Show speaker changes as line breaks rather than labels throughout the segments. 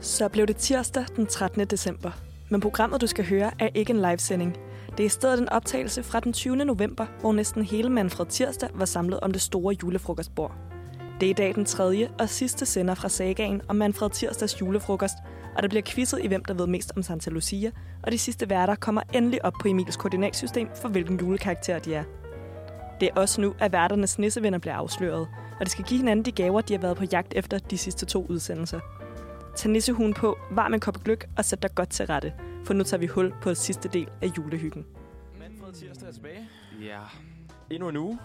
Så blev det tirsdag den 13. december. Men programmet, du skal høre, er ikke en livesending. Det er i stedet en optagelse fra den 20. november, hvor næsten hele Manfred Tirsdag var samlet om det store julefrokostbord. Det er i dag den tredje og sidste sender fra sagaen om Manfred Tirsdags julefrokost, og der bliver quizet i, hvem der ved mest om Santa Lucia, og de sidste værter kommer endelig op på Emils koordinatsystem for, hvilken julekarakter de er. Det er også nu, at værternes nissevenner bliver afsløret, og de skal give hinanden de gaver, de har været på jagt efter de sidste to udsendelser. Tag nissehuen på, varm en kop gløk og sæt dig godt til rette, for nu tager vi hul på sidste del af julehyggen.
Manfred Tirsdag er tilbage.
Ja,
Endnu en uge.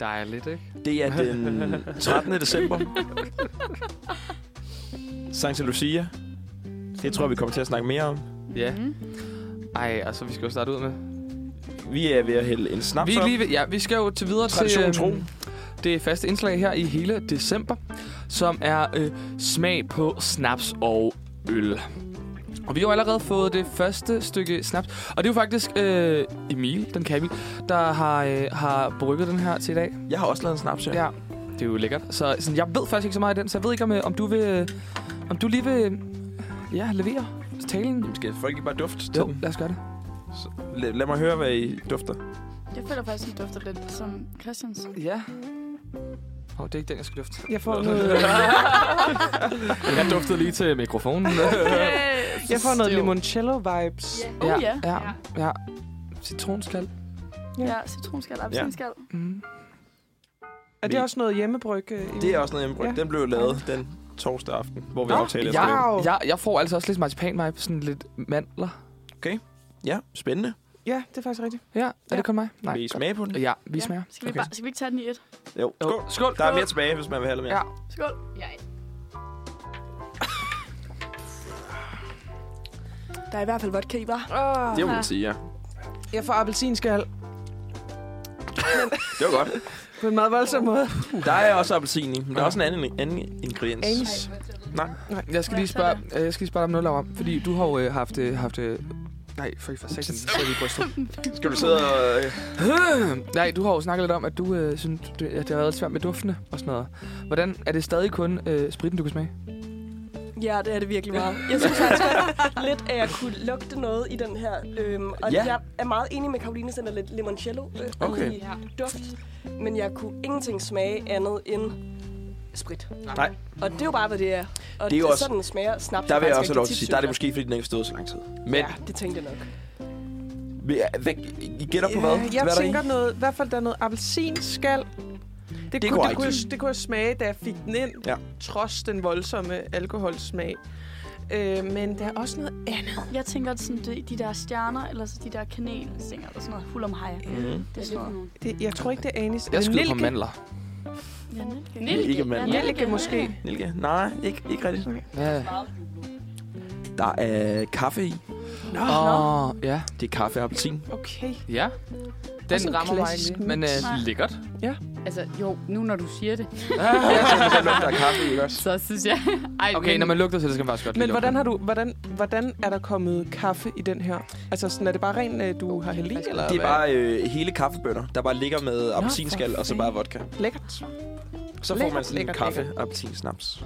dejligt, ikke?
Det er den 13. december. Santa Lucia. Det tror jeg, vi kommer til at snakke mere om.
Ja. Ej, altså, vi skal jo starte ud med...
Vi er ved at hælde en snaps
Vi, er
op.
lige ved, ja, vi skal jo til videre
Traditionen
til øhm, det faste indslag her i hele december, som er øh, smag på snaps og øl. Og vi har jo allerede fået det første stykke snaps, og det er jo faktisk øh, Emil, den Kamil, der har, øh, har brygget den her til i dag.
Jeg har også lavet en snaps, ja.
Ja, det er jo lækkert. Så sådan, jeg ved faktisk ikke så meget af den, så jeg ved ikke, om, øh, om du vil... øh, Om du lige vil... øh, Ja, levere talen.
Jamen, skal folk ikke bare dufte til
Jo,
den?
lad os gøre det.
Lad, lad mig høre, hvad I dufter.
Jeg føler faktisk, den dufter lidt som Christians.
Ja. Åh, oh, det er ikke den, jeg skal lufte.
Jeg
får
får
noget-
noget,
jeg duftede lige til mikrofonen. ja,
jeg får noget limoncello-vibes.
Oh, ja. ja.
ja, ja. Citronskal.
Ja, citronskal, appelsinskal.
Mm.
Er det også noget hjemmebryg? øh, Emil?
Det er også noget hjemmebryg.
Ja.
Den blev lavet den torsdag aften, hvor vi
Nå,
aftalte at
ja.
skrive.
Wow.
Jeg, jeg får altså også lidt marcipan mig sådan lidt mandler.
Ja, spændende.
Ja, det er faktisk rigtigt.
Ja, er
Ja.
det kun mig?
Vil I
godt.
smage på den?
Ja, vi
Ja.
smager.
Skal vi, bare, skal vi ikke tage den i et?
Jo. Skål.
Skål.
Der er mere tilbage, hvis man vil have lidt mere.
Ja.
Skål. Ja. Der er i hvert fald vodka i, var.
Oh,
Det må man sige, ja.
jeg får appelsinskal
Det var godt.
på en meget voldsom måde.
Der er også appelsin i, men der er også en anden, anden ingrediens.
Anis.
Jeg skal lige spørge, øh, jeg skal lige spørge dig om noget, Laura. Fordi du har jo øh, haft... Øh, haft øh, nej, for for satan, det sidder lige i brystet.
Skal du sidde og... øh,
Nej, du har jo snakket lidt om, at du øh, synes, du, at det har været svært med duftene og sådan noget. Hvordan er det stadig kun øh, spritten, du kan smage?
Ja, det er det virkelig meget. Jeg synes faktisk godt lidt, at jeg kunne lugte noget i den her. Øhm, og
Ja.
ja. jeg er meget enig med Karoline, den er lidt limoncello øh,
Okay.
i duft. Men jeg kunne ingenting smage andet end sprit.
Nej.
Og det er jo bare, hvad det er. Og
Det
det
er
er
jo også-
sådan smager snaps.
Der vil jeg
faktisk
også have lov til at
rigtig
sige,
tit,
der er det
synes
måske, fordi den ikke stod så lang tid.
jeg.
Men
Ja, det tænkte jeg nok.
vi er- hvad, I gætter på
Øh,
hvad? hvad
Jeg
er der i?
tænker noget, i hvert fald, der er noget appelsinskal. Det,
er
det, kunne,
korrekt.
det, kunne, jeg- det kunne jeg smage, da jeg fik den ind,
Ja.
trods den voldsomme alkoholsmag. Øh, men der er også noget andet.
Jeg tænker at sådan de, de der stjerner, eller så de der kanelstænger, eller sådan noget. Hul om hej.
Mm.
Det er sådan noget.
Det, jeg tror ikke, det er anis. Er
Jeg
det
skyder på
nælke?
mandler.
Ja, nælke.
Nælke. Ikke mandler.
Ja,
Nælke måske.
Nilke? Nej, ikke, ikke rigtigt.
Ja.
Der er kaffe i.
Nå,
Åh, ja.
Det er kaffe og appelsin.
okay.
Ja. Den
Også en
rammer mig
Altså, klassisk
ikke, men øh,
mix.
lækkert.
Altså, jo, nu når du siger det,
Der lugter af kaffe, ikke også?
så synes jeg... Ej,
Okay, når man lugter til det, skal man faktisk godt
Men
lide
hvordan,
lugten.
har du, hvordan, hvordan er der kommet kaffe i den her? Altså, sådan, er det bare ren, øh, du har hældt i? Eller
Det er
hvad?
bare øh, hele kaffebønner, der bare ligger med appelsinskal og så bare vodka.
Lækkert.
Så får
Lækkert,
man sådan en
lækkert,
kaffe og appelsinsnaps.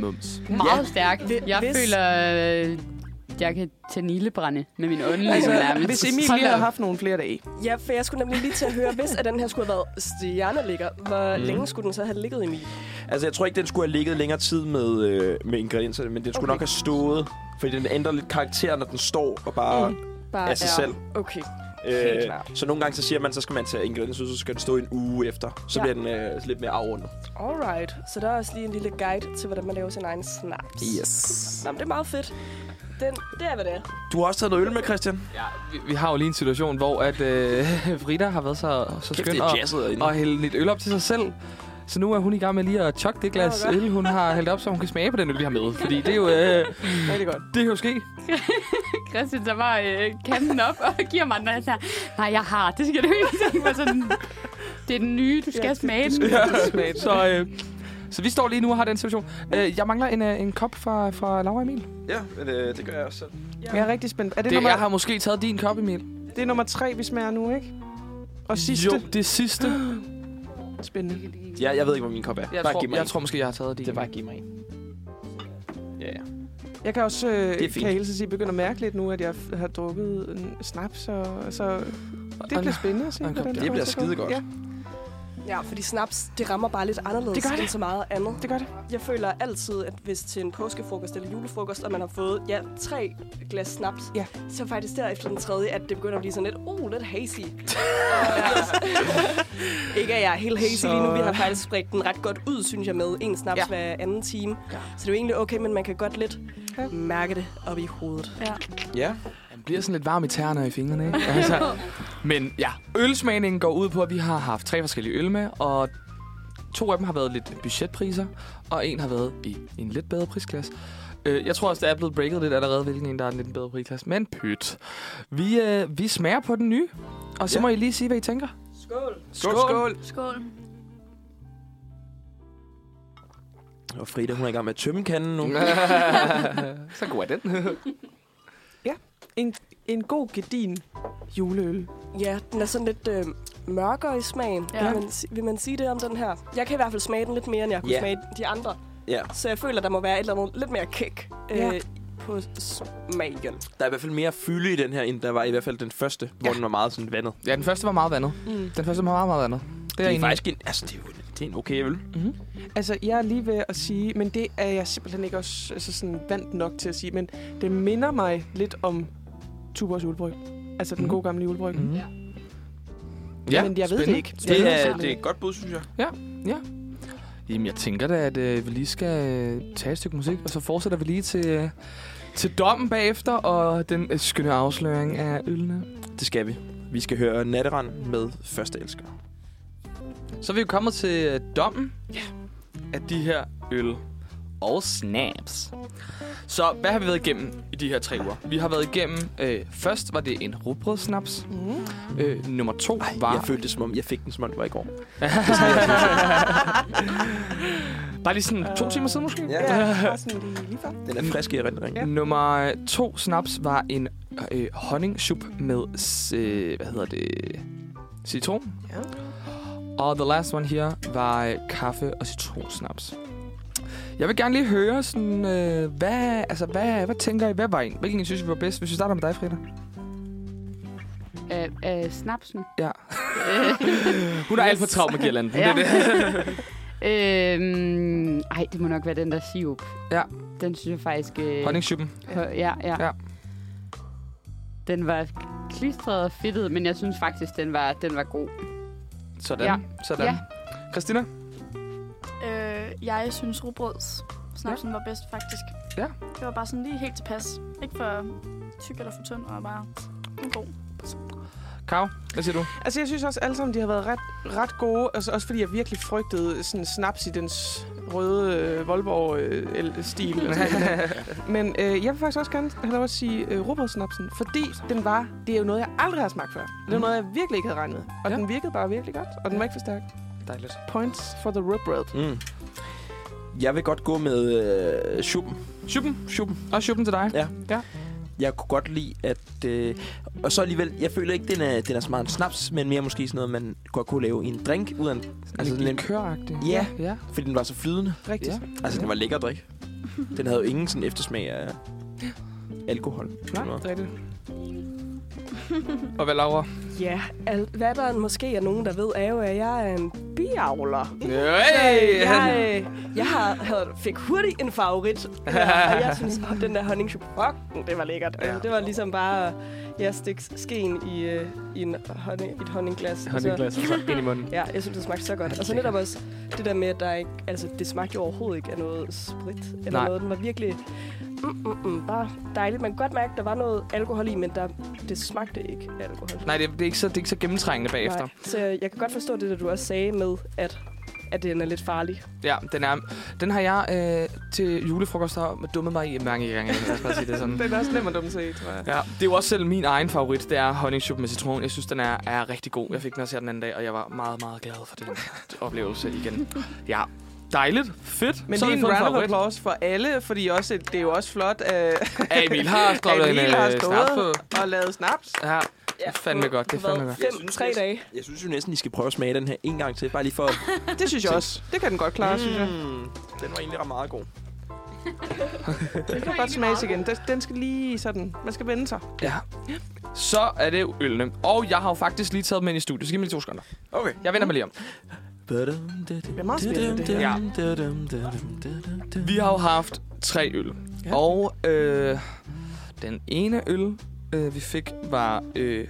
Mums.
Meget stærk. Jeg
hvis-
føler, øh, jeg kan tænde ildebrænde med min åndelige
Altså,
nærmest.
hvis Emil lige havde haft nogle flere dage.
Ja, for jeg skulle nemlig lige til at høre, hvis at den her skulle have været stjerneligger, hvor mm. længe skulle den så have ligget, Emil?
Altså, jeg tror ikke, den skulle have ligget længere tid med, øh, med ingredienserne, men den skulle okay.
Okay.
nok have stået, fordi den ændrer lidt karakter, når den står og bare mm.
Bare
af sig
er-
selv.
Okay.
Øh, så nogle gange så siger man, så skal man tage ingredienser, ud, så skal den stå en uge efter. Så ja.
Ja.
bliver den øh, lidt mere afrundet.
Alright.
Så der er også lige en lille guide til, hvordan man laver sin egen snaps.
Yes.
Nå, men det er meget fedt. Den, det er, hvad det er.
Du har også taget noget øl med, Christian.
Vi, vi har jo lige en situation, hvor at øh, Frida har været så, så
Kæft,
skøn
det er jazzet
at,
derinde.
at hælde lidt øl op til sig selv. Så nu er hun i gang med lige at chokke det glas
Det var godt.
øl, hun har hældt op, så hun kan smage på den øl, vi har med. Fordi det er jo, øh,
Rigtig godt.
det er jo ske.
Christian tager bare øh, kanten op og giver mig den, og jeg siger, nej, jeg har, det skal du ikke tænke mig sådan... Det er den nye, du skal smage den.
Ja. så, øh, så vi står lige nu og har den situation. Øh, jeg mangler en, øh, en kop fra, fra Laura Emil.
Ja, men, øh, det gør jeg også selv.
Jeg er rigtig spændt. Er det,
Det,
nummer,
jeg har måske taget din kop, Emil.
det er nummer tre, vi smager nu, ikke? Og sidste.
Jo, det sidste.
Spændende.
Ja, jeg ved ikke, hvor min kop er.
Jeg
bare
tror,
giv mig
jeg
en.
tror måske, jeg har taget din.
Det er bare giv mig en. Ja, ja.
Jeg kan også, øh,
fint.
kan jeg hilse at sige, begynde at mærke lidt nu, at jeg f- har drukket en snaps, og så det
Og-
bliver spændende at se,
og en kop kaffe.
hvordan
Det bliver
kommer til at gå.
skidegodt.
Ja,
Ja, fordi snaps, det rammer bare lidt anderledes
Det gør det.
end så meget andet.
det gør det.
Jeg føler altid, at hvis til en påskefrokost eller julefrokost, og man har fået ja, tre glas snaps,
Ja.
så er faktisk derefter den tredje, at det begynder at blive sådan lidt, oh, lidt hazy. Ikke at jeg er helt hazy
Så-
så... lige nu. Vi har faktisk spredt den ret godt ud, synes jeg, med en snaps
Ja.
ja. hver anden time.
Ja.
Ja. Så det er jo egentlig okay, men man kan godt lidt
Ja.
mærke det op i hovedet.
Ja.
Ja.
Man bliver sådan lidt varm i tæerne og i fingrene, ikke? Altså, men ja, ølsmagningen går ud på, at vi har haft tre forskellige øl med, og to af dem har været lidt budgetpriser, og en har været i en lidt bedre prisklasse. Øh, Jeg tror også, det er blevet breaket lidt allerede, hvilken en, der er en lidt bedre prisklasse. Men pyt. Vi, øh, vi smager på den nye, og så
Ja.
må I lige sige, hvad I tænker.
Skål!
Skål. Skål.
Skål.
Og Frida, hun er i gang med at tømme kanden nu.
så god er den.
En, en god, gedin juleøl.
Ja, den er sådan lidt øh, mørkere i smagen,
Ja.
ja. vil, man, si- vil man sige det om den her? Jeg kan i hvert fald smage den lidt mere, end jeg kunne
Ja.
yeah. smage de andre.
Ja.
Så jeg føler, der må være et eller andet lidt mere kick øh,
Ja.
på smagen.
Der er i hvert fald mere fylde i den her, end der var i hvert fald den første, ja. hvor den var meget sådan vandet.
Ja, den første var meget vandet.
Mm.
Den første var meget, meget vandet.
Det er,
enig
det
i.
er faktisk en, altså, det er jo en, det er en okay øl.
Altså, jeg er lige ved at sige, men det er jeg simpelthen ikke også altså sådan vant nok til at sige, men det minder mig lidt om Tuborgs julebryg. Altså den
Mhm.
mm. gode gamle julebryg. Mm.
Mhm.
Ja, men jeg ved det ikke.
Det
Ja,
er,
ja.
det er et godt bud, synes jeg.
Jamen, jeg tænker da, at øh, vi lige skal øh, tage et stykke musik, og så fortsætter vi lige til, øh, til dommen bagefter, og den øh, skønne afsløring af ølene.
Det skal vi. Vi skal høre Natterand med Første Elsker.
Så er vi jo kommet til øh, dommen af de her øl og snaps. Så hvad har vi været igennem i de her tre uger? Vi har været igennem, øh, først var det en rugbrødsnaps. Mm. Øh, nummer to
Ej,
var...
jeg følte det, som om jeg fik den, som om det var i går.
Bare lige sådan to timer siden måske?
Ja.
Ja, bare sådan lige, lige før.
Den er frisk i erindringen.
Ja. Nummer to snaps var en øh, honningsup med, s- øh, hvad hedder det, citron.
Ja.
Og the last one her var øh, kaffe og citronsnaps. Jeg vil gerne lige høre, sådan, øh, hvad, altså, hvad, hvad tænker I, hvad var en? Hvilken I synes I var bedst? Hvis vi starter med dig, Frida.
Øh, øh, snapsen.
Ja.
Øh,
Hun er alt for travlt med girlanden.
ja.
Det er det.
øhm, ej, det må nok være den der sirup.
Ja.
Den synes jeg faktisk... Øh,
Honningsuppen.
hø- ja, ja,
Ja.
ja. Den var klistret og fedtet, men jeg synes faktisk, den var, den var god.
Sådan.
Ja.
Sådan.
Ja.
Christina?
Øh, jeg synes rugbrøds snapsen var bedst, faktisk.
Ja.
Det var bare sådan lige helt tilpas. Ikke for tyk eller for tynd, og bare en god.
Kav? Hvad siger du?
Altså, jeg synes også alle sammen, de har været ret, ret gode. Altså, også fordi jeg virkelig frygtede sådan snaps i dens røde øh, Volvo-stil. Men øh, jeg vil faktisk også gerne have lov at sige øh, rugbrødssnapsen, fordi den var, det er jo noget, jeg aldrig har smagt før. Det er noget, jeg virkelig ikke havde regnet med. Og
Ja.
Mm. ja. den virkede bare virkelig godt, og den var ikke for stærk.
Dejligt.
Points for the rugbrød.
Mm. Jeg vil godt gå med øh, Schuppen.
Schuppen.
Schuppen.
Og schuppen til dig.
Ja. Jeg kunne godt lide, at... Øh, og så alligevel, jeg føler ikke, den er, den er så meget en snaps, men mere måske sådan noget, man godt kunne lave i en drink, uden altså,
Altså,
sådan en,
likøragtig.
Ja.
ja.
fordi den var så flydende.
Rigtigt.
Ja.
Ja.
Altså, den var lækker at drikke. Den havde jo ingen sådan eftersmag af alkohol.
Nej, det er rigtigt.
Og hvad, Laura?
Ja, al- hvad der måske er nogen, der ved, er jo, at jeg er en biavler.
Hey!
Jeg, øh, jeg har, havde, fik hurtigt en favorit, øh, og jeg synes, at den der honningschokokken, det var lækkert. Ja. Det var ligesom bare at ja, stikke skeen i, øh, i en honning, et honningglas. og så-
ind i munden.
Ja, jeg synes, det smagte så godt. Og så netop også det der med, at der ikke, altså, det smagte jo overhovedet ikke af noget sprit eller
Nej.
Nej. noget. Den var virkelig mm, mm, mm, bare dejligt. Man kan godt mærke, at der var noget alkohol i, men der, det smagte ikke af alkohol.
Nej, det, det, er ikke så, det er ikke så gennemtrængende bagefter.
Nej. Så jeg, jeg kan godt forstå det, der du også sagde med, at, at den er lidt farlig.
Ja, den, er, den har jeg øh, til julefrokost har dummet mig i mange gange. Jeg skal bare sige det sådan.
Den er også nem at dumme sig i, tror jeg.
Ja, det er jo også selv min egen favorit, det er honningsuppe med citron. Jeg synes, den er, er rigtig god. Jeg fik den også her den anden dag, og jeg var meget, meget glad for den oplevelse igen. Ja, dejligt. Fedt.
Men
så
lige
har vi
en
fået en
round of
favorit.
applause for alle, fordi også, det er jo også flot, øh, at
Emil har skrevet en
Emil har
øh, snaps på.
stået og lavet snaps.
Ja, det er fandme godt. Det er fandme godt.
Jeg
Fem,
synes,
tre
det er-
dage.
Jeg synes jo næsten, I skal prøve at smage den her en gang til, bare lige for...
Mm.
Mm,
Det synes jeg også. Det kan den godt klare, synes jeg.
Den var egentlig ret meget god.
Den kan godt smages igen. Den- Den skal lige sådan... Man skal vende sig.
Ja. Så er det jo ølene. Og jeg har jo faktisk lige taget med ind i studiet, så giv mig lige to sekunder.
Okay.
Jeg vender mig lige om.
Det
er meget spændende, det her.
Ja. Vi har jo haft tre øl. Ja.
Ja.
Og øh, den ene øl, øh, vi fik, var øh,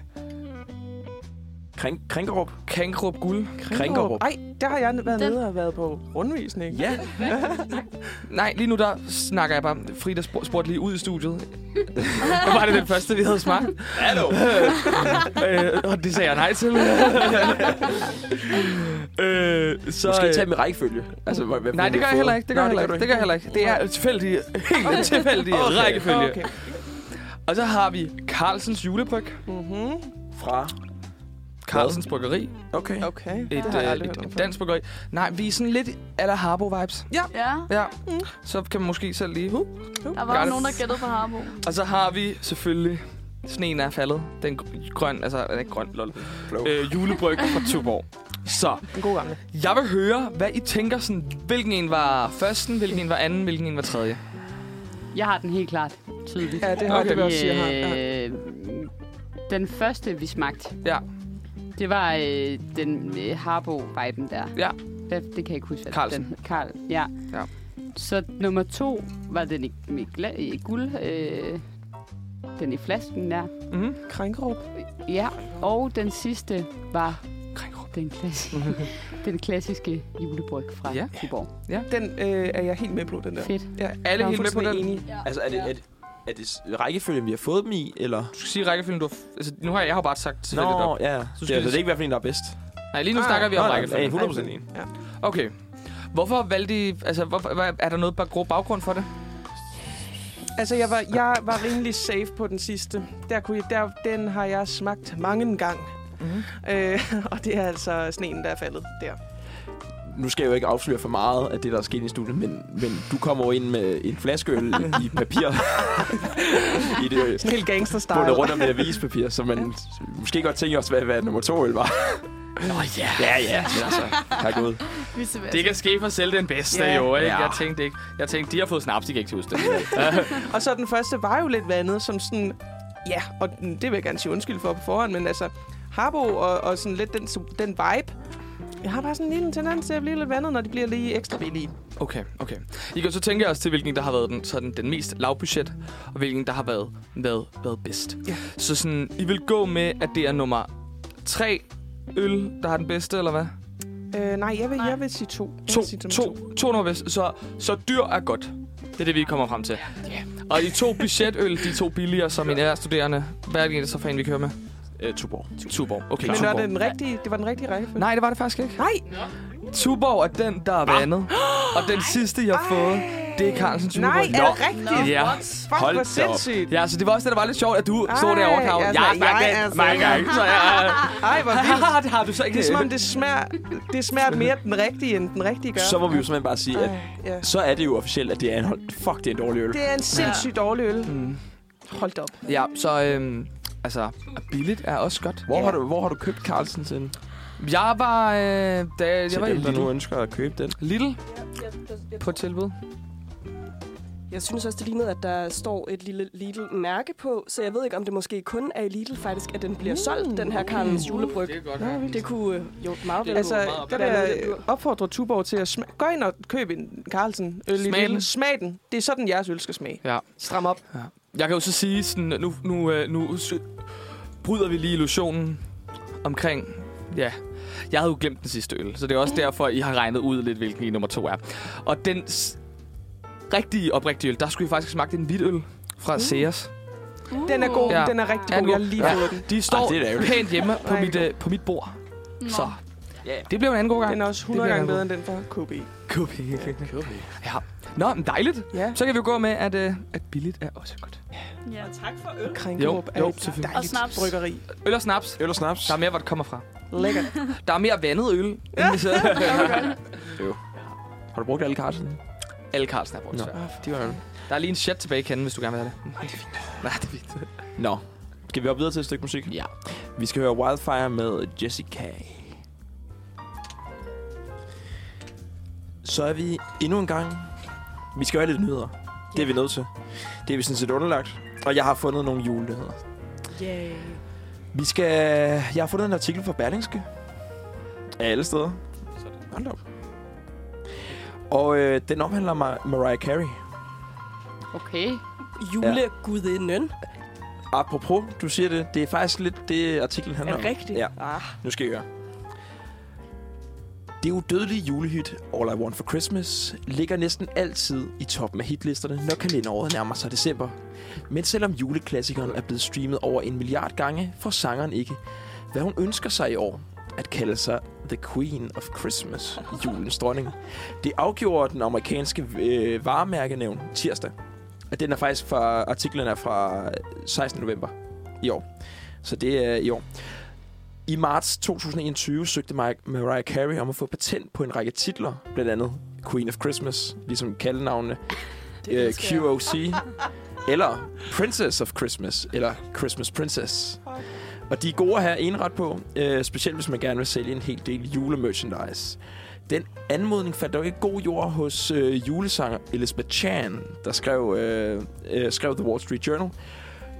Krink, Krinkerup.
Kangerup Guld.
Krinkerup.
Ej, der har jeg været
Den-
nede og været på rundvisning.
Ja.
Nej, lige nu der snakker jeg bare. Frida spur- spurgte lige ud i studiet. Hvad var det den første, vi havde smagt?
Hallo.
øh, og det sagde jeg nej til. øh, så,
Så skal
øh,
jeg tage med rækkefølge. Altså, hvad, hvad
Nej, det gør jeg heller ikke. Det gør jeg
Nå,
heller
det
ikke. Det
gør
gør jeg heller ikke. Det er tilfældig, helt tilfældig okay. rækkefølge. Okay.
Okay.
Og så har vi Carlsens julebryg.
Mm-hmm.
Fra.
Carlsens Bryggeri.
Okay.
Okay.
Et,
det har jeg
øh,
aldrig hørt om
et
før.
dansk bryggeri. Nej, vi er sådan lidt à la Harbo-vibes.
Ja,
Ja, så kan man måske selv lige... Uh.
der var
Gør
jo
det.
nogen, der gættede på Harbo.
Og så har vi selvfølgelig... Sneen er faldet. Den gr- grøn, altså den er grøn, lol. Øh, julebryg fra Tuborg. Så,
En god gamle.
jeg vil høre, hvad I tænker sådan, hvilken en var førsten, hvilken en var anden, hvilken en var tredje.
Mhm.
Jeg har den helt klart tydeligt.
Ja, det har
Okay.
okay. det også, jeg har. Ja.
Øh, den første, vi smagte,
Ja.
det var øh, den øh, Harbo-viben der.
Ja.
Hvad, det kan jeg ikke huske, hvad
Carlsen.
den hed. Carl, ja.
Ja.
Så nummer to var den i, med gla- i guld. Øh, den i flasken der.
Mm-hmm.
Krænkerup.
Ja, og den sidste var
Kringrup.
den, klassiske, den klassiske julebryg fra
Ja.
ja. Tuborg.
Den øh, er jeg helt med på, den der.
Fedt.
Ja,
Alle
jeg
helt med på den.
fuldstændig Enig.
Altså, er det, er, det, er det s- rækkefølgen, vi har fået dem i, eller?
Du skal sige rækkefølgen, du har... f- altså, nu har jeg, jeg har bare sagt
Nå,
tilfældigt op.
ja.
Så
Så
skal
det, altså,
vi-
det er ikke i hvert fald en, der er bedst.
Nej, lige nu
Ah,
snakker vi om
nej, nej,
rækkefølgen.
nej, 100% enig.
Ja.
Okay. Hvorfor valgte I... Altså, hvorfor, hvad, er der noget bare grå baggrund for det?
Altså, jeg var, jeg var rimelig safe på den sidste. Der kunne jeg, der, den har jeg smagt mange gang.
Mm-hmm.
Øh, og det er altså sneen, der er faldet der.
Altså, Nu skal jeg jo ikke afsløre for meget af det, der er sket i studiet, men, men du kommer jo ind med en flaskeøl i papir. I det
Sådan helt gangsterstyle.
bundet rundt om det avispapir, så man måske godt tænker også, hvad, hvad nummer to øl var.
Nå ja.
Ja, ja, men altså, herregud.
Vice versa.
Det kan ske for selv den bedste,
Ja.
jo, ikke?
Ja.
Jeg tænkte ikke. Jeg tænkte, de har fået snaps, de kan ikke huske det.
Og så den første var jo lidt vandet, som sådan... Ja, og den- det vil jeg gerne sige undskyld for på forhånd, men altså... Harbo og, og sådan lidt den, den vibe. Jeg har bare sådan en lille tendens til at blive lidt vandet, når de bliver lige ekstra billige.
Okay, okay. I kan så tænke os til, hvilken der har været den, sådan, den mest lavbudget, og hvilken der har været, været, været bedst.
Ja.
Så sådan, I vil gå med, at det er nummer tre øl, der har den bedste, eller hvad?
Øh, nej, jeg vil,
Nej.
jeg vil sige to. Jeg
To,
vil sige nummer
to, to nummer bedst. Så, så dyr er godt. Det er det, vi kommer frem til. Og de to budgetøl, de to billigere, som en er studerende. Hvad er det så for en, vi kører med?
Øh, Tuborg.
Tuborg. Okay,
Men var
Tuborg.
det, den rigtige, det var den rigtige rækkefølge?
Nej, det var det faktisk ikke.
Nej! Ah.
Tuborg er den, der er vandet. Og den sidste, jeg har fået, det er Carlsen Tuborg.
Nej, er det
Nå.
rigtigt?
Ja.
Fuck,
Hold
hvor
da op.
sindssygt.
Ja, så det var også det, der var lidt sjovt, at du stod
Ej,
derovre, Karo.
altså,
jeg har smagt
jeg
det
altså-
mange gange, så jeg...
Ej, hvor vildt.
Haha, det har du så ikke.
Det er som om, det smager, det smager mere den rigtige, end den rigtige gør.
Så må vi jo simpelthen bare sige, at
Ej, ja.
så er det jo officielt, at det er en hold. Fuck, det er en dårlig øl.
Det er en sindssygt dårlig øl.
Mm.
Hold da op.
Ja, så øhm, altså, billigt er også godt.
Hvor, har du, hvor har du købt Carlsen til?
Jeg var, øh, da, jeg
til
var i
dem, der nu
Lidl.
ønsker at købe den.
Lidl på
På
et tilbud.
jeg synes også, det lignede, at der står et lille Lidl-mærke på, så jeg ved ikke, om det måske kun er i Lidl faktisk, at den bliver
Mm.
solgt, den her Karlens julebryg.
er godt.
Det kunne øh, jo meget vel.
Altså,
Altså,
meget op.
der vil jeg opfordre Tuborg til at smage. Gå ind og køb en Carlsen øl i
Smag den.
Lidl. Smag den. Det er sådan, jeres øl skal smage.
Ja.
Stram op.
Jeg kan jo så sige, sådan, nu, nu, øh, nu s- bryder vi lige illusionen omkring... Ja, jeg havde jo glemt den sidste øl, så det er også derfor, I har regnet ud lidt, hvilken i nummer to er. Og den s- rigtige oprigtige øl, der skulle I faktisk smage den hvidøl fra mm. Sears.
Uh.
Den er god.
Ja.
Den er rigtig
Er den
god. Jeg har
god?
lige
Ja.
fået den.
De står
Ej, det er da
Ej,
ærgerligt.
pænt hjemme på
Nej,
mit, øh, på mit bord.
Nå.
Så det blev en anden god gang.
Den er også 100
Det
gange
bliver
bedre end den fra KB.
Kopi. Ja. Nå, men dejligt.
Ja.
Så kan vi jo gå med, at, øh, at billigt er også godt.
Ja.
Øh,
Krænkerup er
jo,
et
selvfølgelig.
Og
dejligt
snaps.
bryggeri.
Øl og snaps.
Øl og snaps.
Der er mere, hvor det kommer fra.
Lækkert.
Der er mere vandet øl, end vi sidder.
Har du brugt alle Carlsen?
Alle Carlsen er brugt.
Nå.
svært.
De var
Der er lige en chat tilbage i kanden, hvis du gerne vil have det. Nej, det er fint. Nej, det er fint.
Nå. Skal vi op videre til et stykke musik?
Ja.
Vi skal høre Wildfire med Jessica. Så er vi endnu en gang. Vi skal høre lidt nyheder. Det er vi nødt til. Det er vi sådan set underlagt. Og jeg har fundet nogle julenyheder.
Yeah.
Vi skal... Jeg har fundet en artikel fra Berlingske. Af alle steder. Hold da op. Og øh, den omhandler Mar- Mariah Carey.
Okay.
Julegudinden.
Apropos, du siger det. Det er faktisk lidt det, artiklen handler
Er
om.
rigtigt?
Ja.
Ah,
Nu skal I høre. Det udødelige julehit All I Want For Christmas ligger næsten altid i toppen af hitlisterne, når kalenderåret nærmer sig december. Men selvom juleklassikeren er blevet streamet over en milliard gange, får sangeren ikke, hvad hun ønsker sig i år. At kalde sig The Queen of Christmas, julens dronning. Det afgjorde den amerikanske øh, varemærkenævn tirsdag. Og Den er faktisk fra, artiklen er fra 16. november i år. Så det er i år. I marts 2021 søgte Mike Mariah Carey om at få patent på en række titler, blandt andet Queen of Christmas, ligesom kaldenavnene, øh, QOC, eller Princess of Christmas, eller Christmas Princess. Og de er gode at have en ret på, øh, specielt hvis man gerne vil sælge en hel del julemerchandise. Den anmodning fandt dog ikke god jord hos øh, julesanger Elizabeth Chan, der skrev, øh, øh, skrev The Wall Street Journal,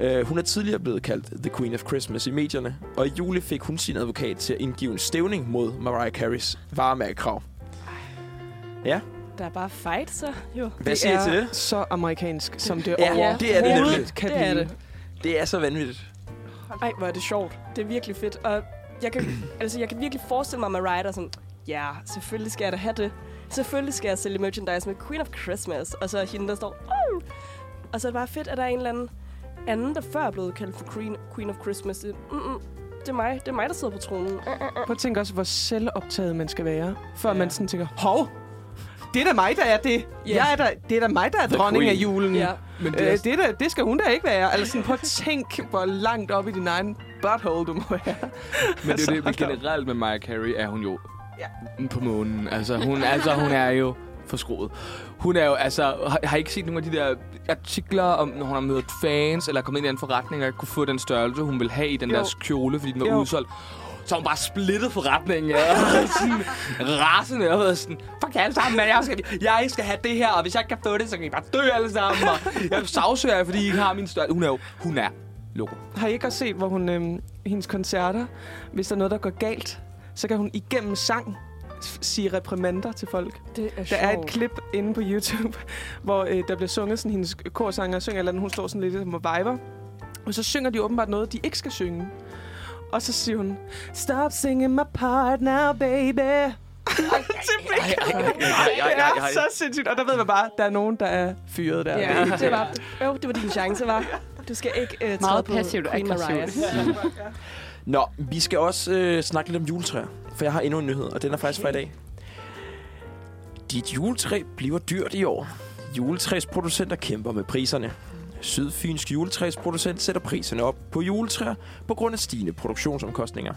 Øh, hun er tidligere blevet kaldt The Queen of Christmas i medierne, og i juli fik hun sin advokat til at indgive en stævning mod Mariah Careys varemærkekrav.
der er bare fight, så jo.
Hvad siger I
er
til det?
så amerikansk, som det
Ja,
overhovedet
det er det nemlig.
kan
Det er
blive.
det.
Det er så vanvittigt.
Ej, hvor er det sjovt. Det er virkelig fedt. Og jeg kan, altså, jeg kan virkelig forestille mig, at Mariah er sådan, ja, selvfølgelig skal jeg da have det. Selvfølgelig skal jeg sælge merchandise med Queen of Christmas. Og så er hende, der står, oh! Og så er det bare fedt, at der er en eller anden anden, der før er blevet kaldt for Queen, Queen of Christmas. Det, mm-mm, det er mig. Det er mig, der sidder på tronen.
Prøv at tænke også, hvor selvoptaget man skal være, før
Ja.
man sådan tænker, hov, det er da mig, der er det. Jeg er da, det er da mig, der er
The
dronning
queen."
af julen.
Ja.
Men det
Øh,
er,
det, er da, det skal hun da ikke være. Eller sådan, prøv at tænk, hvor langt op i din egen butthole du må være.
men det, er jo det men
altså,
generelt med Mariah Carey er hun jo
Ja.
på månen. Altså hun, altså, hun er jo forskroet. Hun er jo, altså, har, har I ikke set nogle af de der artikler, om når hun har mødt fans, eller er kommet ind i en forretning, og ikke kunne få den størrelse, hun ville have i den
Jo.
jo. der kjole, fordi den var
Jo.
jo. udsolgt. Så har hun bare splittet forretningen, ja. og sådan rasende, og været sådan, fuck jer alle sammen, man. jeg skal, jeg skal have det her, og hvis jeg ikke kan få det, så kan I bare dø alle sammen, og jeg sagsøger jer, fordi I ikke har min størrelse. Hun er jo, hun er loco.
Har I ikke også set, hvor hun, øhm, hendes koncerter, hvis der er noget, der går galt, så kan hun igennem sang s- sige reprimander til folk.
Det er
Der er et klip inde på YouTube, hvor øh, der bliver sunget sådan, hendes korsanger synger et eller andet, hun står sådan lidt som og viber. Og så synger de åbenbart noget, de ikke skal synge. Og så siger hun, Stop singing my part now, baby. Det er så sindssygt. Og der ved man bare, der er nogen, der er fyret der.
Ja, det var, jo, det var din chance, var. Du skal ikke uh, træde
Meget
på
passivt og
Queen Mariah.
aggressivt.
Nå, vi skal også øh, snakke lidt om juletræer, for jeg har endnu en nyhed, og den er faktisk fra i dag. Dit juletræ bliver dyrt i år. Juletræsproducenter kæmper med priserne. Sydfynsk juletræsproducent sætter priserne op på juletræer på grund af stigende produktionsomkostninger.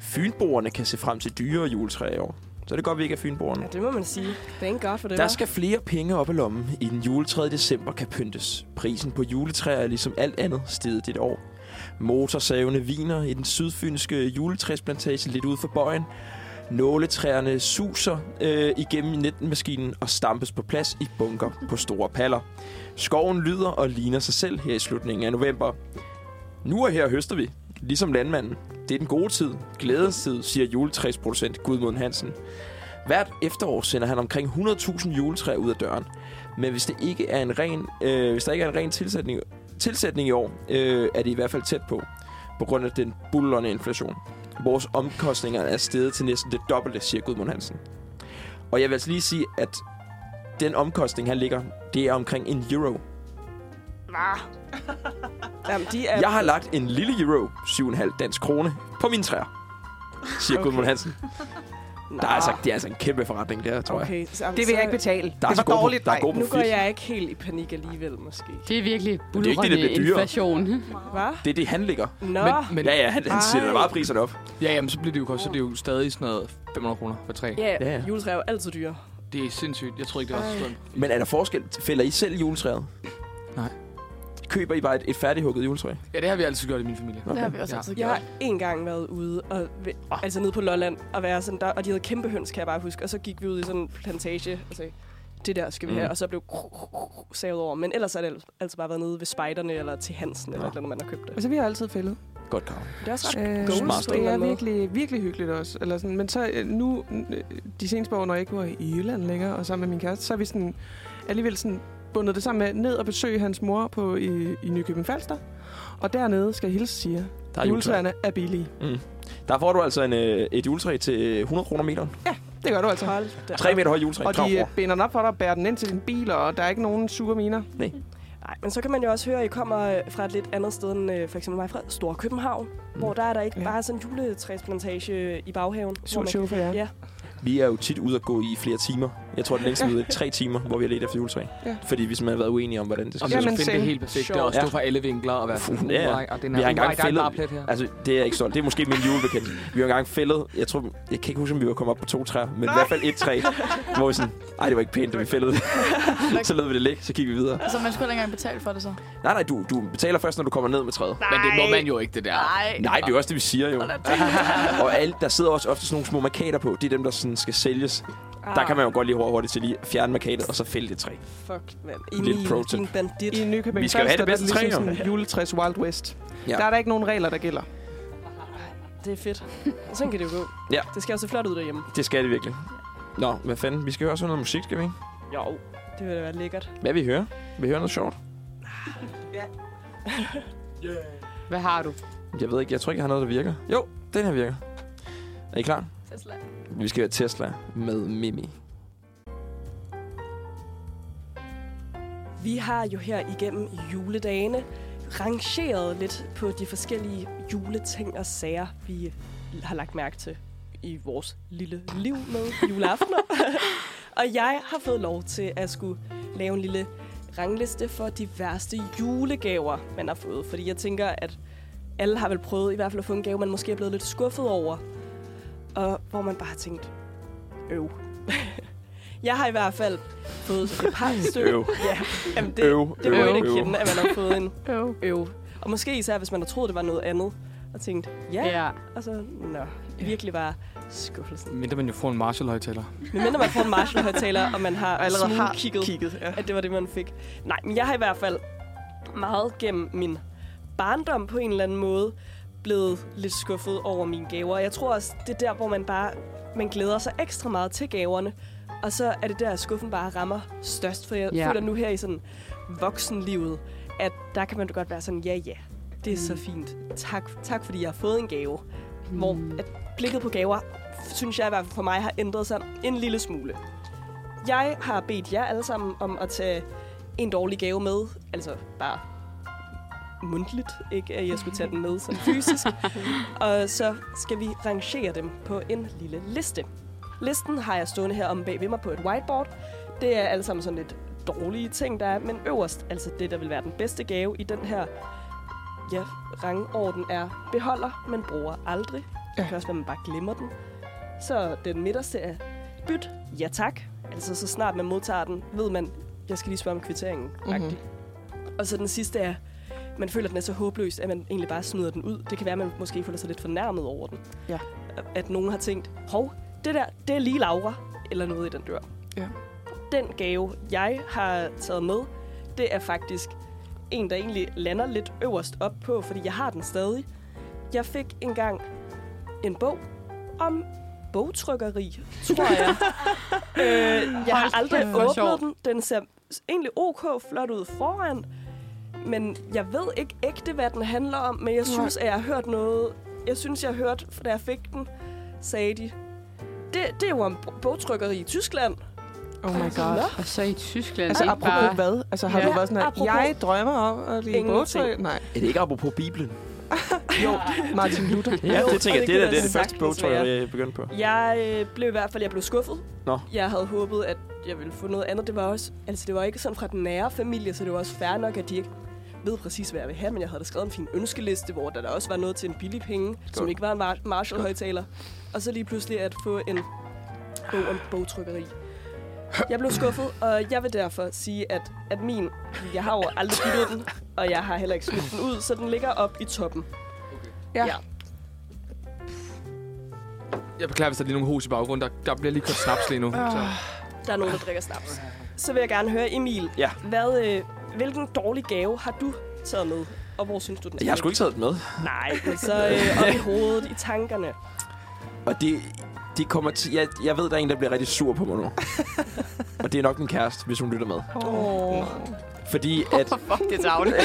Fynboerne kan se frem til dyrere juletræer i år. Så er det godt, vi ikke er fynboerne.
Ja, det må man sige. Thank God for det,
Der
hva'?
skal flere penge op i lommen, inden juletræet i december kan pyntes. Prisen på juletræer er ligesom alt andet steget dit år. Motorsavene viner i den sydfynske juletræsplantage lidt ude for bøjen. Nåletræerne suser øh, igennem 19-maskinen og stampes på plads i bunker på store paller. Skoven lyder og ligner sig selv her i slutningen af november. Nu og her høster vi, ligesom landmanden. Det er den gode tid, glædens tid, siger juletræsproducent Gudmund Hansen. Hvert efterår sender han omkring 100.000 juletræer ud af døren. Men hvis, det ikke er en ren, øh, hvis der ikke er en ren tilsætning, tilsætning i år, øh, er det i hvert fald tæt på, på grund af den bullerne inflation. Vores omkostninger er steget til næsten det dobbelte, siger Gudmund Hansen. Og jeg vil altså lige sige, at den omkostning, han ligger, det er omkring en euro.
Jamen, de er...
Jeg har lagt en lille euro, 7,5 dansk krone, på mine træer, siger okay. Gudmund Hansen. Der er altså, det er altså en kæmpe forretning der, tror
Ah,
jeg.
Okay, så,
Det vil jeg ikke betale.
Der er, så
det var
god,
dårligt.
der er god
Nu går
profit.
jeg ikke helt i panik alligevel, måske.
Det er virkelig
det er ikke det,
bullerende
der bliver dyrere.
inflation.
Hvad?
Det er det, han ligger.
Nå,
Men, men,
Ja, ja, han, han sætter
Ej.
bare priserne op.
Ja, jamen, så bliver det jo, så det er jo stadig sådan noget 500 kroner for tre.
ja,
Ja, ja.
yeah. juletræer er jo altid dyre.
Det er sindssygt. Jeg tror ikke, det var så stort.
Men er der forskel? Fælder I selv juletræet?
Nej.
Køber I bare et, et færdighugget juletræ?
Ja, det har vi altid gjort i min familie.
Det har vi også
Ja.
altid
Jeg
gjort.
har en gang været ude, og, ved, oh. altså nede på Lolland, og, være sådan der, og de havde kæmpe høns, kan jeg bare huske. Og så gik vi ud i sådan en plantage og sagde, det der skal vi have,
Mm.
og så blev savet over. Men ellers har det altså bare været nede ved spejderne, eller til Hansen, eller
Nå.
et eller andet, man har købt det.
Altså, vi har altid fældet.
Godt, Karen.
Det er også ret
Øh,
goals
Smart.
på en
det
eller
er
anden måde.
virkelig, virkelig hyggeligt også. Eller sådan. Men så øh, nu, øh, de seneste par år, når jeg ikke var i Jylland længere, og sammen med min kæreste, så er vi sådan, alligevel sådan bundet det sammen med ned og besøge hans mor på, i, i Nykøbing Falster. Og dernede skal jeg hilse sige,
Der er juletræ.
at juletræerne er billige.
Der får du altså en, øh, et juletræ til 100 kroner meter.
Det gør du altså.
Hold da.
3 meter høj juletræ.
Og
Krav,
de øh,
bror.
binder den op for dig og bærer den ind til din bil, og der er ikke nogen sure miner.
Nej, men så kan man jo også høre, at I kommer øh, fra et lidt andet sted end øh, for eksempel mig fra Storkøbenhavn, mm. hvor der er der ikke
Ja.
ja. bare sådan en juletræsplantage øh, i baghaven. hvor
Sur
man
show for jer.
Ja.
øh,
Vi er jo tit ude at gå i flere timer. Jeg tror, det længste vi er ude er tre timer, hvor vi har let efter juletræ.
Ja.
Fordi vi simpelthen har været uenige om, hvordan det skal
Om
se
man
Jamen,
skulle finde
same.
det helt perfekt, og stå
Ja.
fra alle vinkler og være
Fuh,
sådan,
ja.
ja. og den
Vi
her,
har engang
nej, der er en
fældet-
barplet her.
Altså, det er jeg ikke stolt. Det er måske min julebekendelse. Vi har engang fældet, jeg tror, jeg kan ikke huske, om vi var kommet op på to træer, men i hvert fald et træ, hvor vi sådan, nej, det var ikke pænt, da vi fældede det." så lod vi det ligge, så gik vi videre.
Altså, man skulle ikke engang betale for det så.
Nej, nej, du, du betaler først, når du kommer ned med træet.
Men det må man jo ikke, det der.
Nej, det er jo også det, vi siger jo. og alle, der sidder også ofte sådan nogle små markader på. Det er dem, der sådan skal sælges.
Ah.
Der kan man jo godt lige hurtigt til lige at fjerne markadet, og så fælde det træ.
Fuck, mand.
Lidt
Ind i
pro tip.
din bandit.
I Nykøbing
Vi skal jo have det
Falster,
bedste
der er ligesom
træ, jo.
sådan juletræs Wild West.
Ja.
Der er der ikke nogen regler, der gælder.
Det er fedt. Og sådan kan det jo gå.
Ja.
Det skal også se flot ud derhjemme.
Det skal det virkelig. Nå, hvad fanden? Vi skal høre sådan noget musik, skal vi ikke?
Jo. Det vil da være lækkert.
Hvad vi hører? Vi hører noget sjovt.
Hvad har du?
Jeg ved ikke, jeg tror ikke, jeg har noget, der virker. Jo, den her virker. Er I klar?
Tesla.
Vi skal høre Tesla med Mimi.
Vi har jo her igennem juledagene rangeret lidt på de forskellige juleting og sager, vi har lagt mærke til i vores lille liv med juleaftener. og jeg har fået lov til at skulle lave en lille rangliste for de værste julegaver, man har fået. Fordi jeg tænker, at alle har vel prøvet i hvert fald at få en gave, man måske er blevet lidt skuffet over. Og hvor man bare har tænkt, øv. jeg har i hvert fald fået et par stykker.
Øv.
Ja, jamen det,
Øv,
det må
øv,
man ikke
øv.
kende, at man har fået en
Øv.
øv. Og måske især, hvis man har troet, det var noget andet, og tænkt, ja, ja.
Ja.
og så, nå, virkelig var skuffelsen.
Mindre man jo får en Marshall-højtaler.
Men mindre man får en Marshall-højtaler, og man har og allerede har kigget,
kigget ja.
at det var det, man fik. Nej, men jeg har i hvert fald meget gennem min barndom på en eller anden måde blevet lidt skuffet over mine gaver. Jeg tror også, det er der, hvor man bare man glæder sig ekstra meget til gaverne. Og så er det der, at skuffen bare rammer størst. For jeg
Ja.
ja. føler nu her i sådan voksenlivet, at der kan man da godt være sådan, ja ja, det er mm. så fint. Tak, tak, fordi jeg har fået en gave. Mm. Hvor at blikket på gaver, synes jeg i hvert fald for mig, har ændret sig en lille smule. Jeg har bedt jer alle sammen om at tage en dårlig gave med. Altså bare mundtligt, ikke at jeg skulle tage den med sådan fysisk. og så skal vi rangere dem på en lille liste. Listen har jeg stående her om bag ved mig på et whiteboard. Det er alle sammen sådan lidt dårlige ting, der er, men øverst, altså det, der vil være den bedste gave i den her ja, rangorden, er beholder, man bruger aldrig. Det kan også være, man bare glemmer den. Så den midterste er byt, ja tak. Altså så snart man modtager den, ved man, jeg skal lige spørge om kvitteringen. Mm-hmm. Og så den sidste er, man føler, at den er så håbløs, at man egentlig bare smider den ud. Det kan være, at man måske føler sig lidt fornærmet over den.
Ja.
At nogen har tænkt, hov, det der, det er lige Laura, eller noget i den dør.
Ja.
Den gave, jeg har taget med, det er faktisk en, der egentlig lander lidt øverst op på, fordi jeg har den stadig. Jeg fik engang en bog om bogtrykkeri, tror jeg. øh, jeg har
Hold
aldrig
kæft, hvor
åbnet
sjovt.
den. Den ser egentlig ok flot ud foran, men jeg ved ikke ægte, hvad den handler om, men jeg synes, at jeg har hørt noget. Jeg synes, jeg har hørt, da jeg fik den, sagde de, det, det er jo om bogtrykkeri i Tyskland.
Oh my god.
Nå.
Og så i Tyskland.
Altså,
ikke
apropos
bare...
hvad? Altså, har
Ja,
du været sådan, at
apropos-
jeg drømmer om at blive
Ingenting.
bogtryk? Nej.
Er det ikke apropos Bibelen?
Jo, Martin Luther.
Ja,
Jo,
det
og det kunne
tænker jeg, det, er, det er
da
det første
sagtens
bog, tror jeg,
være.
jeg begyndte på.
Jeg øh, blev i hvert fald jeg blev skuffet.
Nå.
Jeg havde håbet, at jeg ville få noget andet. Det var også, altså det var ikke sådan fra den nære familie, så det var også fair nok, at de ikke ved præcis, hvad jeg vil have, men jeg havde da skrevet en fin ønskeliste, hvor der da også var noget til en billig penge, Skål. som ikke var en Mar- Marshall-højtaler. Og så lige pludselig at få en bog om bogtrykkeri. Jeg blev skuffet, og jeg vil derfor sige, at, at min... Jeg har jo aldrig byttet den, og jeg har heller ikke smidt den ud, så den ligger op i toppen.
Jeg beklager, hvis der er lige nogle hus i baggrunden. Der, der bliver lige kørt snaps lige nu. Så.
Der er nogen, der drikker snaps. så vil jeg gerne høre, Emil,
Ja.
hvad, øh, hvilken dårlig gave har du taget med? Og hvor synes du, den
Jeg har sgu ikke taget den med.
Nej, men så øh, op i hovedet, i tankerne.
Og det, det kommer til... Jeg, jeg ved, der er en, der bliver rigtig sur på mig nu. og det er nok min kæreste, hvis hun lytter med.
Oh.
Fordi at...
Fuck, det er tavle.
Nej,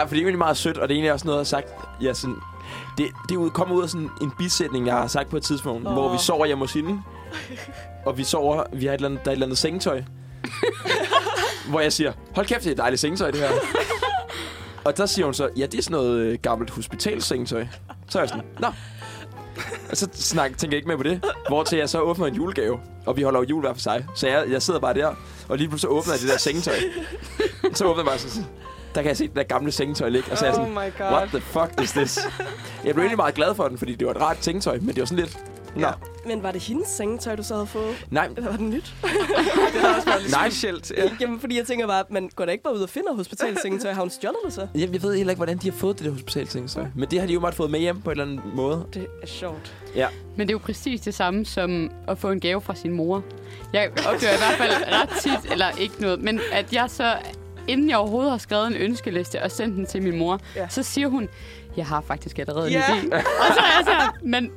fordi det er egentlig meget sødt, og det er egentlig også noget, jeg har sagt... Jeg sådan, det, det er ud- kommer ud af sådan en bisætning, jeg har sagt på et tidspunkt, oh. hvor vi sover hjemme hos hende. Og vi sover... Vi har et eller andet, der er et eller andet sengetøj. hvor jeg siger, hold kæft, det er et dejligt sengetøj, det her. og der siger hun så, ja, det er sådan noget øh, gammelt hospitalsengetøj. Så er jeg sådan, nå. Og så snak, tænker jeg ikke mere på det. Hvortil jeg så åbner en julegave. Og vi holder jo jul hver for sig. Så jeg, jeg sidder bare der, og lige pludselig åbner jeg det der sengetøj. så åbner jeg bare sådan, der kan jeg se det der gamle sengetøj ligge. Og så er jeg
Oh
sådan,
my
what the
god.
fuck is this? Jeg blev egentlig meget glad for den, fordi det var et rart sengetøj, men det var sådan lidt... Nå,
Ja.
Men var det hendes sengetøj, du så havde fået?
nej,
Eller var det nyt?
nej.
Specielt.
Ja. Jamen, fordi jeg tænker bare, man går da ikke bare ud og finder hospitalsengetøj. Har hun stjålet det så?
Jamen, jeg ved heller ikke, hvordan de har fået det der hospitalsengetøj. Men det har de jo måtte fået med hjem på en eller anden måde.
Det er sjovt.
Men det er jo præcis det samme som at få en gave fra sin mor. Jeg oplever i hvert fald ret tit, eller ikke noget, men at jeg så, inden jeg overhovedet har skrevet en ønskeliste og sendt den til min mor,
Ja.
ja. så siger hun, jeg har faktisk allerede en
Ja.
idé. Og så er jeg så, men...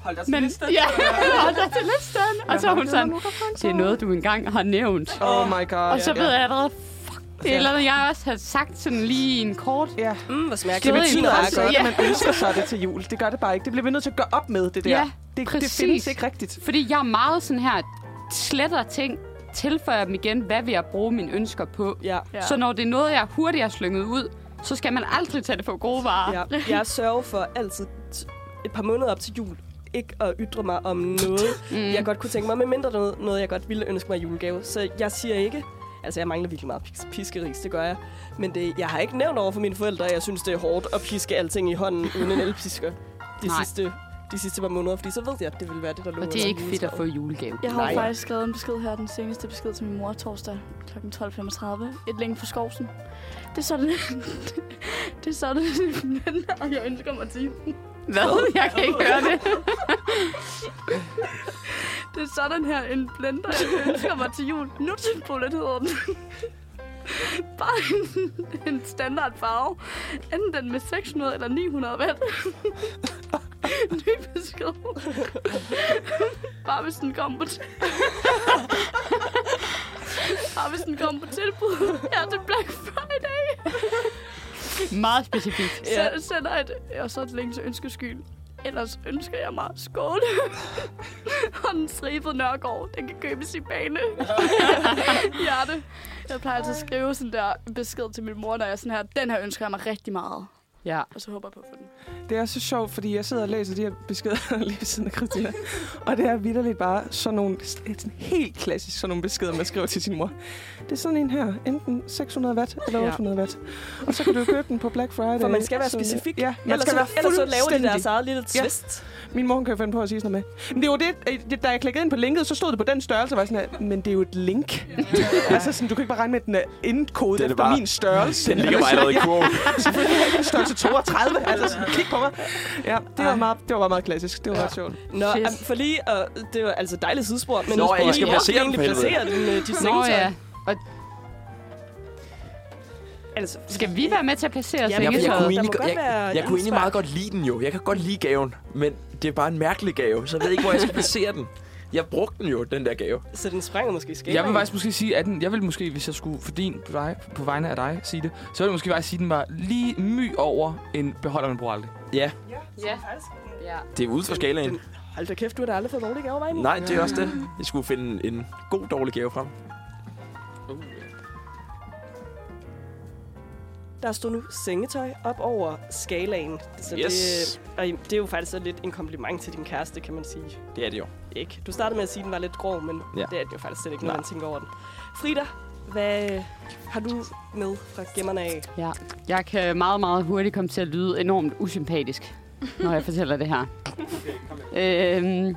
Hold dig
men ja, og der er til listen. Og så er hun sådan, det er noget, du engang har nævnt.
Oh my god.
Og så
Ja.
ved jeg allerede, fuck, det er et eller andet, jeg også har sagt sådan lige i en kort.
Ja.
Mm, hvor smager
Det
Glæde
betyder
i
også
nakken.
godt,
Ja.
at man ønsker sig det til jul. Det gør det bare ikke. Det bliver vi nødt til at gøre op med, det der.
Ja,
det, det
præcis.
findes ikke rigtigt.
Fordi jeg er meget sådan her, sletter ting, tilføjer dem igen, hvad vil jeg bruge mine ønsker på?
Ja.
Ja. Så når det er noget, jeg hurtigt har slynget ud, så skal man aldrig tage det for gode
Ah.
varer.
ja. Jeg sørger for altid t- et par måneder op til jul ikke at ytre mig om noget, mm. jeg godt kunne tænke mig, med mindre noget, noget, jeg godt ville ønske mig i julegave. Så jeg siger ikke, altså jeg mangler virkelig meget pis- piskeris, det gør jeg. Men det, jeg har ikke nævnt over for mine forældre, at jeg synes, det er hårdt at piske alting i hånden uden en elpisker de
Nej.
sidste, de sidste par måneder, fordi så ved jeg, at det vil være det, der lå
Og det
under
er ikke fedt at
juletræet.
få i julegave.
Jeg har
Nej.
jo faktisk skrevet en besked her, den seneste besked til min mor torsdag kl. 12.35. Et længe for skovsen. Det er sådan, det er sådan, og jeg ønsker mig til jul.
Hvad? Jeg kan ikke høre det.
Det er sådan her en blender, jeg ønsker mig til jul. Nu til bullet hedder den. Bare en, en standard farve. Enten den med 600 eller 900 watt. Ny besked. Bare hvis den kommer på til- Bare hvis den kommer på tilbud. Ja, det er Black Friday.
Meget specifikt.
Ja. Så sender et, og så et link til ønskeskyld. Ellers ønsker jeg mig skål. og den stribede Nørgaard, den kan købes i bane. Hjerte. Jeg plejer altid at skrive sådan der besked til min mor, når jeg er sådan her, den her ønsker jeg mig rigtig meget.
Ja.
Og så håber jeg på at få den.
Det er så sjovt, fordi jeg sidder og læser de her beskeder lige ved siden af Christina. Og det er vidderligt bare sådan nogle, et sådan helt klassisk sådan nogle beskeder, man skriver til sin mor. Det er sådan en her, enten 600 watt eller
Ja.
800 watt. Og så kan du købe den på Black Friday.
For man skal være
Så-
specifik.
Ja, man
Ellers,
skal være
så, ellers så laver de
fuldstændig.
deres eget lille
Ja.
twist.
Min mor hun kan finde på at sige sådan noget med. Men det var det, øh, det- da jeg klikkede ind på linket, så stod det på den størrelse, og var sådan her, men det er jo et link. altså sådan, du kan ikke bare regne med, at den er indkodet
Den er
efter
bare-
min størrelse.
Den ligger bare allerede i kurven.
Selvfølgelig er jeg ikke en størrelse 32. Altså sådan, kig på mig. Ja, det var, meget, det var bare meget klassisk. Det var ret sjovt.
Nå,
Shit.
am, for lige, og det var altså dejligt sidespor, men
Nå,
nu
jeg skal
lige, hvor
placere den
skal
for
egentlig placere den, øh, dit
Nå
sengetøj.
ja. Og
Altså,
skal vi være med til at placere
Jamen,
jeg, jeg,
så-
kunne
sengetøjet?
Der
egentlig,
må
godt-
godt
jeg,
være
jeg, jeg kunne egentlig
indspark.
meget godt lide den jo. Jeg kan godt lide gaven, men det er bare en mærkelig gave, så jeg ved ikke, hvor jeg skal placere den. Jeg brugte den jo, den der gave.
så den springer måske i skalaen.
Jeg vil faktisk måske sige, at den, jeg vil måske, hvis jeg skulle for din, på vej- på vegne af dig sige det, så ville jeg måske faktisk sige, at den var lige my over en beholder, man bruger aldrig.
Ja. ja.
Det er ude for skalaen.
Hold da kæft, du har da aldrig fået dårlig gave, Vejne.
Nej, det er også det. Jeg skulle finde en god, dårlig gave frem.
Der stod nu sengetøj op over skalaen. Så
Yes.
det, og det er jo faktisk så lidt en kompliment til din kæreste, kan man sige.
Det er det jo.
Ikke? Du startede med at sige, at den var lidt grov, men
Ja.
ja. det er den jo faktisk slet ikke, når
Nej.
man tænker over den. Frida, hvad har du med fra gemmerne af?
Ja, jeg kan meget, meget hurtigt komme til at lyde enormt usympatisk, når jeg fortæller det her. Øhm,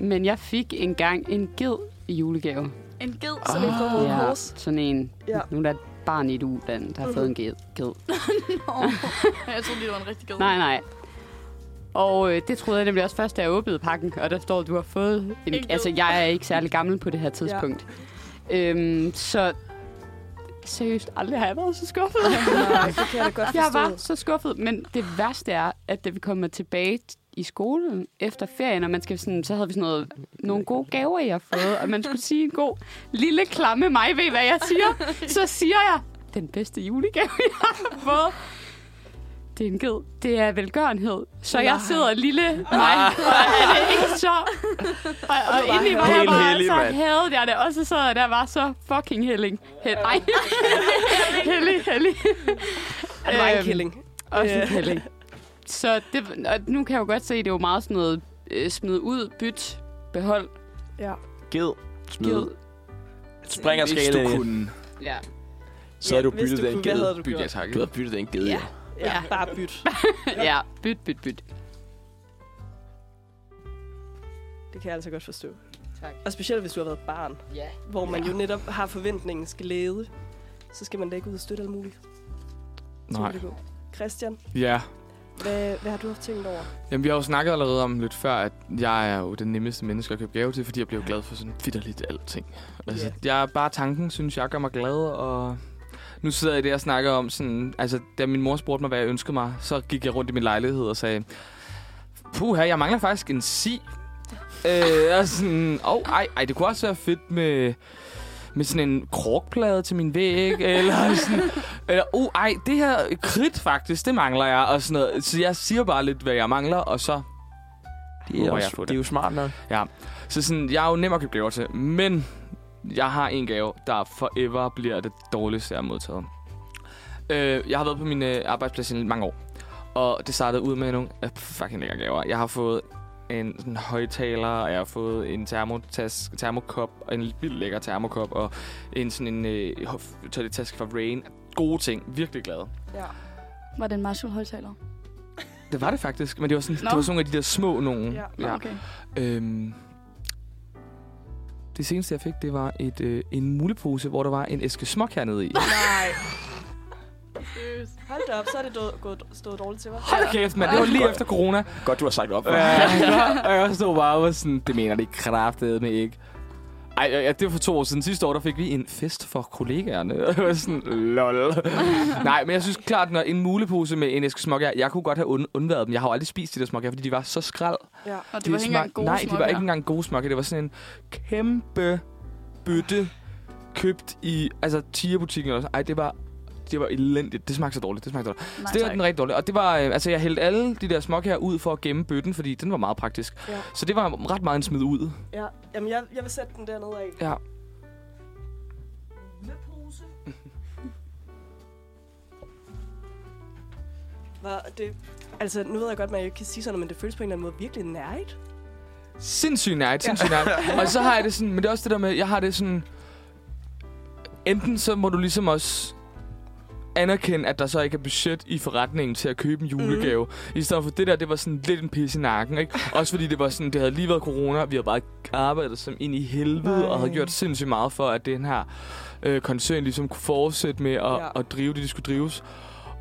men jeg fik engang en ged i julegave.
En ged,
Ah.
som en går
Ja,
hovedet
sådan en.
Ja.
Nu er der et barn i et uland, der har fået en ged. ged.
Jeg troede lige, det var en rigtig ged.
Nej, nej. Og øh, det troede jeg nemlig også først, da jeg åbnede pakken, og der står, at du har fået en...
Ikke
Altså,
noget.
jeg er ikke særlig gammel på det her tidspunkt. Ja. Øhm, så seriøst, aldrig har jeg været så skuffet.
Nej, det kan jeg da godt forstå.
jeg var så skuffet, men det værste er, at da vi kommer tilbage t- i skolen efter ferien, og man skal sådan, så havde vi sådan noget, nogle gode gaver, jeg har fået, og man skulle sige en god lille klamme mig ved, hvad jeg siger. Så siger jeg, den bedste julegave, jeg har fået. Det er en ged. Det er velgørenhed. Så Nej. jeg sidder lille mig, og er det ikke så... Og, og inde i mig, jeg
helt
bare
hellig,
så
mand.
havde jeg det, og så sad jeg der var så fucking helling. Hel- Ej, hellig, hellig.
Det var
Øhm,
en killing.
Også en kælling. Så det, og nu kan jeg jo godt se, at det er jo meget sådan noget øh, smid ud, byt, behold,
Ja.
Ged. Smid.
gid.
Springer
Hvis du
skalaen ind.
kunne.
Ja.
Så havde du
Hvis
byttet
du
den
kunne,
ged.
Hvad havde du
Byt, ja,
gjort?
tak.
Du havde byttet den ged, ja.
Ja,
Ja.
bare byt.
ja, byt, byt, byt.
Det kan jeg altså godt forstå.
Tak.
Og specielt, hvis du har været barn,
Ja.
hvor man jo netop har forventningen skal lede, så skal man da ikke ud og støtte alt muligt. Så
Nej.
vil det gå. Christian,
Ja.
hvad, hvad har du haft tænkt over?
Jamen, vi har jo snakket allerede om lidt før, at jeg er jo den nemmeste menneske at købe gave til, fordi jeg bliver jo glad for sådan vidderligt alting. Altså,
Ja.
yeah. jeg er bare tanken, synes jeg, gør mig glad, og nu sidder jeg der og snakker om sådan... Altså, da min mor spurgte mig, hvad jeg ønskede mig, så gik jeg rundt i min lejlighed og sagde, puh her, jeg mangler faktisk en si. øh, og sådan, åh, oh, ej, ej, det kunne også være fedt med, med sådan en krogplade til min væg, eller sådan, eller, oh, ej, det her kridt faktisk, det mangler jeg, og sådan noget. Så jeg siger bare lidt, hvad jeg mangler, og så
Det er,
Håber, jeg
også,
får det.
det er jo smart nok.
så sådan, jeg er jo nem at købe gaver til, men jeg har en gave, der forever bliver det dårligste, jeg har modtaget. Øh, jeg har været på min øh, arbejdsplads i mange år, og det startede ud med nogle øh, fucking lækre gaver. Jeg har fået en sådan, højtaler, og jeg har fået en termotask, termokop, og en vildt lækker termokop, og en sådan en øh, hof- toilettaske fra Rain. Gode ting, virkelig glad.
Var det en Marshall højtaler?
Det var det faktisk, men det var sådan,
Nå.
det var sådan nogle af de der små nogen.
Ja,
Okay.
Øhm, det seneste, jeg fik, det var et, øh, en mulepose, hvor der var en æske småk hernede i.
Nej. Hold da op, så er det død, gået, stået dårligt til mig.
Hold da kæft, mand. Det var lige efter corona.
Godt, du har sagt op.
Øh, og jeg stod bare og var sådan, det mener det kraftede med ikke. Ej, ja, ja, det var for to år siden. Sidste år, der fik vi en fest for kollegaerne. Og jeg var sådan, lol. Nej, men jeg synes klart, når en mulepose med en æske småkager, jeg kunne godt have und- undværet dem. Jeg har jo aldrig spist de der småkager, fordi de var så skrald.
Ja.
Og det var
De
ikke engang
smag-
gode
Nej, de var
smukker.
ikke engang gode smakker. Det var sådan en kæmpe bytte købt i altså Tia-butikken eller sådan. Ej, det var det var elendigt. Det smagte så dårligt. Det smagte dårligt. Nej,
Nej,
så det var
tak.
den rigtig dårlige. Og det var, øh, altså jeg hældte alle de der smok her ud for at gemme bøtten, fordi den var meget praktisk.
Ja.
Så det var ret meget en smid ud.
ja. Jamen, jeg, jeg vil sætte den dernede af.
Ja.
Var det, altså, nu ved jeg godt, at man ikke kan sige sådan, noget, men det føles på en eller anden måde virkelig nært.
Sindssygt nært, sindssygt nært. Og så har jeg det sådan, men det er også det der med, jeg har det sådan, enten så må du ligesom også anerkende, at der så ikke er budget i forretningen til at købe en
Mhm.
julegave. Mm. I stedet for det der, det var sådan lidt en pisse i nakken, ikke? Også fordi det var sådan, det havde lige været corona, vi har bare arbejdet som ind i helvede, Nej. og havde gjort sindssygt meget for, at den her øh, koncern ligesom kunne fortsætte med at, ja.
Ja.
at drive det, de skulle drives.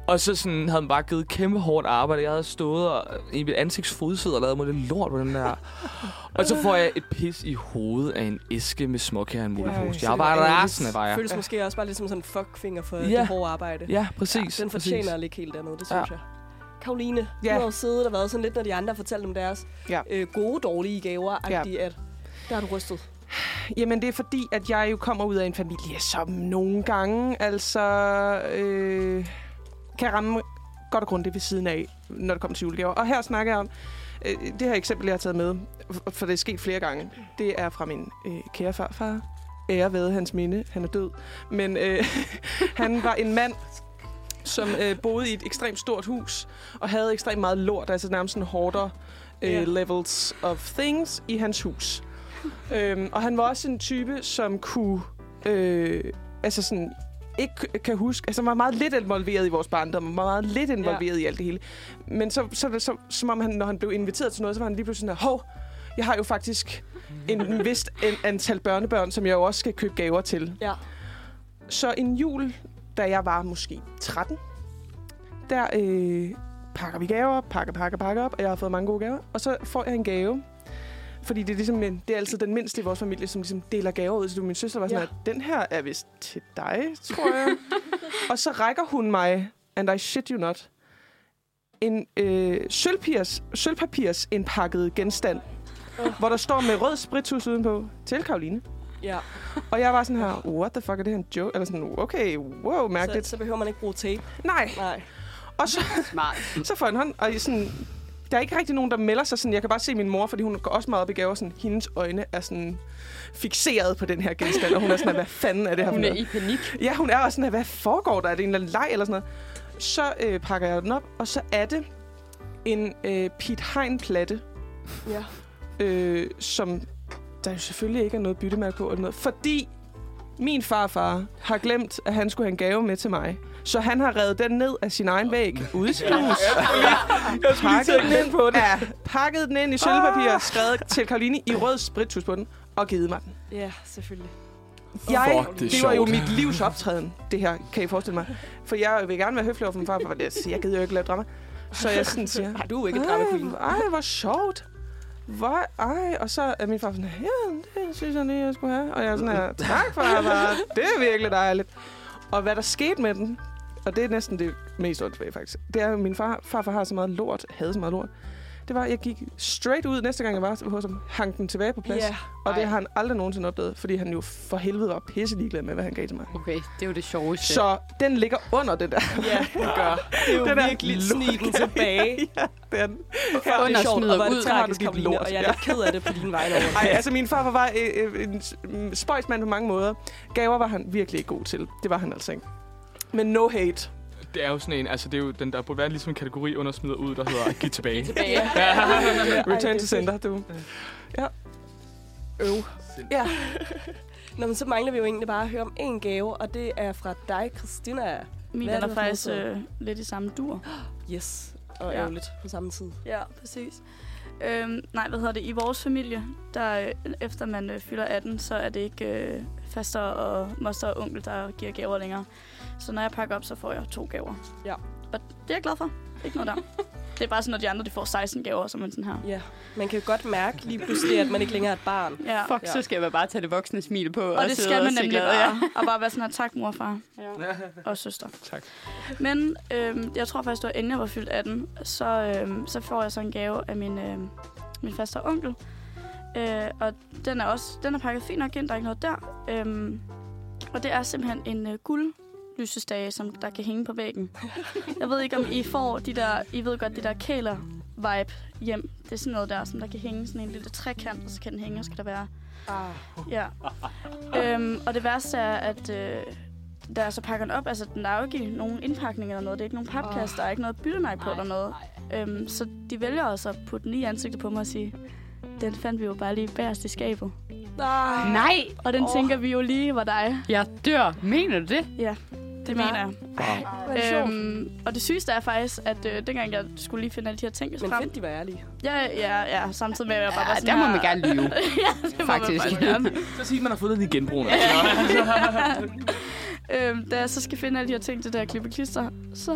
Og så sådan, havde man bare givet kæmpe hårdt arbejde. Jeg havde stået og, øh, i mit ansigtsfodsæde og lavet mig lidt lort på den der. og så får jeg et pis i hovedet af en æske med småkager og en mulepose. Jeg
Så
var bare
det var
rasende,
lidt-
var jeg.
Føles måske også bare lidt som sådan en fuckfinger for
Ja.
det hårde arbejde.
Ja, præcis.
Den
præcis.
fortjener at ligge helt dernede, det synes jeg. Karoline,
Ja.
du har jo siddet og været sådan lidt, når de andre har fortalt om deres
Ja.
øh, gode, dårlige gaver, ja. at der er du rystet.
Jamen, det er fordi, at jeg jo kommer ud af en familie, som nogle gange altså øh, kan ramme godt og grundigt ved siden af, når det kommer til julegaver. Og her snakker jeg om øh, det her eksempel, jeg har taget med, f- for det er sket flere gange. Det er fra min øh, kære farfar. Ære ved hans minde. Han er død. Men øh, han var en mand, som øh, boede i et ekstremt stort hus, og havde ekstremt meget lort, altså nærmest sådan hoarder øh,
Ja.
levels of things i hans hus. Øhm, og han var også en type, som kunne... Øh, altså sådan ikke kan huske, altså han var meget lidt involveret i vores barndom, og var meget lidt involveret ja. i alt det hele. Men så, så, så, så som om han, når han blev inviteret til noget, så var han lige pludselig sådan, her, hov, jeg har jo faktisk en vist en, antal børnebørn, som jeg jo også skal købe gaver til.
Ja.
Så en jul, da jeg var måske 13, der øh, pakker vi gaver op, pakker, pakker, pakker op, og jeg har fået mange gode gaver. Og så får jeg en gave, fordi det er, ligesom, en- det er altid den mindste i vores familie, som ligesom deler gaver ud. Så du, min søster var sådan,
Ja.
ja. at den her er vist til dig, tror jeg. og så rækker hun mig, and I shit you not, en øh, sølvpapirs, sølvpapirs indpakket genstand, oh. hvor der står med rød spritus udenpå, til Karoline.
Ja.
Og jeg var sådan her, what the fuck, er det her en joke? Eller sådan, okay, wow,
Så,
mærkeligt.
så behøver man ikke bruge tape.
Nej,
Nej.
og så,
Smart.
så får jeg en hånd, og jeg sådan, der er ikke rigtig nogen, der melder sig. Sådan, jeg kan bare se min mor, fordi hun går også meget op i gaver. Sådan, hendes øjne er sådan fixeret på den her genstand, og hun er sådan, hvad fanden er det her for
Hun er
noget?
i panik.
Ja, hun er også sådan, hvad foregår der? Er det en eller anden leg eller sådan noget? Så øh, pakker jeg den op, og så er det en øh, Pete Hein-platte,
Ja.
øh, som der jo selvfølgelig ikke er noget byttemærke på. Eller noget, fordi min farfar har glemt, at han skulle have en gave med til mig. Så han har revet den ned af sin egen væg ude i sit hus. pakket den ind på den. Ja, pakket den ind i sølvpapir, skrevet til Karoline i rød spritus på den, og givet mig den.
Ja, selvfølgelig.
Jeg,
Fuck, det er
det, det var jo
sjovt.
mit livs optræden, det her, kan I forestille mig. For jeg vil gerne være høflig over for min far, for jeg, jeg gider jo ikke lave drama. Så jeg sådan siger,
Har du er jo ikke en drama queen?
ej, ej, hvor sjovt. Hvor, ej, og så er min far sådan, ja, det synes jeg lige, jeg skulle have. Og jeg er sådan her, tak far, far, det er virkelig dejligt. Og hvad der skete med den, og det er næsten det mest åndssvage faktisk, det er, at min far, farfar har så meget lort, havde så meget lort. Det var, at jeg gik straight ud næste gang, jeg var hos ham, hang den tilbage på plads.
Ja.
Og det
Ej.
har han aldrig nogensinde opdaget, fordi han jo for helvede var pisse ligeglad med, hvad han gav til mig.
Okay, det er jo det sjoveste.
Så den ligger under det der.
Ja, det gør. Det er jo
Den er
virkelig
lort.
snigen tilbage.
ja, den.
Fuck, det er sjovt,
smider
og hvor er det
ud.
Så har du
tragisk,
dit
Karoline,
lort.
og jeg er lidt ked af det på din vej over.
Ej, altså min farfar var øh, øh, en s- mm, spøjsmand på mange måder. Gaver var han virkelig ikke god til. Det var han altså ikke. Men no hate.
Det er jo sådan en, altså det er jo den, der burde være ligesom en kategori under smider ud, der hedder giv tilbage.
tilbage.
Return
det er
to sender, du.
Øv. Ja. Nå, men så mangler vi jo egentlig bare at høre om en gave, og det er fra dig, Christina.
Min
Hvad er
er
det
der
for
faktisk
noget,
øh, lidt i samme dur.
Yes. Og
Ja.
ærgerligt på samme tid.
Ja, præcis. Øhm, nej, hvad hedder det? I vores familie, der øh, efter man øh, fylder 18, så er det ikke øh, faster og moster og onkel, der giver gaver længere. Så når jeg pakker op, så får jeg to gaver.
Ja.
Og det er jeg glad for. Ikke noget der. det er bare sådan, at de andre de får 16 gaver, så er man sådan her.
Ja. Man kan jo godt mærke lige pludselig, at man ikke længere er et barn.
Ja.
Fuck, så skal jeg bare tage det voksne smil på. Og,
Og det
sidde
skal
og
man
se
nemlig
glad,
bare. Og bare være sådan her, tak mor og far
Ja.
og søster.
Tak.
Men øhm, jeg tror faktisk, det var inden jeg var fyldt 18, så, øhm, så får jeg så en gave af min, øhm, min faste onkel. Øh, og den er også den er pakket fint nok ind, der er ikke noget der. Øhm, og det er simpelthen en øh, guld lysestage, som der kan hænge på væggen. Jeg ved ikke, om I får de der, I ved godt, de der kæler vibe hjem. Det er sådan noget der, som der kan hænge sådan en lille trekant, og så kan den hænge, og så kan der være
Ah.
Ja. øhm, og det værste er, at øh, da jeg så pakker den op, altså den er jo ikke nogen indpakning eller noget. Det er ikke nogen papkasse, der er ikke noget byttemærke på eller noget. Øhm, så de vælger også at putte den i ansigtet på mig og sige, den fandt vi jo bare lige bagerst i skabet.
Nej.
Nej,
Og den
Åh.
oh. tænker vi jo lige var dig.
jeg dør. Mener du det?
Det,
Det
mener
var-
jeg.
Hvor er det sjovt.
Øhm, og det sygeste er faktisk, at øh, dengang jeg skulle lige finde alle de her ting
Men
frem.
fedt, de var ærlige.
Ja, ja, ja, samtidig med, at jeg bare var
Ja,
sådan
der må
her-
man gerne lyve,
ja, det må man
faktisk.
faktisk gerne.
Så sig, man har fundet den i genbrugen.
øhm, da jeg så skal finde alle de her ting til det her klippeklister, så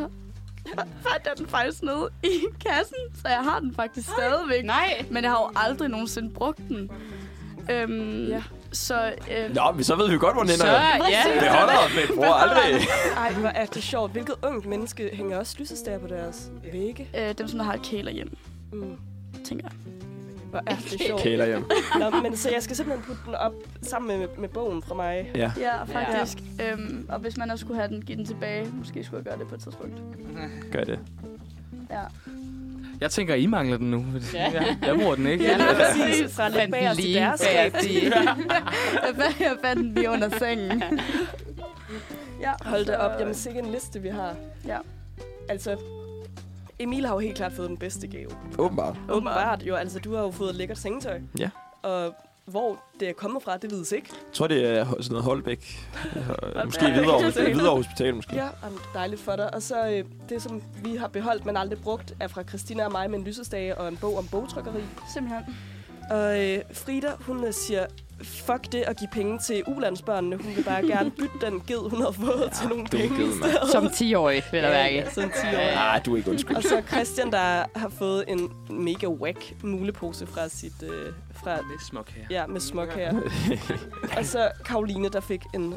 fandt jeg den faktisk nede i kassen, så jeg har den faktisk stadigvæk.
Nej.
Men jeg har jo aldrig nogensinde brugt den. Øhm,
Ja.
ja. Så øh,
Nå, men så ved vi godt, hvor den ender.
Så,
jo.
ja.
Det holder, men bror aldrig.
Ej, hvor er det sjovt. Hvilket ungt menneske hænger også lysestager på deres vægge?
øh, dem, som der har et kæler hjem,
Mm.
tænker jeg.
Hvor er det sjovt.
Kæler hjem.
Nå, men så jeg skal simpelthen putte den op sammen med, med bogen fra mig.
Ja, faktisk. Ja. Øhm, og hvis man også skulle have den, give den tilbage. Måske skulle jeg gøre det på et tidspunkt.
Gør det.
Ja.
Jeg tænker, I mangler den nu.
Ja.
Ja. Jeg bruger den ikke.
Ja, lige
præcis. Fra lidt
Fandt
bag os til
lige
deres
bag
skab.
de-
Jeg fandt- jeg fandt den lige under sengen. Ja,
Hold da
så-
op. Jamen, sikke en liste, vi har.
Ja.
Altså, Emil har jo helt klart fået den bedste gave.
Åbenbart.
Åbenbart jo. Altså, du har jo fået lækkert sengetøj.
Ja.
Og hvor det er kommet fra, det vides ikke.
Jeg tror, det er sådan noget Holbæk. Måske
Holbæk.
videre, videre hospital, måske.
Ja, jamen, dejligt for dig. Og så øh, det, som vi har beholdt, men aldrig brugt, er fra Christina og mig med en lysestage og en bog om bogtrykkeri.
Simpelthen.
Og øh, Frida, hun øh, siger, fuck det at give penge til ulandsbørnene. Hun vil bare gerne bytte den ged, hun har fået ja, til nogle
dum
penge.
ged,
i
mand.
stedet.
Som 10-årig, vil jeg mærke.
Ja, sådan 10 år.
Nej, du er ikke undskyld.
Og så Christian, der har fået en mega whack mulepose fra sit... Øh, fra,
Det er smuk her.
ja, med småkager. og så Karoline, der fik en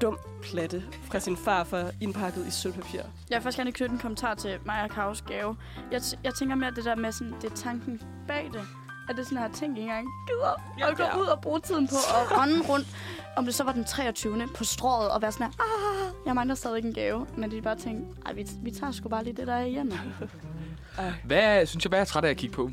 dum platte fra sin farfar indpakket i sølvpapir.
Jeg vil først gerne knytte en kommentar til Maja Kaus gave. Jeg, t- jeg tænker mere det der med, sådan, det er tanken bag det. At det sådan her ting, jeg ikke engang gider at gå ud og bruge tiden på at rende rundt. Om det så var den 23. på strået og være sådan her, ah, jeg mangler stadig en gave. Men de bare tænkte, Ej, vi, vi tager sgu bare lige det, der er hjemme.
Hvad synes jeg, hvad er jeg træt af at kigge på?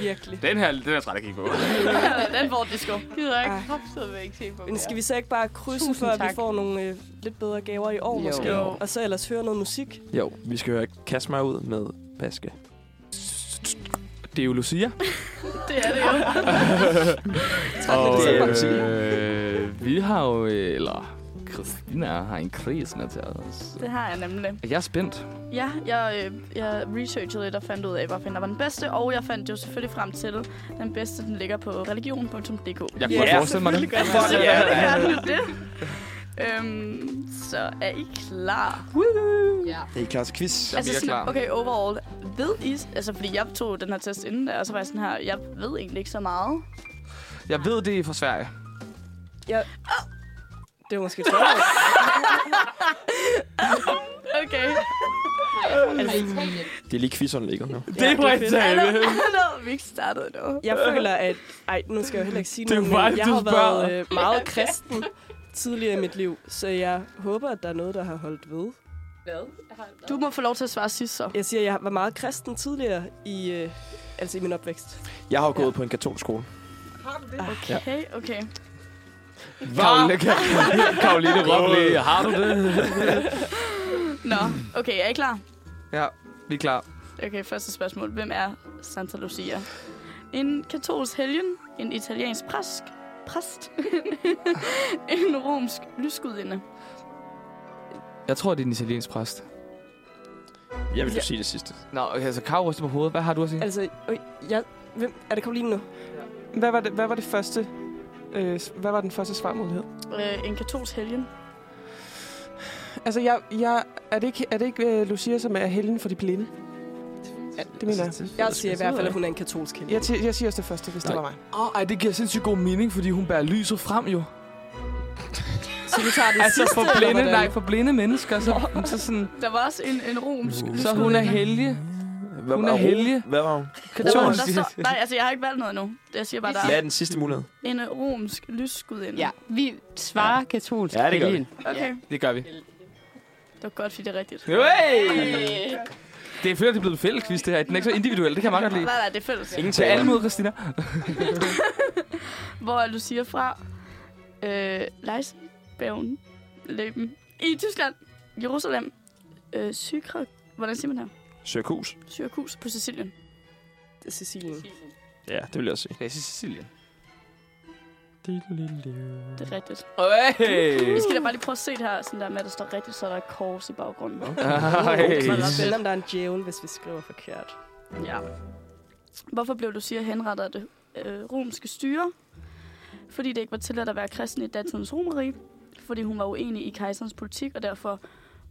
Virkelig.
den her, den er jeg træt af at kigge på.
Den får de sgu.
gider ikke. Hopsede vil ikke se på
Men skal vi så ikke bare krydse
Tusind
for, at vi
tak.
får nogle øh, lidt bedre gaver i år
Jo.
måske?
Jo.
Og så ellers høre noget musik?
Jo, vi skal høre Kasper ud med Baske.
Det er jo Lucia.
Det er det jo.
Og
det er
øh, vi har jo, øh, eller Christina har en kris med til os.
Det har jeg nemlig.
Jeg er spændt.
Ja, jeg, øh, jeg researchede lidt og fandt ud af, hvad der var den bedste. Og jeg fandt jo selvfølgelig frem til, den bedste den ligger på religion.dk.
Jeg kunne godt forestille mig det.
Fuck ja, det er det. Øhm, så er I klar? Woohoo!
Ja.
Det er klar til quiz.
Altså
vi er
sådan,
klar.
okay, overall, ved I, altså fordi jeg tog den her test inden der, og så var jeg sådan her, jeg ved egentlig ikke så meget.
Jeg ved, det er fra Sverige.
Det er måske godt.
Okay.
Det er lige quizerne ligger nu.
det er
fra Italien.
Nå, vi er ikke startet endnu.
Jeg føler, at... Ej, nu skal jeg jo heller ikke sige
Det er
noget,
mig,
men jeg
du
har
spørger.
været øh, meget kristen tidligere i mit liv, så jeg håber, at der er noget, der har holdt ved.
Du må få lov til at svare sidst så.
Jeg siger, at jeg var meget kristen tidligere i, øh, altså i min opvækst.
Jeg har jo gået på en katolsk skole.
Okay, okay.
Karoline, Karoline råb lige, har du det?
Nå, okay, er I klar?
Ja, vi er klar.
Okay, første spørgsmål. Hvem er Santa Lucia? En katolsk helgen, en italiensk præsk, præst, en romsk lysgudinde.
Jeg tror, det er en italiensk præst.
Jeg vil jo sige det sidste.
Nå, okay, altså Karo ryster på hovedet. Hvad har du at sige?
Altså, øh, jeg, hvem, er det Karoline nu?
Hvad var det, hvad var det første... Øh, s- hvad var den første svarmulighed?
Øh, en katolsk helgen.
Altså, jeg, jeg, er det ikke, er det ikke øh, Lucia, som er helgen for de blinde? Ja, det mener jeg.
Jeg siger i hvert fald, at hun er en katolsk kvinde.
Jeg, ti- jeg siger også det første, hvis det
Nej.
var mig.
Åh, oh, ej, det giver sindssygt god mening, fordi hun bærer lyset frem jo.
Så vi tager den
Altså
sidste,
for
eller
blinde,
hvordan?
nej, for blinde mennesker, så, så sådan,
Der var også en, en romsk
Uh. så hun er helge.
Hvad
Hun
var
er
Ro-
helge.
Hvad var hun?
Der,
Katolsk.
der står, nej, altså jeg har ikke valgt noget nu. Jeg siger bare, der
Hvad
er
er den sidste mulighed?
en øh, romsk lysgudinde.
Ja, vi svarer ja. katolsk.
Ja, det gør vi.
helgen.
Okay,
Det gør vi.
det var godt, fordi det er rigtigt.
Hey! Det er flere, det er blevet fælles quiz, det her. Den er ikke så individuel, det kan jeg meget godt lide.
Nej, nej, det er fælles.
Ingen
Til alle
taler.
mod Christina.
Hvor er Lucia fra? Øh, Leisen, Bæven, Leben. I Tyskland, Jerusalem, øh, Sykra, hvordan siger man her?
Syrkus.
Syrakus på Sicilien.
Det er Cecilien.
Ja, det vil jeg også sige.
Det er Cecilia.
Det er rigtigt.
Hey!
Vi skal da bare lige prøve at se det her, sådan der med, at der står rigtigt, så er der et kors i baggrunden.
Det
Ej.
er spændende, om der er en djævel, hvis vi skriver forkert.
Ja. Hvorfor blev Lucia henrettet af det øh, romske styre? Fordi det ikke var tilladt at være kristen i datidens romerige. Fordi hun var uenig i kejserens politik, og derfor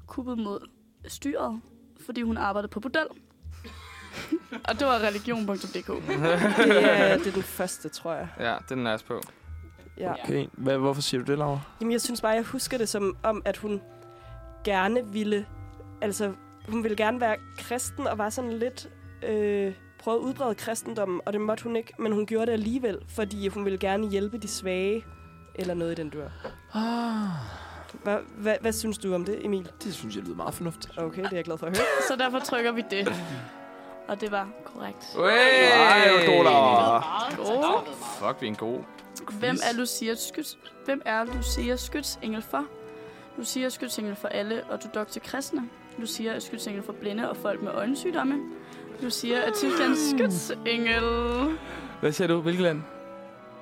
kuppet mod styret. Fordi hun arbejdede på bordel. og det var religion.dk.
Det er, det er den første, tror jeg.
Ja, den er jeg på.
Ja.
Okay, Hvad, hvorfor siger du det, Laura?
Jamen, jeg synes bare, jeg husker det som om, at hun gerne ville... Altså, hun ville gerne være kristen og var sådan lidt... Øh, prøve at udbrede kristendommen, og det måtte hun ikke, men hun gjorde det alligevel, fordi hun ville gerne hjælpe de svage, eller noget i den dør. Ah. Hvad, hvad, hvad synes du om det, Emil?
Det synes jeg lyder meget fornuftigt.
Okay, det er jeg glad for at høre.
Så derfor trykker vi det. Og det var korrekt.
Hey!
Ej, hvor god, Laura.
Godt.
Fuck, vi er en god.
Hvem er Lucia Skyts? Hvem er Lucia Skyts engel for? Lucia er skytsengel for alle ortodoxe kristne. Lucia er skytsengel for blinde og folk med øjensygdomme.
Hmm.
Lucia er Tysklands skytsengel.
Hvad siger du? Hvilket land?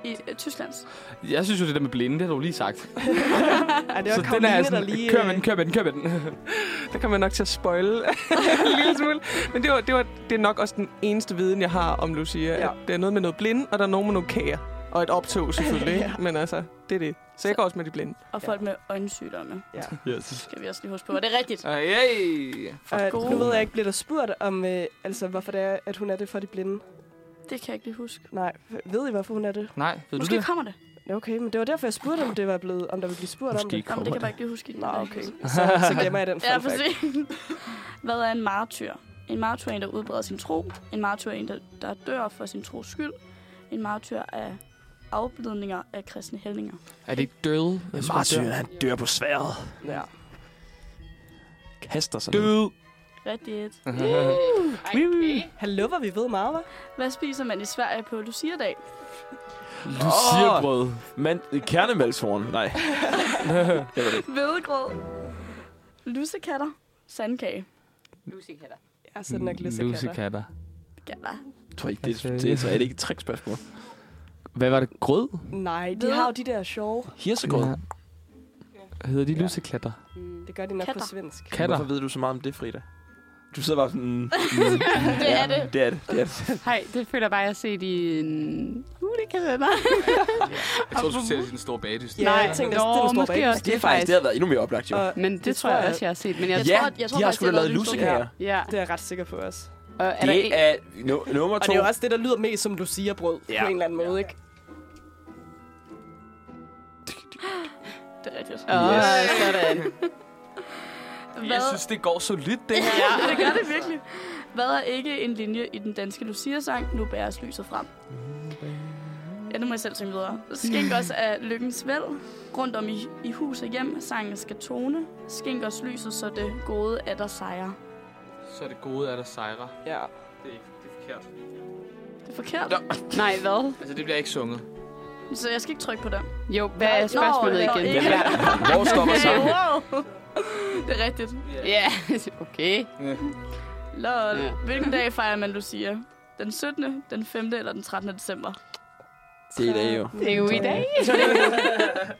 i øh, Tysklands.
Jeg synes jo, det der med blinde, det har du lige sagt.
Ej, det var Karoline,
er
der lige...
Kør
øh,
med den, kør med den, kør med den.
Der kommer jeg nok til at spoil en lille smule. Men det, var, det, var, det er nok også den eneste viden, jeg har om Lucia. Ja.
Ja.
At det er noget med noget blinde, og der er nogen med noget kager. Og et optog selvfølgelig. ja. Men altså, det er det. Så jeg går også med de blinde.
Og folk med øjensygdomme
Yes.
skal vi også lige huske på. Og det er rigtigt.
Uh, yay.
Og
gode.
Øh, nu ved jeg ikke, bliver der spurgt om, øh, altså, hvorfor det er, at hun er det for de blinde?
Det kan jeg ikke lige huske.
Nej, ved I, hvorfor hun er det?
Nej, ved du
Måske
det?
kommer det.
Ja, Okay, men det var derfor, jeg spurgte, om det var blevet, om der ville blive spurgt om
Måske
det.
ikke
Jamen, det
kommer
kan jeg
det.
bare ikke
Nå,
lige huske.
okay.
Det
Så, så glemmer jeg den
er
fun
for
fact.
sent. Hvad er en martyr? En martyr er en, der udbreder sin tro. En martyr er en, der, der dør for sin tros skyld. En martyr er afbildninger af kristne hellinger.
Er det ikke døde? Jeg tror, det er
Martin, han dør på sværet.
Ja.
Kaster sig ned.
Døde.
Rigtigt.
Hallo, hvor vi ved meget, hva'?
Hvad spiser man i Sverige på Lucia-dag?
Lucierbrød. Men kernemalshorn. Nej. Jeg ved det ikke.
Hvedegrød. Lussekatter. Sandkage.
Lucy-katter.
Jeg sætter nok lussekatter.
Lusekatter.
Gala.
Jeg tror ikke, det, det, det, er ikke et trickspørgsmål.
Hvad var det? Grød?
Nej, de har jo de der sjove.
Hirsegrød.
Ja. Hedder de luseklatter?
Det gør de nok på
Katter.
svensk.
Katter?
Hvorfor ved du så meget om det, Frida? Du sidder bare sådan... Mm, mm,
Det er det.
det er det. det, er det.
Hej, det føler jeg bare, jeg har set i en
Uh,
julekalender.
Jeg tror, du ser en stor bagdyst.
Ja, jeg tænkte,
Nå,
det er en stor
måske
bag.
også
Det, er faktisk, det har været endnu mere oplagt, jo.
Og
Men det,
Det
tror
tror
jeg
jeg-
også, jeg har set. Men jeg
ja,
tror,
tror, at- jeg tror
de har
faktisk,
sgu
det
da
har
lavet
været
lussekager.
ja.
det er jeg ret sikker på os.
Og er der en,
Det er nu, nummer
Og
to.
det er jo også det, der lyder mest som Lucia-brød
Ja.
på en eller anden måde, ikke?
Det er rigtigt.
Åh,
Yes.
sådan.
Jeg synes, det går så lidt, det her.
Ja, det gør det virkelig. Hvad er ikke en linje i den danske Lucia-sang? Nu bæres lyset frem. Ja, nu må jeg selv synge videre. Skænk os af lykkens væld. Rundt om i, i hus og hjem, sangen skal tone. Skænk os lyset, så det gode er der sejrer.
Så det gode er der sejre.
Ja.
Det er, ikke, det er forkert.
Det er forkert,
Nå.
Nej, hvad?
Altså, det bliver ikke sunget.
så jeg skal ikke trykke på den.
Jo, hvad er
Nå,
spørgsmålet
nå,
igen?
ikke.
Ja.
Hvor stopper
Hey,
sangen?
Altså,
wow. Det er rigtigt.
Ja, okay.
Lol.
Ja.
Hvilken dag fejrer man Lucia? Den 17., den 5. eller den 13. december?
Det er i dag, jo.
Det er jo i dag.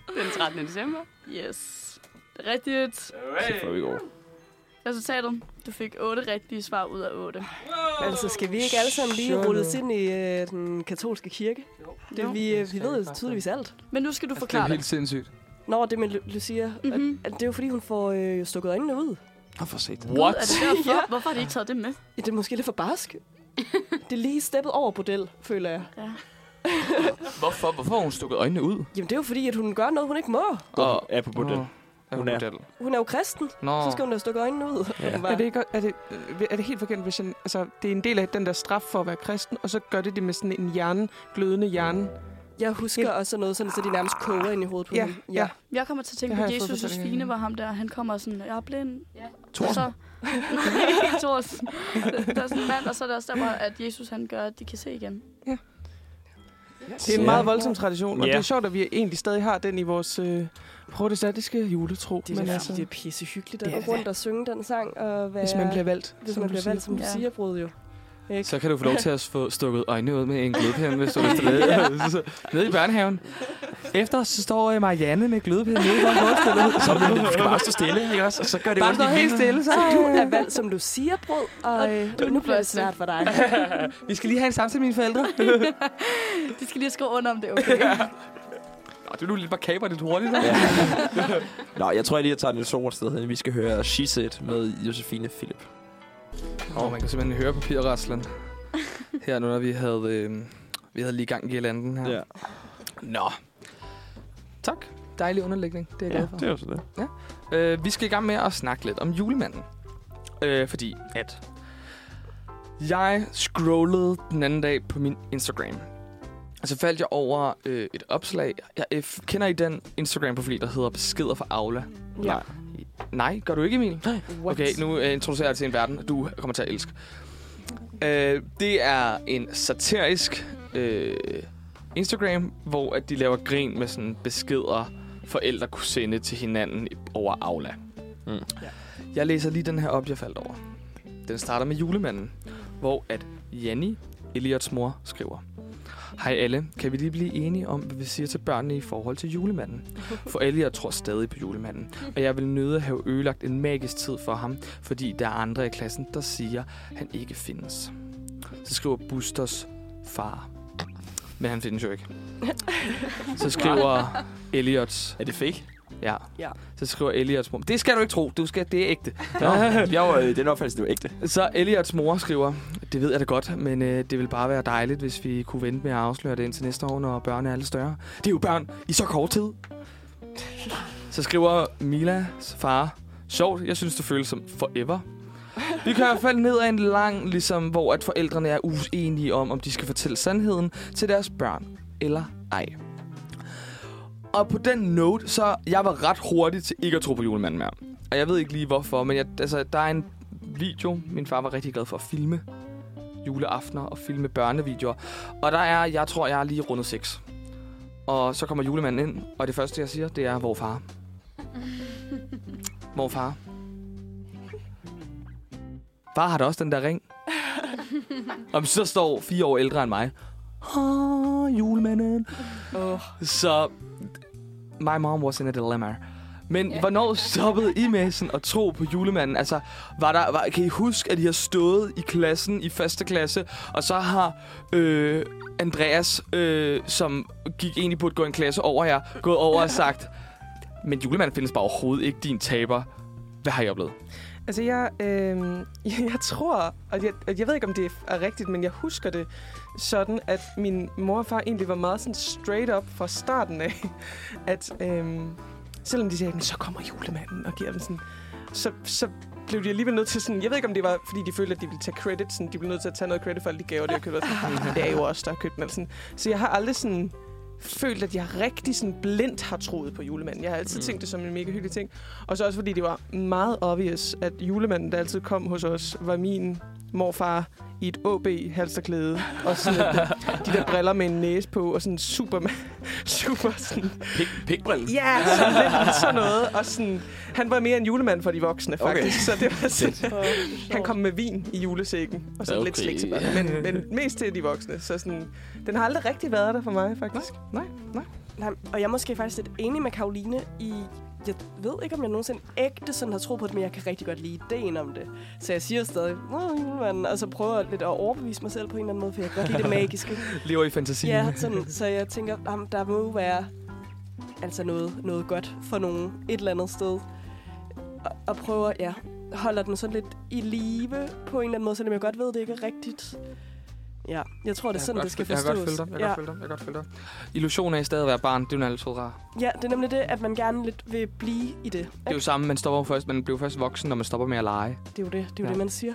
Den 13. december.
Yes. Det er rigtigt.
Så får vi går.
Resultatet? Du fik 8 rigtige svar ud af 8.
Altså, skal vi ikke alle sammen lige rulles ind i øh, den katolske kirke?
Jo.
Det, vi, øh, vi ved jo tydeligvis alt.
Men nu skal du
Altså, Det er
forklare
helt
det.
sindssygt.
Nå, det med Lu- Lucia,
Mhm.
mm-hmm. det er jo fordi, hun får øh, jo stukket øjnene ud.
Nå, for sat.
Gud, Er det derfor? ja. Hvorfor har de ikke taget det med?
Ja, det er måske lidt for barsk. det er lige steppet over bordel, føler jeg.
Hvorfor? Hvorfor har hun stukket øjnene ud?
Jamen, det er jo fordi, at hun gør noget, hun ikke må.
Og er på bordel.
Hun
Hun
er.
er.
Model.
Hun er jo kristen,
Nå.
så skal hun da stukke øjnene ud.
Ja.
Hun var-
Er det, ikke, er, det, øh, er det helt forkert, hvis jeg, altså, det er en del af den der straf for at være kristen, og så gør det det med sådan en hjerne, glødende hjerne.
Jeg husker også sådan noget, sådan, så de nærmest koger ind i hovedet på
Ja,
hende.
ja.
Jeg kommer til at tænke
Det
på
har jeg
Jesus
fået fortælling
Josefine,
om.
hvor ham der, han kommer og sådan, jeg er blind. Og
Thorsen.
så, nej, ikke Thorsen. Der er sådan en mand, og så er der også der, hvor at Jesus han gør, at de kan se igen.
Det er en
Ja.
meget voldsom tradition, og
Ja.
det er sjovt, at vi egentlig stadig har den i vores øh, protestantiske juletro.
Det er, da- det er pisse hyggeligt at
altså- Det er
gå rundt og synge den sang, og være,
hvis man bliver valgt,
hvis
som
man
du
bliver
siger.
valgt som
Ja.
Lucia-brud jo. Ikke?
Så kan du få lov til at få stukket øjnene ud med en glødepinde, hvis du har lyst til det. Så- Nede i børnehaven. Efter os, så står øh, Marianne med glødepinde nede foran hovedstillet.
Så bliver det bare stå stille, ikke også? Og så gør det
Bare
ondt i
stå helt
benet.
stille, så.
Så du er valgt som Lucia-brød, og øh, nu bliver det svært for dig.
Vi skal lige have en samtale med mine forældre.
De skal lige skrive under om det, er okay?
Nå, det blev lidt makaber lidt hurtigt.
Ja. Nå, jeg tror jeg lige, jeg tager den store sted hen. Vi skal høre She Said med Josefine Philip.
Åh, oh, man kan simpelthen høre papirraslen. Her nu, når vi havde, øh, vi havde lige gang i landen her.
Ja.
Nå. Tak. Dejlig underlægning. Det er jeg glad for.
er også det.
Øh, vi skal i gang med at snakke lidt om julemanden. Øh, fordi at... Jeg scrollede den anden dag på min Instagram. Og Så faldt jeg over øh, et opslag. Jeg, jeg kender I den Instagram-profil, der hedder Beskeder fra Aula?
Ja.
Nej, gør du ikke, Emil? Okay, nu øh, introducerer jeg dig til en verden, du kommer til at elske. Øh, det er en satirisk øh, Instagram, hvor at de laver grin med sådan beskeder, forældre kunne sende til hinanden over Aula. Mm.
Mm.
Ja. Jeg læser lige den her op, jeg faldt over. Den starter med julemanden, hvor at Janni, Eliots mor, skriver. Hej alle. Kan vi lige blive enige om, hvad vi siger til børnene i forhold til julemanden? For alle jeg tror stadig på julemanden. Og jeg vil nøde at have ødelagt en magisk tid for ham, fordi der er andre i klassen, der siger, at han ikke findes. Så skriver Busters far. Men han findes jo ikke. Så skriver Eliots
Er det fake?
Ja.
Ja.
Så skriver Eliots mor. Det skal du ikke tro. Du skal, det er ægte.
Nå, jeg var øh, den opfattelse, det var ægte.
Så Eliots mor skriver, det ved jeg da godt, men øh, det vil bare være dejligt, hvis vi kunne vente med at afsløre det indtil næste år, når børn er alle større. Det er jo børn i så kort tid. Så skriver Milas far, sjovt, jeg synes, det føles som forever. Vi kører i hvert fald ned ad en lang, ligesom, hvor at forældrene er uenige om, om de skal fortælle sandheden til deres børn eller ej. Og på den note, så jeg var ret hurtig til ikke at tro på julemanden mere. Og jeg ved ikke lige hvorfor, men jeg, altså, der er en video. Min far var rigtig glad for at filme juleaftener og filme børnevideoer. Og der er, jeg tror, jeg er lige rundet 6. Og så kommer julemanden ind, og det første, jeg siger, det er, hvor far? Hvor far? Far har da også den der ring. og så står fire år ældre end mig. Åh, julemanden.
Åh.
Så my mom was in a dilemma. Men hvornår stoppede I med sådan at tro på julemanden? Altså, var der, var, kan I huske, at I har stået i klassen, i første klasse, og så har øh, Andreas, øh, som gik egentlig burde gå en klasse over jer, gået over og sagt, men julemanden findes bare overhovedet ikke, din taber. Hvad har I oplevet?
Altså, jeg, øh, jeg tror, og jeg, og jeg ved ikke, om det er rigtigt, men jeg husker det sådan, at min mor og far egentlig var meget sådan straight up fra starten af, at øh, selvom de sagde, "Men så kommer julemanden og giver dem sådan, så, så blev de alligevel nødt til sådan, jeg ved ikke, om det var, fordi de følte, at de ville tage credit, sådan, de blev nødt til at tage noget credit for alle de gaver, de har købt. og Sådan, "Hm, det er jo os, der har købt dem. eller Sådan. Så jeg har aldrig sådan følt, at jeg rigtig sådan blindt har troet på julemanden. Jeg har altid
Mm.
tænkt det som en mega hyggelig ting. Og så også fordi det var meget obvious, at julemanden, der altid kom hos os, var min morfar i et ab halsterklæde og sådan et- de der briller med en næse på, og sådan super, super sådan,
Pik, pikbrillen.
ja, sådan lidt sådan noget, og sådan, han var mere en julemand for de voksne,
Okay.
faktisk, okay. så det var sådan,
Og,
han kom med vin i julesækken, og så okay. lidt
Okay.
slik til børnene, men, men mest til de voksne, så sådan, den har aldrig rigtig været der for mig, faktisk.
nej, og jeg er måske faktisk lidt enig med Karoline i... Jeg ved ikke, om jeg nogensinde ægte sådan har tro på det, men jeg kan rigtig godt lide ideen om det. Så jeg siger stadig, Nå, julemanden, og så prøver jeg lidt at overbevise mig selv på en eller anden måde, for jeg kan godt lide det magiske.
Lever i fantasien?
Ja, sådan, så jeg tænker, jamen, der må jo være altså noget, noget godt for nogen et eller andet sted. Og, og prøver, ja, holder den sådan lidt i live på en eller anden måde, selvom jeg godt ved, det ikke er rigtigt. Ja, jeg tror, det er
Jeg
sådan,
kan
det skal
godt-
forstås.
Jeg kan godt følge dig. Jeg kan
ja.
godt følge dig. Jeg kan godt følge dig. Illusionen af stadig at være barn, det er jo en altid rar.
ja, det er nemlig det, at man gerne lidt vil blive i det.
Det er jo samme, man stopper først, man bliver først voksen, når man stopper med at lege.
Det er jo det, det, er jo
Ja.
det man siger.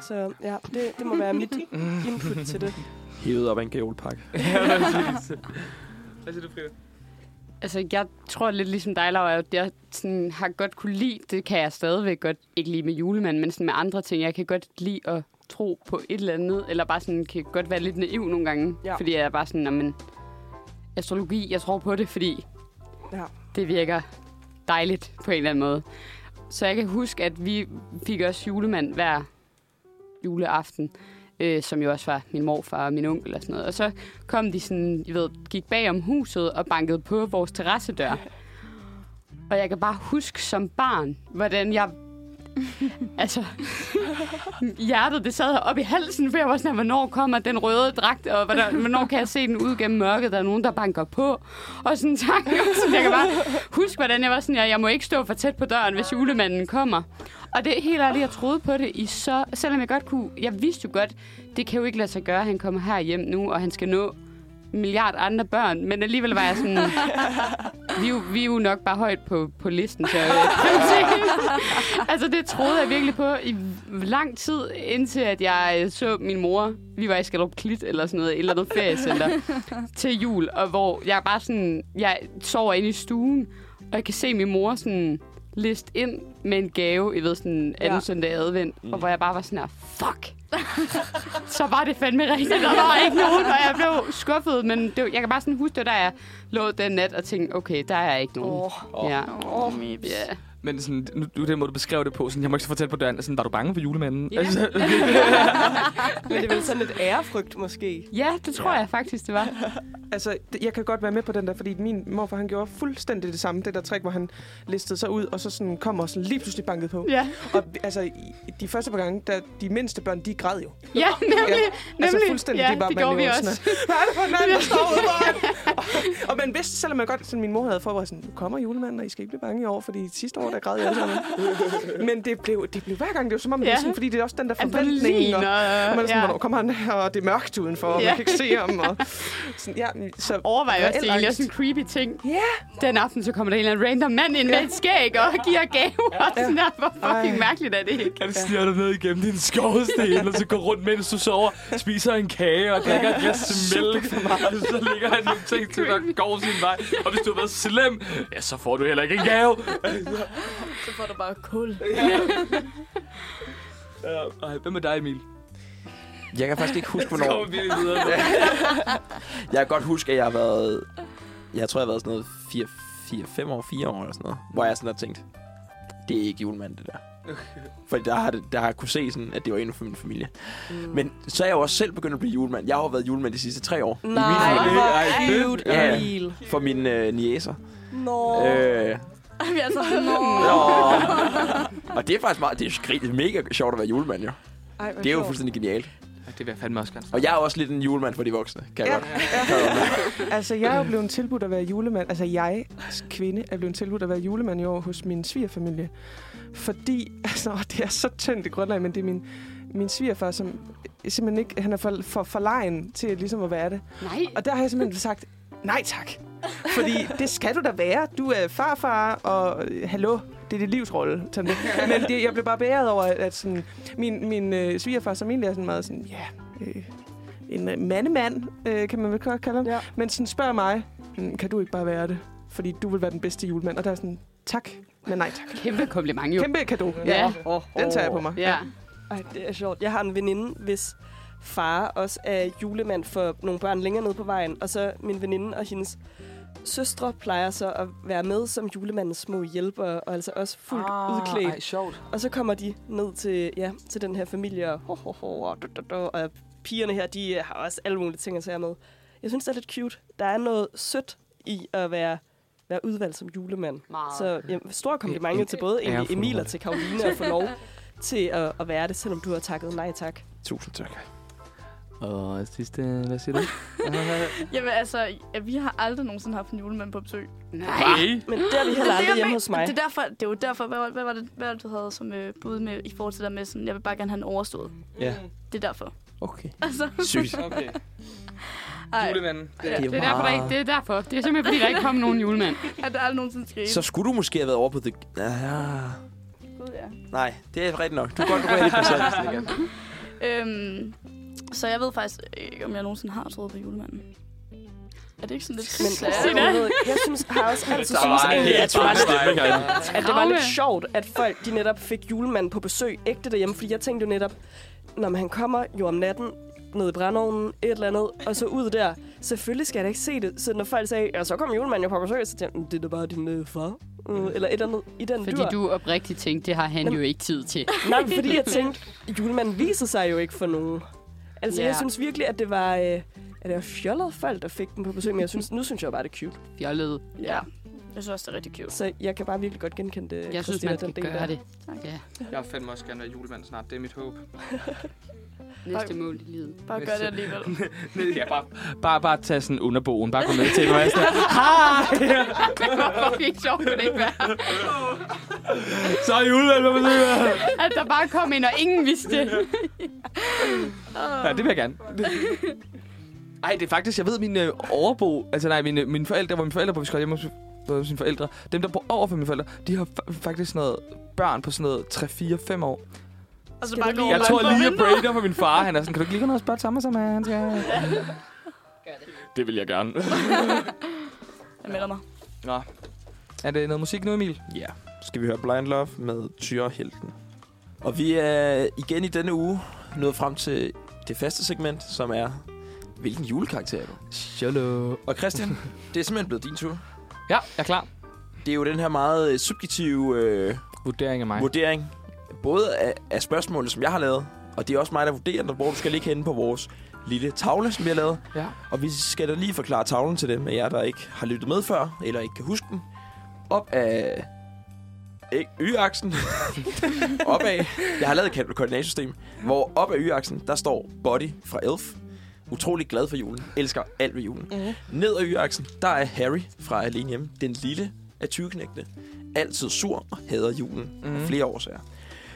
Så ja, det, det må være mit
Mm.
input til det.
Hævet op af en gavlpakke.
Hvad siger du, Frida?
Altså, jeg tror lidt ligesom dig, Laura, at jeg sådan, har godt kunne lide, det kan jeg stadigvæk godt, ikke lige med julemanden, men sådan med andre ting. Jeg kan godt lide at tro på et eller andet, eller bare sådan, kan godt være lidt naiv nogle gange,
Ja.
ja. fordi jeg er bare sådan, "Nå, men astrologi, jeg tror på det, fordi
Ja.
ja. det virker dejligt på en eller anden måde. Så jeg kan huske, at vi fik også julemand hver juleaften, øh, som jo også var min morfar og min onkel og sådan noget. Og så kom de sådan, I ved, gik bag om huset og bankede på vores terrassedør. Og jeg kan bare huske som barn, hvordan jeg... altså, hjertet det sad op i halsen, for jeg var sådan, her, hvornår kommer den røde dragt, og hvordan, hvornår kan jeg se den ud gennem mørket, der er nogen, der banker på, og sådan tak. Så jeg kan bare huske, hvordan jeg var sådan, jeg, jeg må ikke stå for tæt på døren, hvis julemanden kommer. Og det er helt ærligt, jeg troede på det i så... Selvom jeg godt kunne... Jeg vidste jo godt, det kan jo ikke lade sig gøre, han kommer her hjem nu, og han skal nå en milliard andre børn. Men alligevel var jeg sådan... vi, er jo, vi er jo nok bare højt på, på listen. Så, øh, altså, det troede jeg virkelig på i lang tid, indtil at jeg øh, så min mor... Vi var i Skallup Klit eller sådan noget, et eller andet feriecenter til jul, og hvor jeg bare sådan... Jeg sover inde i stuen, og jeg kan se min mor sådan list ind med en gave, I ved, sådan anden
Ja.
ja. søndag i advent, mm. og hvor jeg bare var sådan her, fuck! så var det fandme rigtigt, der var ikke nogen, og jeg blev skuffet, men det, var- jeg kan bare sådan huske det, der jeg lå den nat og tænkte, okay, der er ikke nogen.
Åh,
Ja.
åh, Mibs.
Ja.
Men sådan, nu, nu den måde, du beskrev det på, sådan, jeg må ikke så fortælle på døren, sådan, var du bange for julemanden?
Ja.
Altså,
Men det er vel sådan lidt ærefrygt, måske.
ja, det tror jeg faktisk, det var.
Altså, det- jeg kan godt være med på den der, fordi min morfar, han gjorde fuldstændig det samme. Det der trick, hvor han listede sig ud, og så sådan kom og sådan lige pludselig bankede på.
Ja,
Og vi- altså, i- de første par gange, der, de mindste børn, de græd jo.
ja nemlig. nemlig.
Altså fuldstændig,
ja,
de bare,
det
man
gjorde vi
lever
også.
Sådan, Hvad er det for en mand, der står ude foran?" og, og man vidste, selvom man godt, sådan min mor havde forberedt sådan, nu kommer julemanden, og I skal ikke blive bange i år, fordi sidste år, der græd jeg alle sammen. Men det blev, det blev hver gang, det var som om, ja. det
Ja.
var sådan, fordi det er også den der
Adrenalin
forventning, og
og...
man er sådan, hvornår kommer han her, og det er mørkt udenfor, og
Ja.
man kan ikke se ham. Og sådan, ja, så
overvejer jeg også, det
Reel
er egentlig
angst.
også en creepy ting.
Ja.
Den aften, så kommer der en eller anden random mand ind med et skæg og giver gaver. Ja. Sådan der, hvor fucking
Ej.
mærkeligt er det ikke?
han sniger dig ned igennem din skovsten, og så går rundt, mens du sover, spiser en kage og drikker et glas til mælk. Og så ligger han nogle ting til, der går sin vej. Og hvis du har været slem, ja, så får du heller ikke en gave.
Så får du bare kul.
Ja. Ej, Hvad med dig, Emil?
Jeg kan faktisk ikke huske,
Så
hvornår...
kommer vi videre nu.
Jeg kan godt huske, at jeg har været... Jeg tror, jeg har været sådan noget 4, 4 5 år, 4 år eller sådan noget. Hvor jeg sådan har tænkt, det er ikke julemand, det der. Fordi der har, det, der har jeg kunne se, sådan, at det var inden for min familie. Mm. Men så er jeg jo også selv begyndt at blive julemand. Jeg har jo været julemand de sidste tre år.
Nej,
I min familie.
hvor
Ej, fedt.
cute,
Ja.
Emil.
For mine øh, nieser.
Nå.
Øh,
Vi er så sådan,
Nå.
"Nå."
Og det er faktisk meget, det er skrig, mega sjovt at være julemand, jo.
Ej, hvor
Det er jo
sjovt.
fuldstændig genialt.
Ja, det vil jeg fandme også gerne.
Og jeg er også lidt en julemand for de voksne, kan jeg
Ja.
godt. Kan jeg godt.
Altså, jeg er jo blevet tilbudt at være julemand. Altså, jeg, kvinde, er blevet tilbudt at være julemand i år hos min svigerfamilie. Fordi, altså, åh, det er så tyndt i Grønland, men det er min, min svigerfar, som simpelthen ikke, han er for, for, for lejen til ligesom at være det.
Nej.
Og der har jeg simpelthen sagt, nej tak. Fordi det skal du da være. Du er farfar, og øh, hallo, det er dit livsrolle. Sådan det. Men det, jeg blev bare bæret over, at sådan, min, min øh, svigerfar, som egentlig er sådan meget sådan, ja, øh, en øh, mandemand, øh, kan man vel godt kalde ham.
Ja.
Ja. Men sådan spørger mig, "Mm, kan du ikke bare være det? Fordi du vil være den bedste julemand. Og der er sådan, tak, men nej tak.
Kæmpe kompliment, jo.
Kæmpe kado.
Ja.
Oh,
Den tager jeg på mig.
Ja.
Ej, det er sjovt. Jeg har en veninde, hvis far også er julemand for nogle børn længere nede på vejen. Og så min veninde og hendes søstre plejer så at være med som julemandens små hjælpere, og altså også fuldt ah, udklædt. Ej.
sjovt.
Og så kommer de ned til, ja, til den her familie, og, ho, ho, ho, og, do, do, do, og pigerne her, de øh, har også alle mulige ting at sige med. Jeg synes, det er lidt cute. Der er noget sødt i at være, være udvalgt som julemand.
Meget.
Så ja, stor komplimenter til både egentlig
ærefuld
Emil og
rolle.
til Karoline at få lov til at, at være det, selvom du har takket nej tak.
Tusind tak.
Og sidste, hvad siger du?
Jamen altså, ja, vi har aldrig nogensinde haft en julemand på besøg.
Nej.
Men det har vi heller
Det er det,
aldrig
jeg
hjemme
mener.
hos mig.
Det er derfor, det er jo derfor, hvad, var- hvad var det, hvad var det, du havde som øh, bud med, i forhold til der med sådan, jeg vil bare gerne have den overstået.
Ja.
Det er derfor.
Okay.
Altså,
Sygt.
Okay,
ej,
julemanden.
Ja.
Det er, derfor, der ikke, det er derfor. Det er simpelthen, fordi der ikke kom nogen julemand.
at der aldrig nogensinde skete.
Så skulle du måske have været over på det... Ah,
Gud, ja.
nej, det er rigtigt nok. Du kan godt gå ind i det igen.
Øhm, så jeg ved faktisk ikke, om jeg nogensinde har troet på julemanden. Er det ikke sådan lidt
Men
trist?
altså,
Ja.
jeg ved ikke, jeg synes, har også altid synes,
var
egentlig,
en-
at, det var lidt-
det.
at det var lidt
Travle.
sjovt, at folk de netop fik julemanden på besøg ægte derhjemme. Fordi jeg tænkte jo netop, når man kommer jo om natten, ned i brændovnen, et eller andet, og så ud der. Selvfølgelig skal jeg da ikke se det. Så når folk sagde, ja, så kom julemanden jo på besøg, så tænkte jeg, "Men det er da bare din øh, far. Øh, Eller et eller andet i den
Fordi
dur.
du oprigtigt tænkte, det har han jo ikke tid til.
Nej, men fordi jeg tænkte, julemanden viser sig jo ikke for nogen. Altså,
Ja.
jeg synes virkelig, at det var... Øh, at det var fjollede folk, der fik den på besøg, men jeg synes, nu synes jeg bare, det er cute.
Fjollet.
ja. Jeg synes også, det er rigtig cute.
Så jeg kan bare virkelig godt genkende det.
Jeg synes,
Christina,
man skal
den del
gøre
der.
det.
Jeg vil fandme også gerne være julemand snart, det er mit håb.
Næste mål i livet.
Bare gør det alligevel.
Nej, ja, bare, bare, bare tage sådan underboen, bare gå med til mig.
Hvor fik sjovt kunne det ikke være,
Så er julemand på besøg.
at der bare kom ind, og ingen vidste det.
Ja, det vil jeg gerne. Ej, det er faktisk, jeg ved, min øh, overbo, altså nej, mine, mine forældre, hvor mine forældre, hvor vi skulle hjemme hos hos sine forældre, dem der bor over for mine forældre, de har fa- faktisk sådan noget børn på sådan noget 3-4-5 år.
Og så
Skal
bare
du
gå
lige-
Jeg
man
tror lige, jeg
at
breaker for min far. Han er sådan, kan du ikke lige gå ned og spørge Thomas, om øh, han skal... Det vil jeg gerne.
Jeg melder mig.
Nå. Er det noget musik nu, Emil?
Ja, skal vi høre Blind Love med Tyre Helten. Og vi er igen i denne uge nået frem til det faste segment, som er, hvilken julekarakter er du?
Shallow.
Og Christian, det er simpelthen blevet din tur.
Ja, jeg er klar.
Det er jo den her meget øh, subjektive øh,
Vurdering af mig.
vurdering, både af, af spørgsmålet, som jeg har lavet, og det er også mig, der vurderer, når- hvor du skal ligge henne på vores lille tavle, som vi har lavet.
Ja.
Og vi skal da lige forklare tavlen til dem af jer, der ikke har lyttet med før, eller ikke kan huske den. Op af æ- y-aksen. opad. Jeg har lavet et ko- koordinatsystem, hvor op af y-aksen, der står Body fra Elf. Utrolig glad for julen. Elsker alt ved julen. Mm. Ned ad y-aksen, der er Harry fra Alene Hjemme. Den lille af tyveknægtene. Altid sur og hader julen. Mm.
Mhm.
Af flere årsager.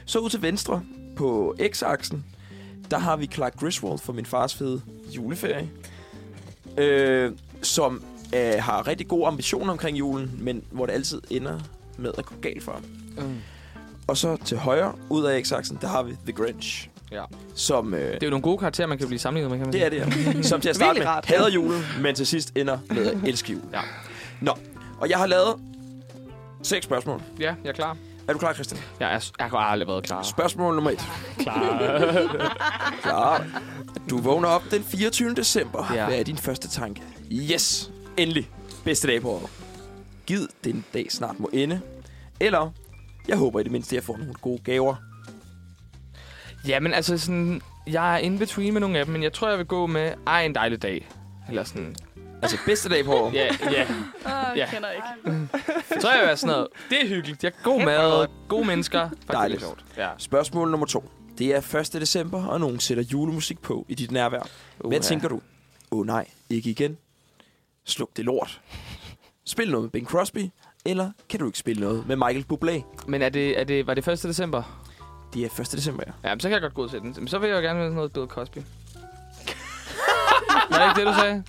Så ud til venstre på x-aksen, der har vi Clark Griswold fra Min Fars Fede Juleferie øh, som øh, har rigtig gode ambitioner omkring julen, men hvor det altid ender med at gå galt for ham.
Mm.
Og så til højre, ud af x-aksen, der har vi The Grinch.
Ja.
Som, øh,
Det er jo nogle gode karakterer, man kan blive sammenlignet med, kan man
det er det her. Som til at starte med hader julen, men til sidst ender med at elske julen.
Ja.
Nå, og jeg har lavet seks spørgsmål.
sige. Ja, jeg er klar.
Er du klar, Christian?
Jeg, er, jeg har aldrig været klar.
Spørgsmål nummer et.
Klar.
Klar. Du vågner op den 24. december.
Ja.
Ja. Hvad er din første tanke? Yes! Endelig. Bedste dag på året. Gid den dag snart må ende. Eller, jeg håber i det mindste, jeg får nogle gode gaver.
ja, men altså sådan... Jeg er in between med nogle af dem, men jeg tror, jeg vil gå med... Ej, en dejlig dag. Eller sådan...
Altså, bedste dag på året.
Ja, ja.
Åh,
Ja.
jeg kender ikke.
Så tror jeg, jeg vil være sådan noget. Det er hyggeligt. Jeg er god mad, gode mennesker. Faktisk
Dejligt.
det er sjovt. Ja.
Spørgsmål nummer to. Det er 1. december, og nogen sætter julemusik på i dit nærvær. Hvad
Uha.
tænker du? Åh oh, nej, ikke igen. Sluk det lort. Spil noget med Bing Crosby, eller kan du ikke spille noget med Michael Bublé?
Men er det, er det, var det 1. december?
Det er 1. december, ja.
Ja, men så kan jeg godt godse den. Men så vil jeg jo gerne have noget Bill Cosby. Var det ikke det, du sagde?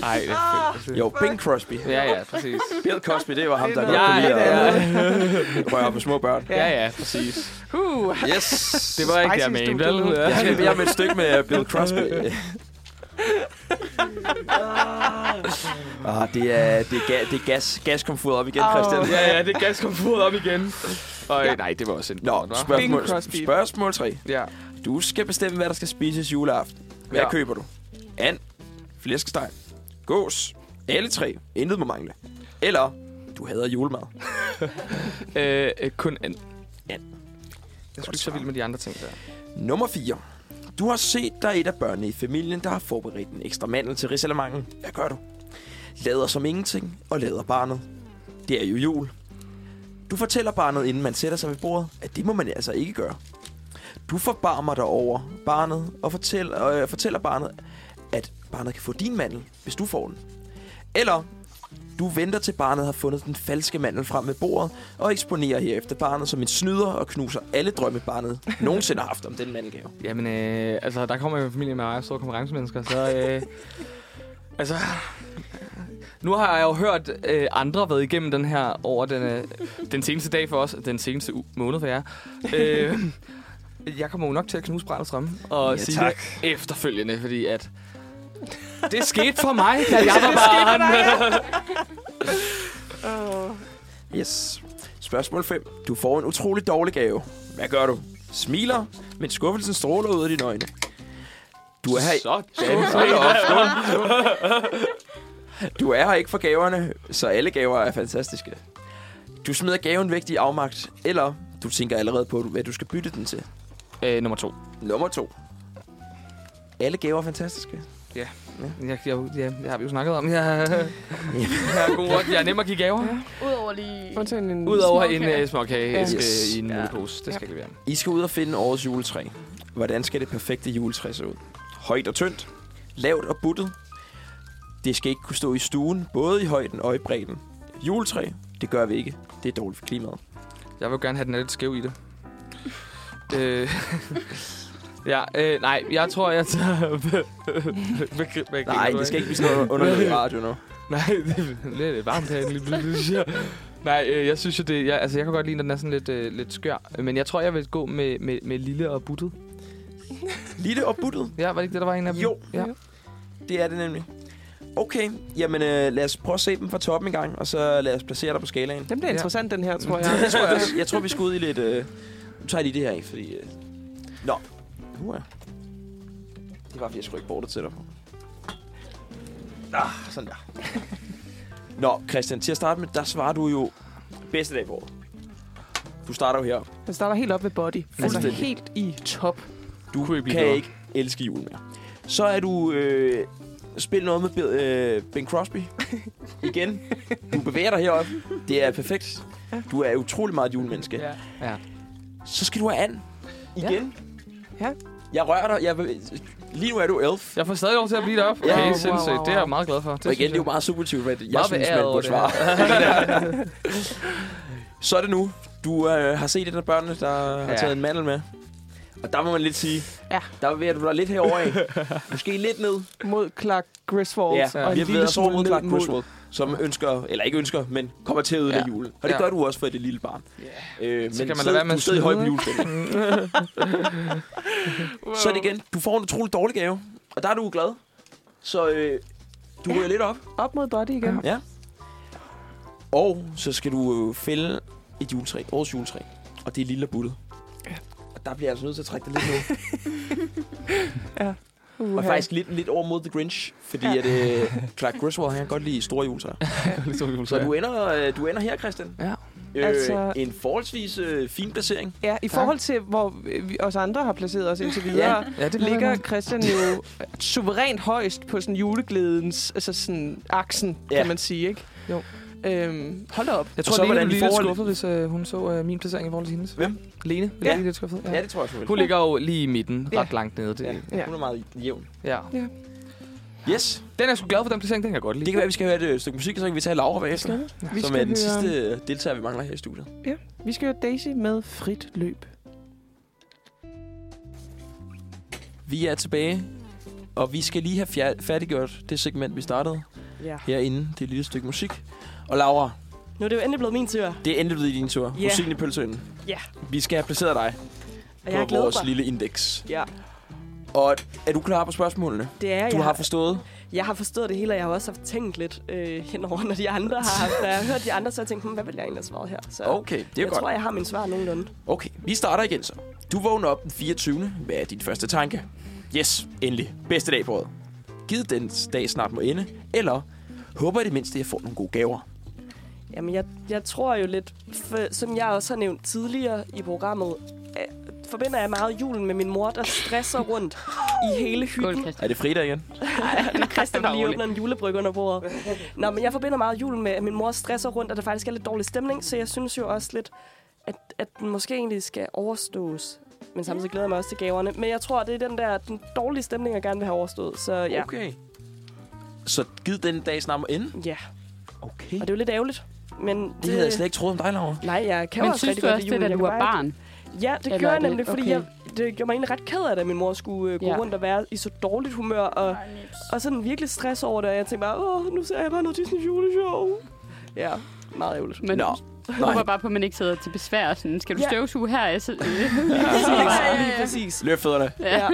Nej, det er fedt.
Jo, Bing Crosby.
Ja, ja, præcis.
Bill Cosby, det var ham, der
Det er
godt kunne
Ja,
lide
ja,
at- øh,
ja.
røre på små børn.
Ja, ja, præcis.
Uh,
Yes!
Det var ikke
Spicy
der med en,
studie nu.
vel?
Jeg
Ja.
skal mere med et stykke med øh, Bill Crosby. ah, det er, det er, ga- det er gas, gaskomfur op igen, Christian.
Ja, ja, det er ganske komfort op igen. Og ja. nej, det var også en
Nå,
hva'?
spørgsmål,
Bing Crosby.
spørgsmål 3.
Ja.
Du skal bestemme, hvad der skal spises juleaften. Hvad
Ja.
ja. køber du? And, flæskesteg, gås, alle tre, intet må mangle. Eller, du hader julemad.
Øh, øh, kun and.
And.
Jeg skulle ikke så vild med de andre ting der.
Nummer 4. Du har set, der er et af børnene i familien, der har forberedt en ekstra mandel til risalemangen. Hvad gør du? Lader som ingenting og lader barnet. Det er jo jul. Du fortæller barnet, inden man sætter sig ved bordet, at det må man altså ikke gøre. Du forbarmer dig over barnet og fortæller, øh, fortæller barnet, at barnet kan få din mandel, hvis du får den. Eller du venter til barnet har fundet den falske mandel frem med bordet, og eksponerer herefter barnet som en snyder og knuser alle drømme, barnet nogensinde har haft om den mandelgave.
Jamen, øh, altså, der kommer jo en familie med meget store konkurrencemennesker, så... Øh, altså... Nu har jeg jo hørt øh, andre været igennem den her over den, øh, den seneste dag for os, den seneste u- måned for jer. Øh, jeg kommer jo nok til at knuse brændets drømme og
Ja,
sige
tak.
det efterfølgende, fordi at... Det skete for mig, da jeg var barn.
Yes. Spørgsmål 5. Du får en utrolig dårlig gave. Hvad gør du? Smiler, men skuffelsen stråler ud af dine øjne. Du er her,
Sådan.
Hold da op, skål. Du er her ikke for gaverne, så alle gaver er fantastiske. Du smider gaven væk i afmagt, eller du tænker allerede på, hvad du skal bytte den til.
Øh, nummer to.
Nummer to. Alle gaver er fantastiske.
Jeg, jeg, ja, det har vi jo snakket om. Jeg, jeg, er god, jeg er nem at give gaver.
Udover lige...
undtagen en...
Udover en
Småkage.
uh, småkage
Ja.
æske
Yes.
i en
Ja.
mulepose. Det skal det være.
I skal ud og finde årets juletræ. Hvordan skal det perfekte juletræ se ud? Højt og tyndt. Lavt og buttet. Det skal ikke kunne stå i stuen, både i højden og i bredden. Juletræ, det gør vi ikke. Det er dårligt for klimaet.
Jeg vil jo gerne have den er lidt skæv i det. øh, ja, øh, nej, jeg tror, jeg tager... Hvad gri- hvad griner
Nej,
du af?
det skal ikke blive sådan noget underligt radio nu.
Nej, det er lidt varmt herinde lige pludselig. synes jeg. Nej, øh, jeg synes jo, det... Jeg, altså, jeg kan godt lide, når den er sådan lidt, øh, lidt skør. Men jeg tror, jeg vil gå med, med, med lille og buttet.
Lille og buttet.
Ja, var det ikke det, der var en af dem?
Jo.
Ja.
Det er det nemlig. Okay, jamen øh, lad os prøve at se dem fra toppen en gang, og så lad os placere dig på skalaen.
Den bliver
Ja.
interessant, den her, tror jeg.
Jeg tror, jeg, jeg tror vi skal ud i lidt... Øh, nu tager jeg lige det her af, fordi... Øh, nå. Nu er Det var, fordi jeg skulle ikke bordet til dig. Ah, sådan der. Nå, Christian, til at starte med, der svarer du jo bedste dag på året. Du starter jo her.
Den starter helt op ved body. Altså
Fuldstændig.
helt i top.
Du
Kunne ikke blive
kan
bedre.
ikke elske jul mere. Så er du... Øh, spil noget med Bill, øh, Ben Crosby. Igen. Du bevæger dig heroppe. Det er perfekt. Du er utrolig meget et julemenneske.
Ja.
Ja.
Så skal du have an. Igen.
Ja.
Jeg rører dig. Jeg, lige nu er du elf.
Jeg får stadig lov til at blive deroppe. Okay,
Ja.
ja,
Wow,
wow,
wow,
sindssygt.
wow, wow.
Det er jeg meget glad for. Det
og igen,
synes
det er jo
jeg.
meget subjektivt, hvad jeg
Meget
synes, man
beæret over
burde
det
svare. Så er det nu. Du øh, har set et af børnene, der ja. har
Ja.
taget en mandel med. Og der må man lidt sige,
Ja.
der bevæger du dig lidt herover af. Måske lidt ned.
Mod Clark Griswold.
Ja,
og
vi
en
har
lille
været så
smule
mod
ned
Clark
mod-
Griswold, som ønsker, eller ikke ønsker, men kommer til at ødelægge
Ja.
julen. Og det
Ja.
gør du også for det lille barn. Øh, men
Så kan man lade
sidder-
være med
du
at
sidder i høj
snyde,
med julestemning. Så er det igen, du får en utrolig dårlig gave, og der er du glad. Så øh, du ryger lidt op.
Op mod body igen.
Ja. Og så skal du øh, fælde et juletræ, årets juletræ. Og det er lille og buttet. Og der bliver jeg altså nødt til at trække det lidt ned.
Uh,
Og faktisk lidt, lidt over mod The Grinch, fordi at, øh, Clark Griswold, han kan godt lide store juletræer.
Ligesom vi ville
Så
sige.
du ender, øh, du ender her, Christian.
Ja.
Øh, altså...
Altså-
En forholdsvis øh, fin placering.
Ja, i forhold til, hvor vi, os andre har placeret os indtil videre, ja.
Ja, det
ligger Christian jo suverænt højst på sådan juleglædens altså sådan aksen, ja.
Ja.
kan man sige, ikke?
Jo.
Øhm, hold da op.
Jeg
Og
tror,
så
Lene
hvordan
ville
i
blive lidt
forhold-
skuffet, hvis øh, hun så øh, min placering i forhold til hendes.
Hvem?
Lene ville
Ja.
blive lidt skuffet.
Ja, det tror jeg, hun vil.
Hun ligger jo lige i midten,
Ja.
ret langt nede. Det.
Ja.
Ja.
Ja. Hun er meget jævn.
ja.
Yes,
Den er jeg sgu glad for, den placering, den kan jeg godt lide.
det kan være, at vi skal høre et øh, stykke musik, og så kan vi tage Laura bagefter.
Vi
Som
skal,
er den
høre,
sidste øh, deltager, vi mangler her i studiet.
vi skal høre Daisy med frit løb.
Vi er tilbage, og vi skal lige have fjer- færdiggjort det segment, vi startede
Ja.
herinde. Det er et lille stykke musik. Og Laura,
Nu er det jo endelig blevet min tur,
det er endelig blevet din tur.
Ja.
Yeah. Musikken i pølseønden.
Ja.
Vi skal have placeret dig
og jeg
på
har glædet
vores
mig.
lille indeks.
Ja,
Og er du klar på spørgsmålene?
det er
Du
jeg.
har forstået?
Jeg har forstået det hele, og jeg har også haft tænkt lidt øh, henover, når de andre har haft. Når jeg har hørt de andre, så har jeg tænkt, "Hm, hvad vil jeg egentlig have svaret her? Så
Okay, det er
jeg
godt.
tror, jeg har min svar nogenlunde.
Okay, vi starter igen så. Du vågner op den 24. Hvad er din første tanke? Yes, endelig. Bedste dag på året. Givet den dag snart må ende, eller håber i det mindste, at jeg får nogle gode gaver.
Jamen, jeg, jeg tror jo lidt, for, som jeg også har nævnt tidligere i programmet, øh, forbinder jeg meget julen med min mor, der stresser rundt i hele
Skål,
hytten.
Er
Christian.
det fredag igen?
Christian, der lige
rolig.
åbner en julebryg under bordet. Nå, men jeg forbinder meget julen med, at min mor stresser rundt, og der faktisk er lidt dårlig stemning, så jeg synes jo også lidt, at, at den måske egentlig skal overstås. Men samtidig glæder jeg mig også til gaverne. Men jeg tror, det er den der den dårlige stemning, jeg gerne vil have overstået. Så ja. Okay.
Okay. Så giv den dag snart må ende?
ja. Og
Okay.
det er jo lidt ærgerligt. Men det,
Det havde jeg slet ikke troet om dig, Laura.
Nej, jeg kan
Men
også
synes
rigtig
du
godt
også,
lide
det er,
julen.
da
Jeg
du
kan
var
bare
barn?
Ja, det
Eller
gjorde jeg
er det-
nemlig, fordi
okay.
jeg, det gjorde mig egentlig ret ked af det, at min mor skulle øh, gå
Ja.
rundt og være i så dårligt humør, og, og sådan virkelig stress over det, og jeg tænkte bare, åh, nu ser jeg bare noget Disney juleshow. Ja, meget ærgerligt.
Men
Nå,
Nå. håber bare på, at man ikke sidder til besvær og sådan, skal du
Ja.
støvsuge her? Jeg Øh, sidder,
Ja, lige præcis.
Løft fødderne.
Ja.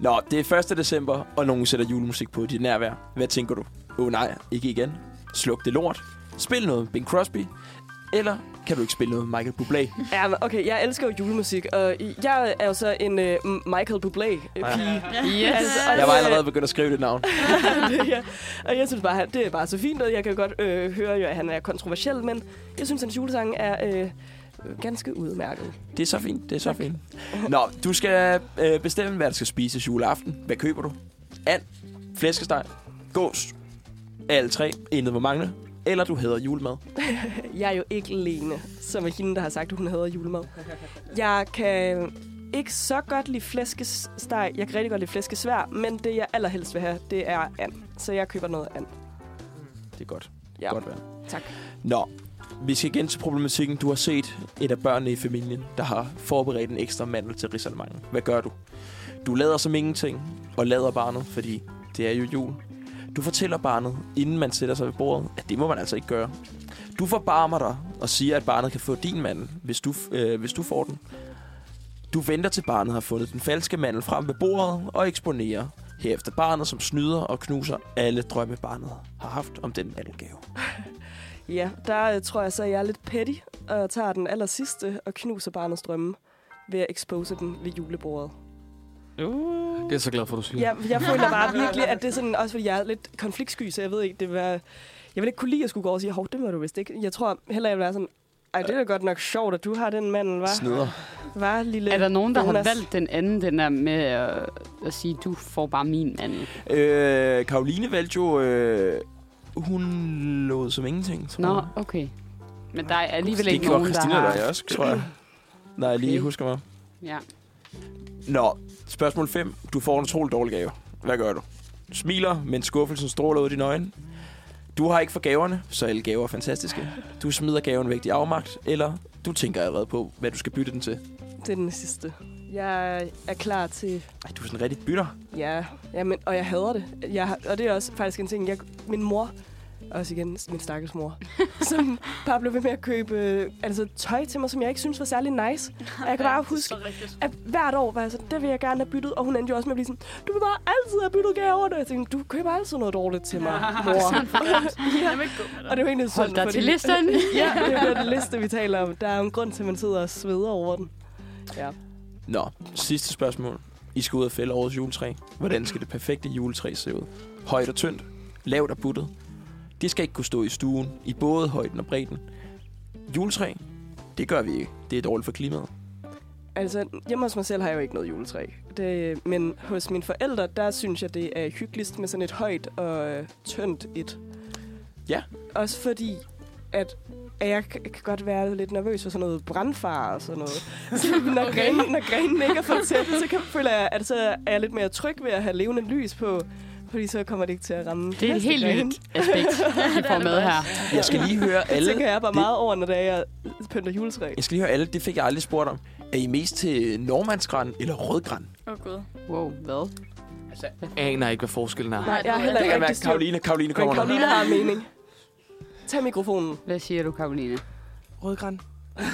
Nå, det er 1. december, og nogen sætter julemusik på i dit nærvær. Hvad tænker du? Åh oh, nej, ikke igen. Sluk det lort. Spil noget med Bing Crosby. Eller kan du ikke spille noget med Michael Bublé?
ja, men okay, jeg elsker jo julemusik, og i- jeg er jo så en øh, M- Michael Bublé-pige.
yes.
Altså, og
Jeg var
det-
allerede begyndt at skrive det navn.
ja. Og jeg synes bare, han- det er bare så fint, og jeg kan godt øh, høre, jo, at han er kontroversiel, men jeg synes, hans julesang er øh, ganske udmærket.
Det er så fint, det er så fint. Nå, du skal øh, bestemme, hvad der skal spises juleaften. Hvad køber du? And, flæskesteg, gås, alle tre, intet må mangle. Eller du hader julemad.
Jeg er jo ikke Lene, som er hende, der har sagt, at hun hader julemad. Jeg kan ikke så godt lide flæskesteg. Jeg kan rigtig godt lide flæskesvær, men det, jeg allerhelst vil have, det er and. Så jeg køber noget and.
Det er godt.
Ja.
Godt være.
Tak.
Nå, vi skal igen til problematikken. Du har set et af børnene i familien, der har forberedt en ekstra mandel til risalemanden. Hvad gør du? Du lader som ingenting, og lader barnet, fordi det er jo jul. Du fortæller barnet, inden man sætter sig ved bordet, at det må man altså ikke gøre. Du forbarmer dig og siger, at barnet kan få din mandel, hvis du, øh, hvis du får den. Du venter til barnet har fundet den falske mandel frem ved bordet og eksponerer Herefter barnet, som snyder og knuser alle drømme, barnet har haft om den valgave.
Ja, der øh, tror jeg så, at jeg er lidt petty og tager den aller sidste og knuser barnets drømme ved at expose dem ved julebordet.
Det er jeg så glad for, du siger.
Ja, jeg føler bare virkelig, at det er sådan, også fordi jeg er lidt konfliktsky, så jeg ved ikke, det var, jeg vil ikke kunne lide at skulle gå over og sige, hov, det må du vist ikke. Jeg tror heller, jeg vil være sådan, ej, det er da godt nok sjovt, at du har den mand, var,
Snyder.
var lille
Er der nogen, der
Jonas.
har valgt den anden, den der med at, at sige, du får bare min mand?
Øh, Karoline valgte jo... Øh, hun lod som ingenting, tror
Nå,
jeg.
okay. Men der er alligevel
Det
ikke
gjorde
nogen,
Christina
der har...
da også, tror jeg. Nej, jeg lige
Okay.
husker mig.
Ja.
Nå, spørgsmål 5. Du får en utrolig dårlig gave. Hvad gør du? Du Smiler, men skuffelsen stråler ud af dine øjne. Du har ikke for gaverne, så alle gaver er fantastiske. Du smider gaven væk i afmagt, eller du tænker allerede på, hvad du skal bytte den til.
til den sidste. Jeg er klar til,
Ej, du er sådan rigtig bytter.
ja, ja men, og jeg hader det. Jeg, har- og det er også faktisk en ting, jeg, min mor, også igen min stakkels mor, som bare blev ved med at købe øh, altså, tøj til mig, som jeg ikke synes var særlig nice. Og jeg kan bare huske, at hvert år var jeg sådan, det vil jeg gerne have byttet. Og hun endte jo også med at blive sådan, du vil bare altid have byttet gaverne. Og jeg tænkte, du køber altid noget dårligt til mig, mor.
Jeg vil ikke gå med dig.
og det var egentlig
Hold
sådan,
dig til listen.
ja, det er jo den liste, vi taler om. Der er jo en grund til, at man sidder og sveder over den.
Nå, sidste spørgsmål. I skal ud og fælde årets juletræ. Hvordan skal det perfekte juletræ se ud? Højt og tyndt, lavt og buttet. Det skal ikke kunne stå i stuen, i både højden og bredden. Juletræ, det gør vi ikke. Det er dårligt for klimaet.
Altså, hjemme hos mig selv har jeg jo ikke noget juletræ. Det, men hos mine forældre, der synes jeg, det er hyggeligst med sådan et højt og øh, tyndt et.
Ja.
Også fordi, at, at jeg k- kan godt være lidt nervøs for sådan noget brandfare og sådan noget. Så når, grenen, når grenen ikke er for tæt, så kan, føler jeg, at så er jeg lidt mere tryg ved at have levende lys på. Fordi så kommer det ikke til at ramme
Det er et
næste
helt
gren.
nyt aspekt, vi får med her.
Jeg skal lige høre
Det
alle...
tænker jeg bare
det-
meget over, når det er, jeg pynter juletræ.
Jeg skal lige høre alle, det fik jeg aldrig spurgt om. Er I mest til nordmandsgræn eller rødgræn?
Åh, oh, gud.
Wow, hvad?
Jeg aner ikke, hvad forskellen er.
Nej, jeg er heller
Det
ikke
kan være
rigtig styr.
Karoline. Karoline
Men
kommer nu.
Karoline har en mening. Tag mikrofonen.
Hvad siger du, Karoline?
Rødgran.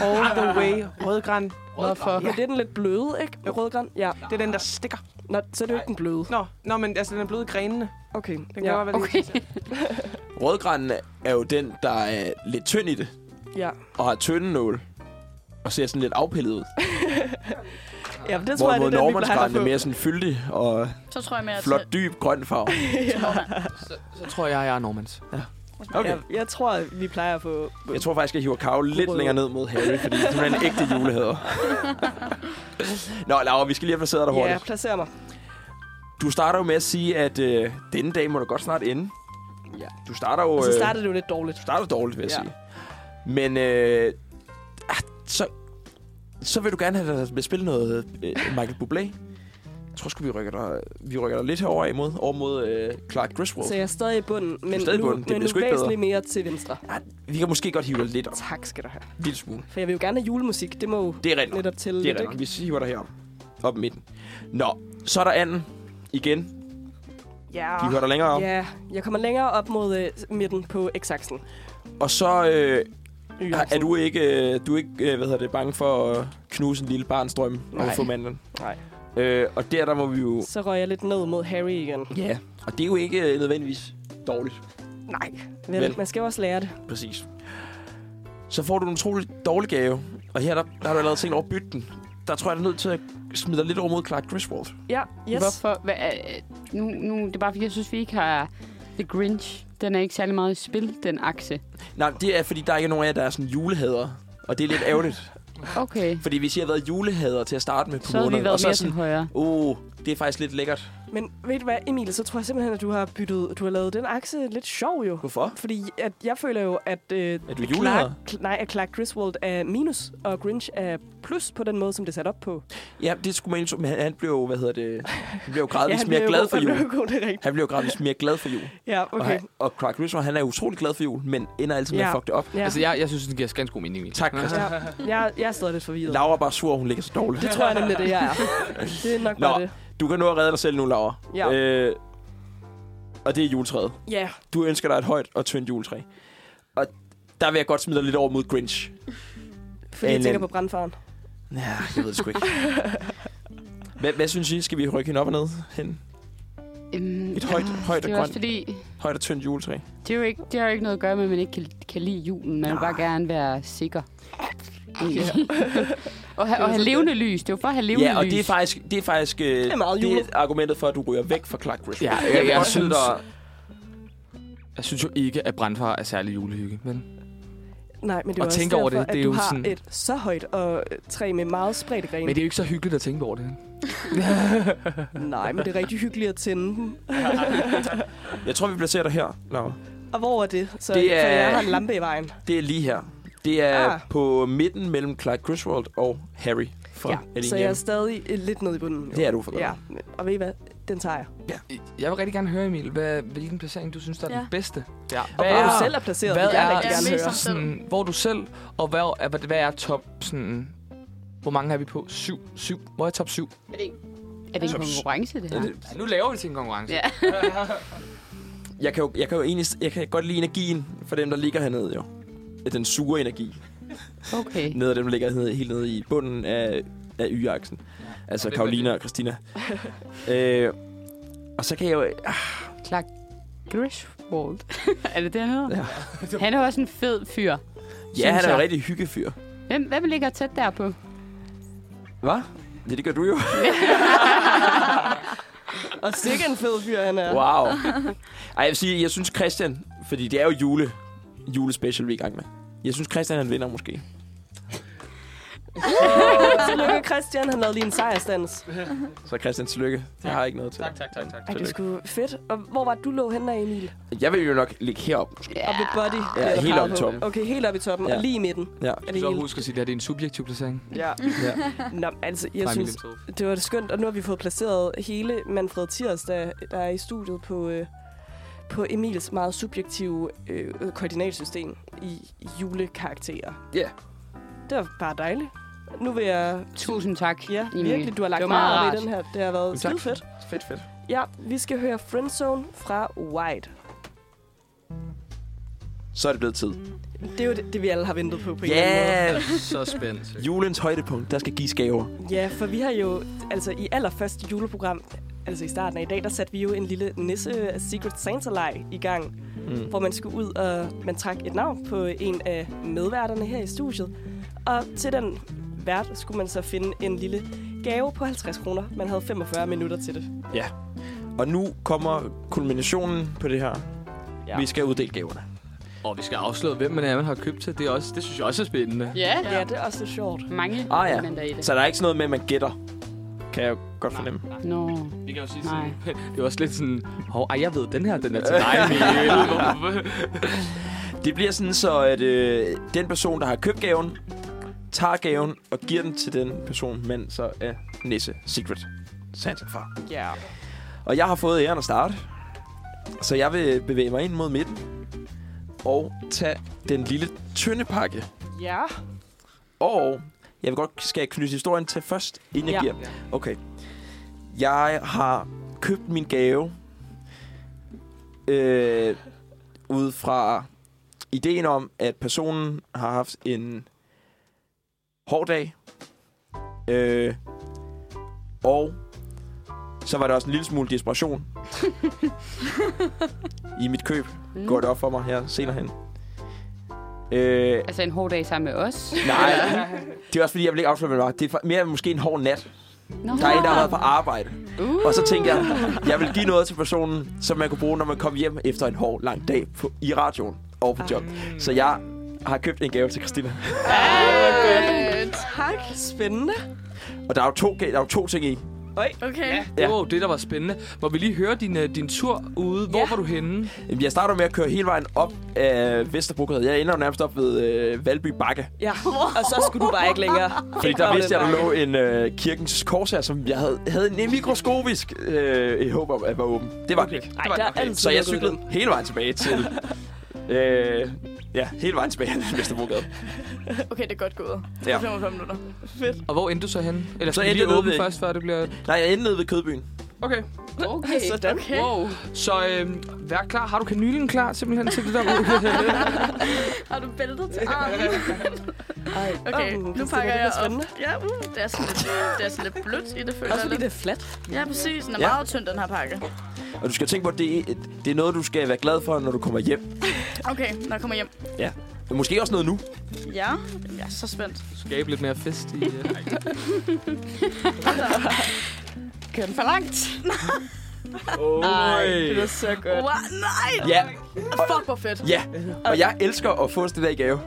All the way. Rødgran.
Hvorfor?
Men det er den lidt bløde, ikke? Jo. Rødgran? Ja.
Det er den, der stikker.
Nå, så er det jo ikke den bløde.
Nå, nå men altså, den er bløde grenene.
Okay.
Den
ja.
ja. kan godt være
Okay.
Rødgræn er jo den, der er lidt tynd i det.
Ja.
Og har tynde nål. Og ser sådan lidt afpillet ud.
ja, men det tror jeg, det
Hvorimod
er den, vi plejer at
nordmandsgræn
få.
er mere sådan fyldig og
Så tror jeg mere, at
flot dyb grøn farve.
Så, så tror jeg, jeg er Normans.
Okay.
Ja, jeg tror, vi plejer at få...
Jeg tror faktisk, jeg hiver Karo lidt
Rød.
længere ned mod Harry, fordi hun er en ægte julehader. Nå, Laura, vi skal lige have placeret dig
Ja,
hurtigt.
placer mig.
Du starter jo med at sige, at øh, denne dag må du godt snart ende. Ja. Du starter jo...
Og så
øh,
startede det jo lidt dårligt.
starter dårligt, vil jeg
Altså, Ja.
ja. sige. Men øh, ah, så, så vil du gerne have dig med at spille noget øh, Michael Bublé. Jeg tror sgu, vi rykker dig, vi rykker dig lidt herover imod, over mod øh, Clark Griswold.
Så jeg er stadig i bunden, men
stadig i
nu,
bunden. Det
men
bliver
nu
sgu ikke
væsentligt mere til venstre.
Ah, vi kan måske godt hive dig lidt op.
Tak skal du have.
En lille smule.
For jeg vil jo gerne have julemusik. Det må jo
Det er rent.
netop til
Det
lidt,
er rigtigt. Vi hiver dig herop. Op i midten. Nå, så er der anden. Igen.
Ja.
Vi hører dig længere op. Yeah.
Ah. Ja, jeg kommer længere op mod øh, midten på x-aksen.
Og så øh, har-
Y-aksen.
er du ikke, øh, du er ikke øh, hvad hedder det, bange for at knuse en lille barns drøm og
Nej.
få mandlen.
Nej.
Øh, og der, der må vi jo...
Så røg jeg lidt ned mod Harry igen.
Ja, og det er jo ikke øh, nødvendigvis dårligt.
Nej, vel,
Vel.
man skal jo også lære det.
Præcis. Så får du en utrolig dårlig gave, og her der, der har du allerede tænkt over bytten. Der tror jeg, du er nødt til at smide dig lidt over mod Clark Griswold.
Ja, yes.
Hvorfor? Hva, øh, nu, nu, det er bare fordi, jeg synes, vi ikke har The Grinch. Den er ikke særlig meget i spil, den akse.
Nej, det er, fordi der er ikke nogen af jer, der er sådan julehader. Og det er lidt ærgerligt,
Okay.
fordi hvis I har været julehader til at starte med på
Så havde vi
måneden, og
været
så er
mere til
sådan,
højre.
åh, oh, det er faktisk lidt lækkert.
Men ved du hvad, Emil, så tror jeg simpelthen, at du har byttet, du har lavet den akse lidt sjov jo.
Hvorfor?
Fordi at jeg føler jo, at, øh,
Er du
Clark,
julehader?
Cl- nej, at Clark Griswold er minus, og Grinch er plus på den måde, som det er sat op på.
Ja, det skulle man indtrykke, men han, han blev jo, hvad hedder det, han blev jo gradvist
han
mere
bliver jo god-
ligesom glad for
han bliver
jul.
jo god, det er rigtigt.
Han blev jo gradvist mere glad for jul.
Ja,
Og,
okay.
han, og Clark Griswold, han er jo utrolig glad for jul, men ender altid med
Ja.
at fuck det op.
Ja.
Altså, jeg, jeg synes, den giver ganske god mening.
Tak, Christian.
ja. Jeg, jeg er stadig lidt forvirret.
Altså, Laura er bare sur, og hun ligger så dårligt.
Det tror jeg nemlig, det jeg er. Det er nok
Nå.
bare det.
Du kan nå at redde dig selv nu, Laura.
Ja.
Øh, og det er juletræet.
Ja,
Du ønsker dig et højt og tyndt juletræ. Og der vil jeg godt smide dig lidt over mod Grinch.
fordi jeg
Ellen.
tænker på brandfaren.
Ja, jeg ved det sgu ikke. hvad, hvad synes I? Skal vi rykke hende op og ned? Hen?
Øhm,
Et højt-
ah,
højt og
det er
grønt.
også fordi,
Højt og tyndt juletræ.
det, er jo ikke, det har jo ikke noget at gøre med, at man ikke kan, kan lide julen. Man vil bare gerne være sikker. Ja. og, ha, og have levende lys. Det er jo for at have levende
Ja, og
lys.
det er faktisk, det er faktisk øh, det,
er meget
det er
julet.
argumentet for, at du ryger væk fra Clark Griswold.
Ja,
Jeg
jeg,
vil
jeg,
også
synes,
synes-
der... jeg synes jo ikke, at brandfar er særlig julehygge. Men...
Nej, men det er
Og
også
tænk
derfor,
over det,
at
det er
du
jo
har
sådan-
et så højt og øh, træ med meget spredte grene.
men det er jo ikke så hyggeligt at tænke over det.
Nej, men det er rigtig hyggeligt at tænde dem.
Jeg tror, vi placerer dig her, Laura.
Og hvor er det? Så,
Det
det er...
er-
For jeg har en lampe i vejen.
Det er lige her. Det er ah.
Ah.
på midten mellem Clark Griswold og Harry fra ja, Alene
så jeg er stadig øh, lidt nede i bunden. Jo.
Det er du for godt.
Ja, og ved I hvad? Den tager jeg.
Jeg vil rigtig gerne høre, Emil, hvad, hvilken placering du synes, der er ja.
Ja.
den bedste. Ja.
Og
Hvad
hvor
er,
du selv er placeret.
hvad
vil jeg
er,
rigtig gerne
Ja, mest
høre.
om-
sådan, hvor er du selv, og hvad er, hvad, hvad er top... Sådan, hvor mange er vi på? Syv? Syv? Hvor er top syv?
Er det en konkurrence, det her?
Ja, nu laver vi til en konkurrence.
Ja.
Jeg kan jo, jeg kan jo egentlig, jeg kan godt lide energien for dem, der ligger hernede jo. Den sure energi.
Okay.
Nede af dem, der ligger hernede, helt nede i bunden af, af y-aksen. Altså
Ja, det er
Karolina og Christina. øh, og så kan jeg jo... Ah,
Clark Griswold. er det det, han hedder?
Ja.
Ja. Han er jo også en fed fyr.
ja, han er jo
jeg.
en rigtig hyggefyr.
Hvem, hvem ligger tæt derpå?
Hvad? Det, det gør du jo.
Og sikke en fed fyr, han er.
Wow. Ej, jeg vil sige, jeg synes Christian, fordi det er jo jule, julespecial, vi er i gang med. Jeg synes, Christian han vinder måske.
Tillykke, Christian. Han lavede lige en sejrstans.
Så Christian, tillykke. Jeg har ikke noget til.
tak, tak, tak.
Ej, det er
Tillykke.
sgu fedt. Og hvor var det, du lå henne af, Emil?
Jeg vil jo nok ligge herop. måske.
Op ved body.
Ja,
eller
helt op i
parpo.
toppen.
Okay, helt op i toppen.
Ja.
Og lige i midten.
Ja.
Er
Du
det
så
hele?
husk at sige, at det her, det er en subjektiv placering.
Ja.
ja.
Nå, altså, jeg
Fra Emil
synes,
Emsted.
det var det skønt. Og nu har vi fået placeret hele Manfred Tiers, der, der er i studiet på, øh, på Emils meget subjektive øh, øh, koordinatsystem i julekarakterer.
Ja.
Det var bare dejligt. Nu vil jeg...
Tusind tak.
Ja,
Emil.
virkelig, du har
Det var
lagt
meget
meget arbejde i
rart.
den her. Det har været
tak.
skide fedt.
Fedt, fedt.
Ja, vi skal høre Friendzone fra White.
Så er det blevet tid.
Mm.
Det er jo det, det vi alle har ventet på på en eller anden måde.
Ja, yeah.
Så spændt.
julens højdepunkt. Der skal gives gaver.
Ja, for vi har jo, altså i allerførste juleprogram, altså i starten af i dag, der satte vi jo en lille nisse Secret Santa-leg i gang,
Mm.
hvor man skulle ud og man trak et navn på en af medværterne her i studiet. Og til den vært skulle man så finde en lille gave på 50 kroner. Man havde 45 minutter til det.
Og nu kommer kulminationen på det her. Ja.
Ja.
Vi skal uddele gaverne.
Og vi skal afsløre, hvem man er, man har købt til. Det, er også, det synes jeg også er spændende.
Ja,
Ja, det er også lidt sjovt.
mange
Ah, ja.
elementer i det.
Så der er ikke sådan noget med, at man gætter. Kan jeg jo godt fornemme.
Nå,
Vi kan jo sige
nej.
Det er også lidt sådan, hov, ej, jeg ved, den her, den er til dig, Emil. Hvorfor-
Det bliver sådan så, at øh, den person, der har købt gaven, tager gaven og giver den til den person, men så er Nisse Secret Santa far.
Ja.
Og jeg har fået æren at starte, så jeg vil bevæge mig ind mod midten og tage den lille tynde pakke.
Ja.
Og jeg vil godt, skal jeg knytte historien til først, inden jeg
Ja.
giver? Okay. Jeg har købt min gave øh, ud fra ideen om, at personen har haft en hård dag. Øh, og så var der også en lille smule desperation i mit køb.
Mm.
Går det op for mig her senere hen. Øh,
Altså en hård dag sammen med os.
Nej, det er også fordi, jeg vil ikke afsløre, hvad det var. Det er fa- mere måske en hård nat.
Nå.
Der er en, der har været på arbejde.
Uh.
Og så tænkte jeg, jeg vil give noget til personen, som man kunne bruge, når man kom hjem efter en hård, lang dag på, i radioen og på job. Så jeg har købt en gave til Christina.
Ej,
Tak. Spændende.
Og der er jo to, ga- der er jo to ting i.
Okay.
Ja.
Det var jo det, der var spændende. Må vi lige høre din, øh, din tur ude? Hvor
Ja.
var du henne?
Jamen, Jeg starter med at køre hele vejen op af Vesterbrogade. Jeg ender jo nærmest op ved øh, Valby Bakke.
Ja, og så skulle du bare ikke længere.
Fordi
Ikke
der
op
vidste jeg,
den
der
bakke.
lå en øh, kirkens korsager, som jeg havde, havde en mikroskopisk øh, håb om, at var åben. Det var okay. ikke.
Ej, der er altid
Så jeg
lukket
cyklede
den.
hele vejen tilbage til... øh, ja, hele vejen tilbage til Vesterbrogade.
Okay, det er godt gået. Det
Ja.
er 45 minutter.
Og hvor endte du så henne? Eller
Så
skal
endte
vi
jeg
lige
nede
åbne
ved-
først, før det bliver...
Nej, jeg endte nede ved Kødbyen.
Okay.
Okay.
Sådan.
Okay.
Wow.
Så øh, vær klar. Har du kanylen klar simpelthen til det der?
Har du bæltet til armen?
Ej,
Okay,
åh,
nu
Christina,
pakker
Mm, Uh, det
jeg
er
op.
spændende.
Ja, uh, det er sådan lidt, det er sådan lidt blødt i det, føler
Også
jeg
fordi det
lidt.
er fladt.
Ja, præcis. Den er
Ja.
meget tynd, den her pakke.
Og du skal tænke på, at det, er- det er noget, du skal være glad for, når du kommer hjem.
Okay, når jeg kommer hjem.
Men måske også noget nu.
Ja, Jamen, jeg er så spændt.
Skabe lidt mere fest i... øh, nej.
Kører den for langt?
Ej, det var så godt.
Wow, nej!
Ja,
Fuck, hvor fedt.
ja. Og jeg elsker at få sådan det der i gave.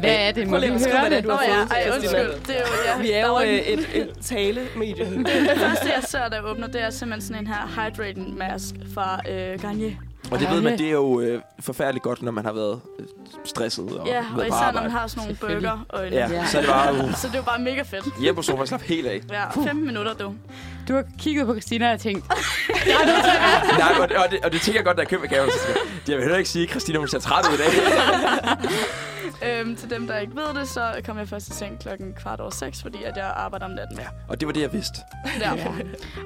Hvad er det? Må vi
lige at
høre
beskrive,
det?
hvad du
Nå
har
ja,
fået til
ej,
Christina.
undskyld. Det er jo, ja.
Vi er
Der
jo
var
øh,
en-
et, et talemedie.
Det første, jeg ser, der åbner, det er simpelthen sådan en her hydrating mask fra øh, Garnier.
Og det ved man, det er jo øh, forfærdeligt godt, når man har været øh, stresset og
Ja,
været
og
på
især når man
arbejde.
har sådan nogle
Selvfølgelig.
burger og en
Ja, så er det bare uh,
Så det er jo bare mega fedt.
hjem på sofaen slap helt af.
Ja, 15 minutter, du.
Du har kigget på Christina og tænkt,
Nej, og det, og, det, og det tænker jeg godt, da jeg køber gaven. Så skal, jeg- jeg vil heller ikke sige, at Christina hun ser træt ud i dag.
Øhm, til dem, der ikke ved det, så kom jeg først i seng klokken kvart over seks, fordi at jeg arbejder om natten.
Ja, og det var det, jeg vidste.
Der.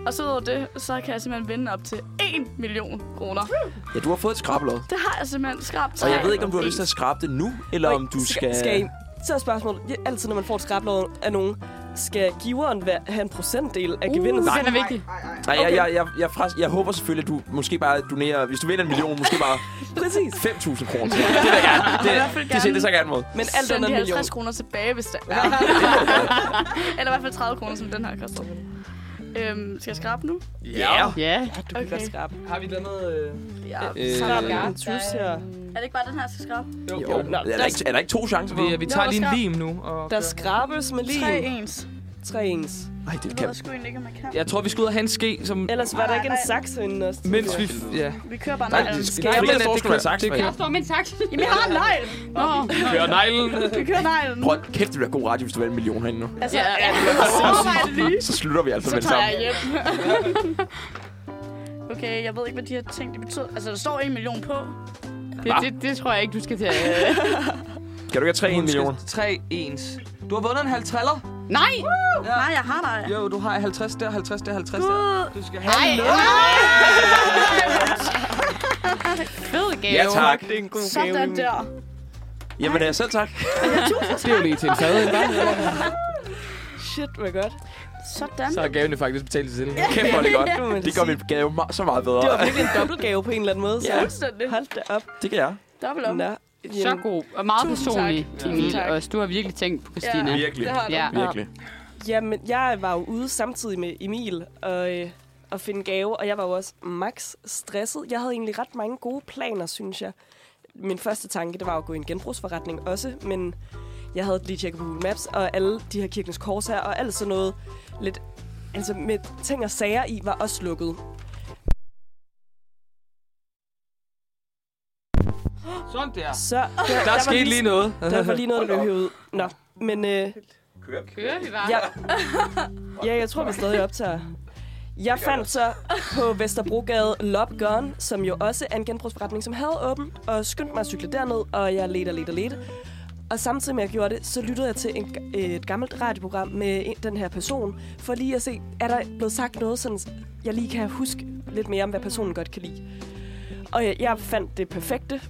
Og så udover det, så kan jeg simpelthen vinde op til 1 million kroner.
Ja, du har fået et skrablod.
Det har jeg simpelthen skrabt.
Og jeg ved ikke, om du har lyst til at skrabe det nu, eller om du skal...
skal I- så er spørgsmålet, ja, altid når man får et skrablån af nogen, skal giveren være, have en procentdel af
uh,
gevinsten?
den er vigtig.
Nej, jeg, jeg, jeg, jeg, fras, jeg håber selvfølgelig, at du måske bare donerer... Hvis du vinder en million, måske bare
Præcis.
5.000 kroner til mig. Det vil jeg gerne. Det,
hvert fald
det, det, det, det så gerne mod.
Men alt
Send
under
de
en million.
50 kroner tilbage, hvis det er. Eller i hvert fald 30 kroner, som den her koster. Øhm, skal jeg skrabe nu?
Ja.
Ja.
Du kan godt skrabe.
Har vi et eller andet... Øh...
Ja,
Øh,
så er det.
En tus her.
Er det ikke bare den her, jeg skal skrabe?
Jo. Er der, ikke, er der ikke to chancer for?
Vi, vi tager
Nå,
lige en
skarp.
lim nu. Og
Der skrabes med
Tre
lige
ens.
tre ens.
Nej, det
Jeg
kan...
ved sgu egentlig ikke, om jeg kan.
Jeg tror, vi skal ud og have en ske, som...
Ellers var der ikke en sakse inden os.
Mens vi... Ja.
Vi kører bare
Nej,
neglen.
det skal
Nej,
jeg
men
mener,
det-
det
det
skulle være
kan-
sagt.
det kan-
Jeg står med en saks.
Jamen, jeg har en negl.
Nå,
Kører neglen. øh,
Vi kører neglen.
Prøv, kæft, det bliver god radio, hvis du vandt en million herinde nu.
Altså,
Ja,
ja,
ja.
ja. overvej det lige.
Så slutter vi altså
Så
med det
tager
samme.
jeg hjem. Okay, jeg ved ikke, hvad de her ting de betyder. Altså, der står en million på.
det, det, det tror jeg ikke, du skal til at...
Kan du ikke have tre en million?
Tre ens. Du har vundet en halv triller.
Nej!
Nej, jeg har dig.
Jo, du har 50 der, 50 der, 50 der. Du skal have
Nej!
en
Fed gave.
Ja, tak.
Det er en god gave.
Sådan der.
Jamen, ja, selv tak.
Det er jo lige til en fad, ikke?
Shit, hvor godt.
Sådan.
Så er gaven jo faktisk betalt sig selv.
Kæft, hvor er det godt.
Det må man
Det
sige.
gør min gave ma- så meget bedre.
Det var virkelig en dobbeltgave på en eller anden måde. Så
Fuldstændig.
hold da op.
Det kan jeg.
Dobbelt op.
Nå,
Så
jamen,
god og meget
Tusind
personlig,
tak. Tusind
Emil.
tak.
Også. Du har virkelig tænkt på Christina.
Ja.
Virkelig.
Det har du.
Ja.
Virkelig.
jamen, jeg var jo ude samtidig med Emil og, øh, og finde gave, og jeg var jo også max stresset. Jeg havde egentlig ret mange gode planer, synes jeg. Min første tanke, det var jo at gå i en genbrugsforretning også, men jeg havde lige tjekket på Google Maps, og alle de her kirkens kors her, og alt sådan noget lidt, altså med ting og sager i, var også lukket.
Sådan der.
Så der, der,
Der
var
skete lige noget.
Der var lige noget, der blev hævet ud. Nå, men øh,
Kører vi bare?
Ja. ja, jeg tror, vi stadig optager. Jeg fandt så på Vesterbrogade Lop Gun, som jo også er en genbrugsforretning, som havde åbent, og skyndte mig at cykle derned, og jeg ledte og ledte og ledte. Og samtidig med, at jeg gjorde det, så lyttede jeg til en, et gammelt radioprogram med en- den her person, for lige at se, er der blevet sagt noget, sådan jeg lige kan huske lidt mere om, hvad personen godt kan lide. Og jeg, jeg fandt det perfekte,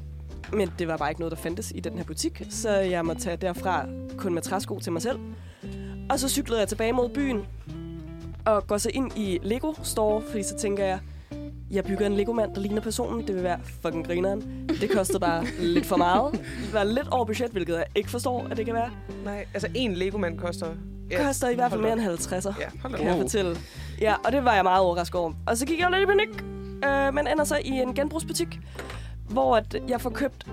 men det var bare ikke noget, der fandtes i den her butik, så jeg måtte tage derfra kun med træsko til mig selv. Og så cyklede jeg tilbage mod byen og går så ind i Lego Store, fordi så tænker jeg, jeg bygger en Lego-mand, der ligner personen. Det vil være fucking grineren. Det kostede bare lidt for meget. Det var lidt over budget, hvilket jeg ikke forstår, at det kan være.
Nej, altså en Lego-mand koster...
Det koster i hvert fald mere end 50'er,
Ja, hold da
kan jeg
op.
fortælle. Ja, og det var jeg meget overrasket over. Og så gik jeg jo lidt i panik, øh, men ender så i en genbrugsbutik, hvor at jeg får købt...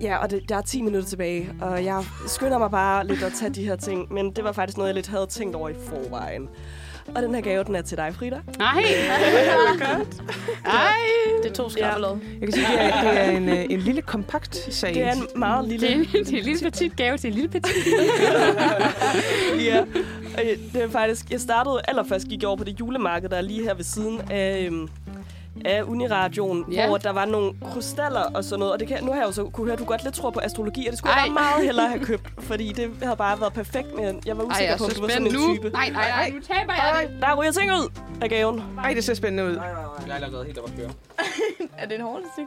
Ja, og det, der er 10 minutter tilbage, og jeg skynder mig bare lidt at tage de her ting. Men det var faktisk noget, jeg lidt havde tænkt over i forvejen. Og den her gave, den er til dig, Frida.
Nej! Nej!
Det er to skrabbelod.
Jeg kan sige, det er, det er en, øh, en lille kompakt sag.
Det er en meget lille...
Det er, det er en lille petit gave til en lille petit.
ja. Og jeg- Det er faktisk, jeg startede allerførst gik jeg over på det julemarked, der er lige her ved siden af, øhm, af Uniradioen,
Ja.
ja. hvor der var nogle krystaller og sådan noget. Og det kan, nu har jeg jo så kunne høre, at du godt lidt tror på astrologi, og det skulle
Ej.
jeg bare meget hellere have købt, fordi det havde bare været perfekt, men jeg var
Ej,
usikker
jeg er
på,
så
at du var sådan
spændt
en
nu.
type.
Nej, nej, nej, nu taber jeg det.
Der ryger ting ud af gaven.
Ej, det ser spændende ud.
Jeg er allerede helt op at køre.
Er det en hårlestik?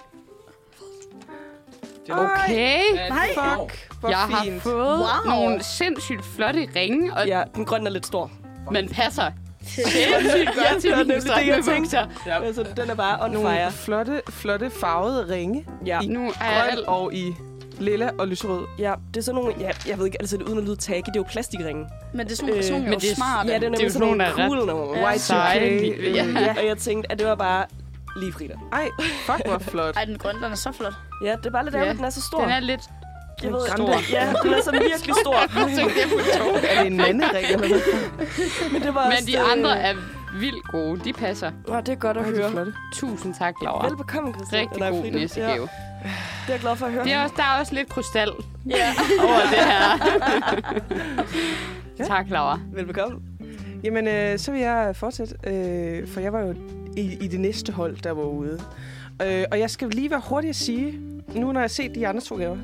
Okay.
Nej.
Fuck, hvor
Jeg har
fint.
fået
Wow.
nogle sindssygt flotte ringe, og
Ja, den grønne er lidt stor.
man passer Sindssygt
Ja,
godt til
det var
min
nemlig det, jeg tænkte.
strømpebukser.
Altså, den er bare on
Nogle
fire.
flotte, flotte farvede ringe.
Ja.
Nu er jeg
Grøn
alt
og i lilla og lyserød.
ja, det er sådan nogle... Ja, jeg ved ikke, altså uden at lyde taggy, det er jo plastikringe.
Men det er sådan nogle
Øh,
øh, personer,
men
men
det er-
smart.
Ja, det er
jo
nemlig sådan
sådan
nogle
nogle, der er
cool nogle.
Ja.
White
Sejlige.
øh,
Ja.
ja. Og jeg tænkte, at det var bare lige Frida.
Ej, fuck hvor flot.
Ej, den grønne, den er så flot.
Ja, det er bare lidt
Ja.
ærgerligt, at den er så stor.
Den er lidt...
jeg ved,
stor.
Ja, den er sådan virkelig stor.
Er det en mandering eller hvad?
Men, det var
Men
også,
de
øh,
andre er vildt gode. De passer.
Nå, det er godt at
Ej, de er
høre.
flotte.
Tusind tak, Laura.
Velbekomme, Christian.
Rigtig
Eller
god
Frida.
næsegave.
Ja, det er jeg glad for at høre.
Det er også, der er også lidt krystal
Ja.
over det her. tak, Laura.
Velbekomme.
Jamen, øh, så vil jeg fortsætte, øh, for jeg var jo i, i det næste hold, der var ude. Øh, og jeg skal lige være hurtig at sige, nu når jeg har set de andre to gaver.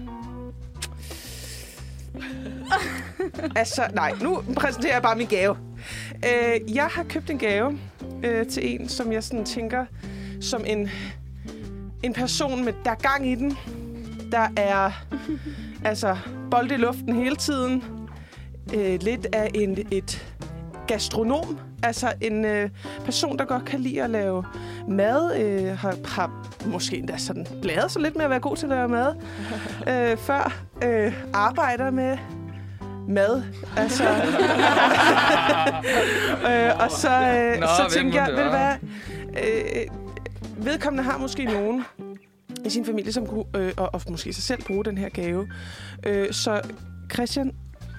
altså, nej, nu præsenterer jeg bare min gave. Øh, jeg har købt en gave øh, til en, som jeg sådan tænker, som en, en person, med, der er gang i den. Der er altså bold i luften hele tiden. Øh, lidt af en, et gastronom, altså en øh, person, der godt kan lide at lave mad, øh, har, har måske endda sådan blæret sig lidt med at være god til at lave mad, øh, før øh, arbejder med mad. Altså, øh, og så,
Nå,
øh, Nå, så
hvem
tænker
mon
jeg,
det
ved du
var?
hvad, øh, vedkommende har måske nogen i sin familie, som kunne, øh, og, og måske sig selv bruge den her gave. Øh, så Christian,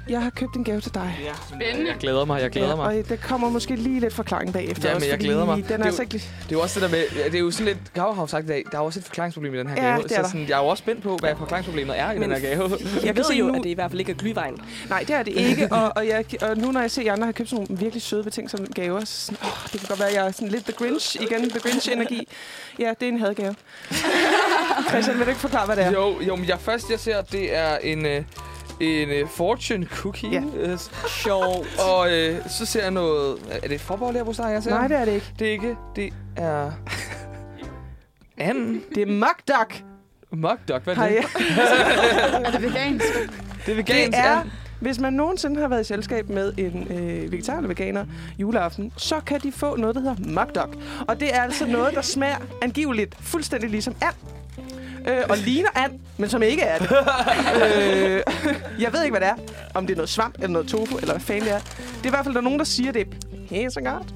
jeg har købt en gave til dig.
Spændende.
Jeg glæder mig, jeg glæder mig.
Ja, og der kommer måske lige lidt forklaring bagefter.
Jamen,
også,
jeg
fordi
glæder mig.
Den
Det
er
er
altså
jo-
ikke...
Det er jo også det der med, ja, det er jo sådan lidt, Gav har jo sagt i dag, der er jo også et forklaringsproblem i den her
Ja,
gave.
det er
så
der.
sådan, jeg er jo også spændt på, hvad forklaringsproblemet er i den her gave.
Jeg
kan
ved
se
jo,
nu-
at det i hvert fald ikke er glyvejen.
Nej, det er det ikke. og, og, jeg, og nu når jeg ser, at I andre har købt sådan nogle virkelig søde betingsomme gaver, så sådan, åh, det kan godt være, at jeg er sådan lidt The Grinch. Igen, The Grinch-energi. Ja, det er en hadgave. Christian, vil du ikke forklare, hvad det er?
Jo, jo, men jeg først, jeg ser, at det er en, øh, en øh, fortune cookie.
Ja.
Øh,
Sjov.
og øh, så ser jeg noget... Er det forborg på jeg ser?
Nej, det er det ikke.
det er ikke. Det er... Anden.
Det er Magdak.
Mug duck, hvad
Har
er det?
jeg.
Er det vegansk?
Det er vegansk.
Det er, hvis man nogensinde har været i selskab med en øh, vegetar eller veganer juleaften, så kan de få noget, der hedder mukdok. Og det er altså noget, der smager angiveligt fuldstændig ligesom and. Øh, og ligner and, men som ikke er det. øh, jeg ved ikke, hvad det er. Om det er noget svamp eller noget tofu, eller hvad fanden det er. Det er i hvert fald, der er nogen, der siger, det er pisse godt.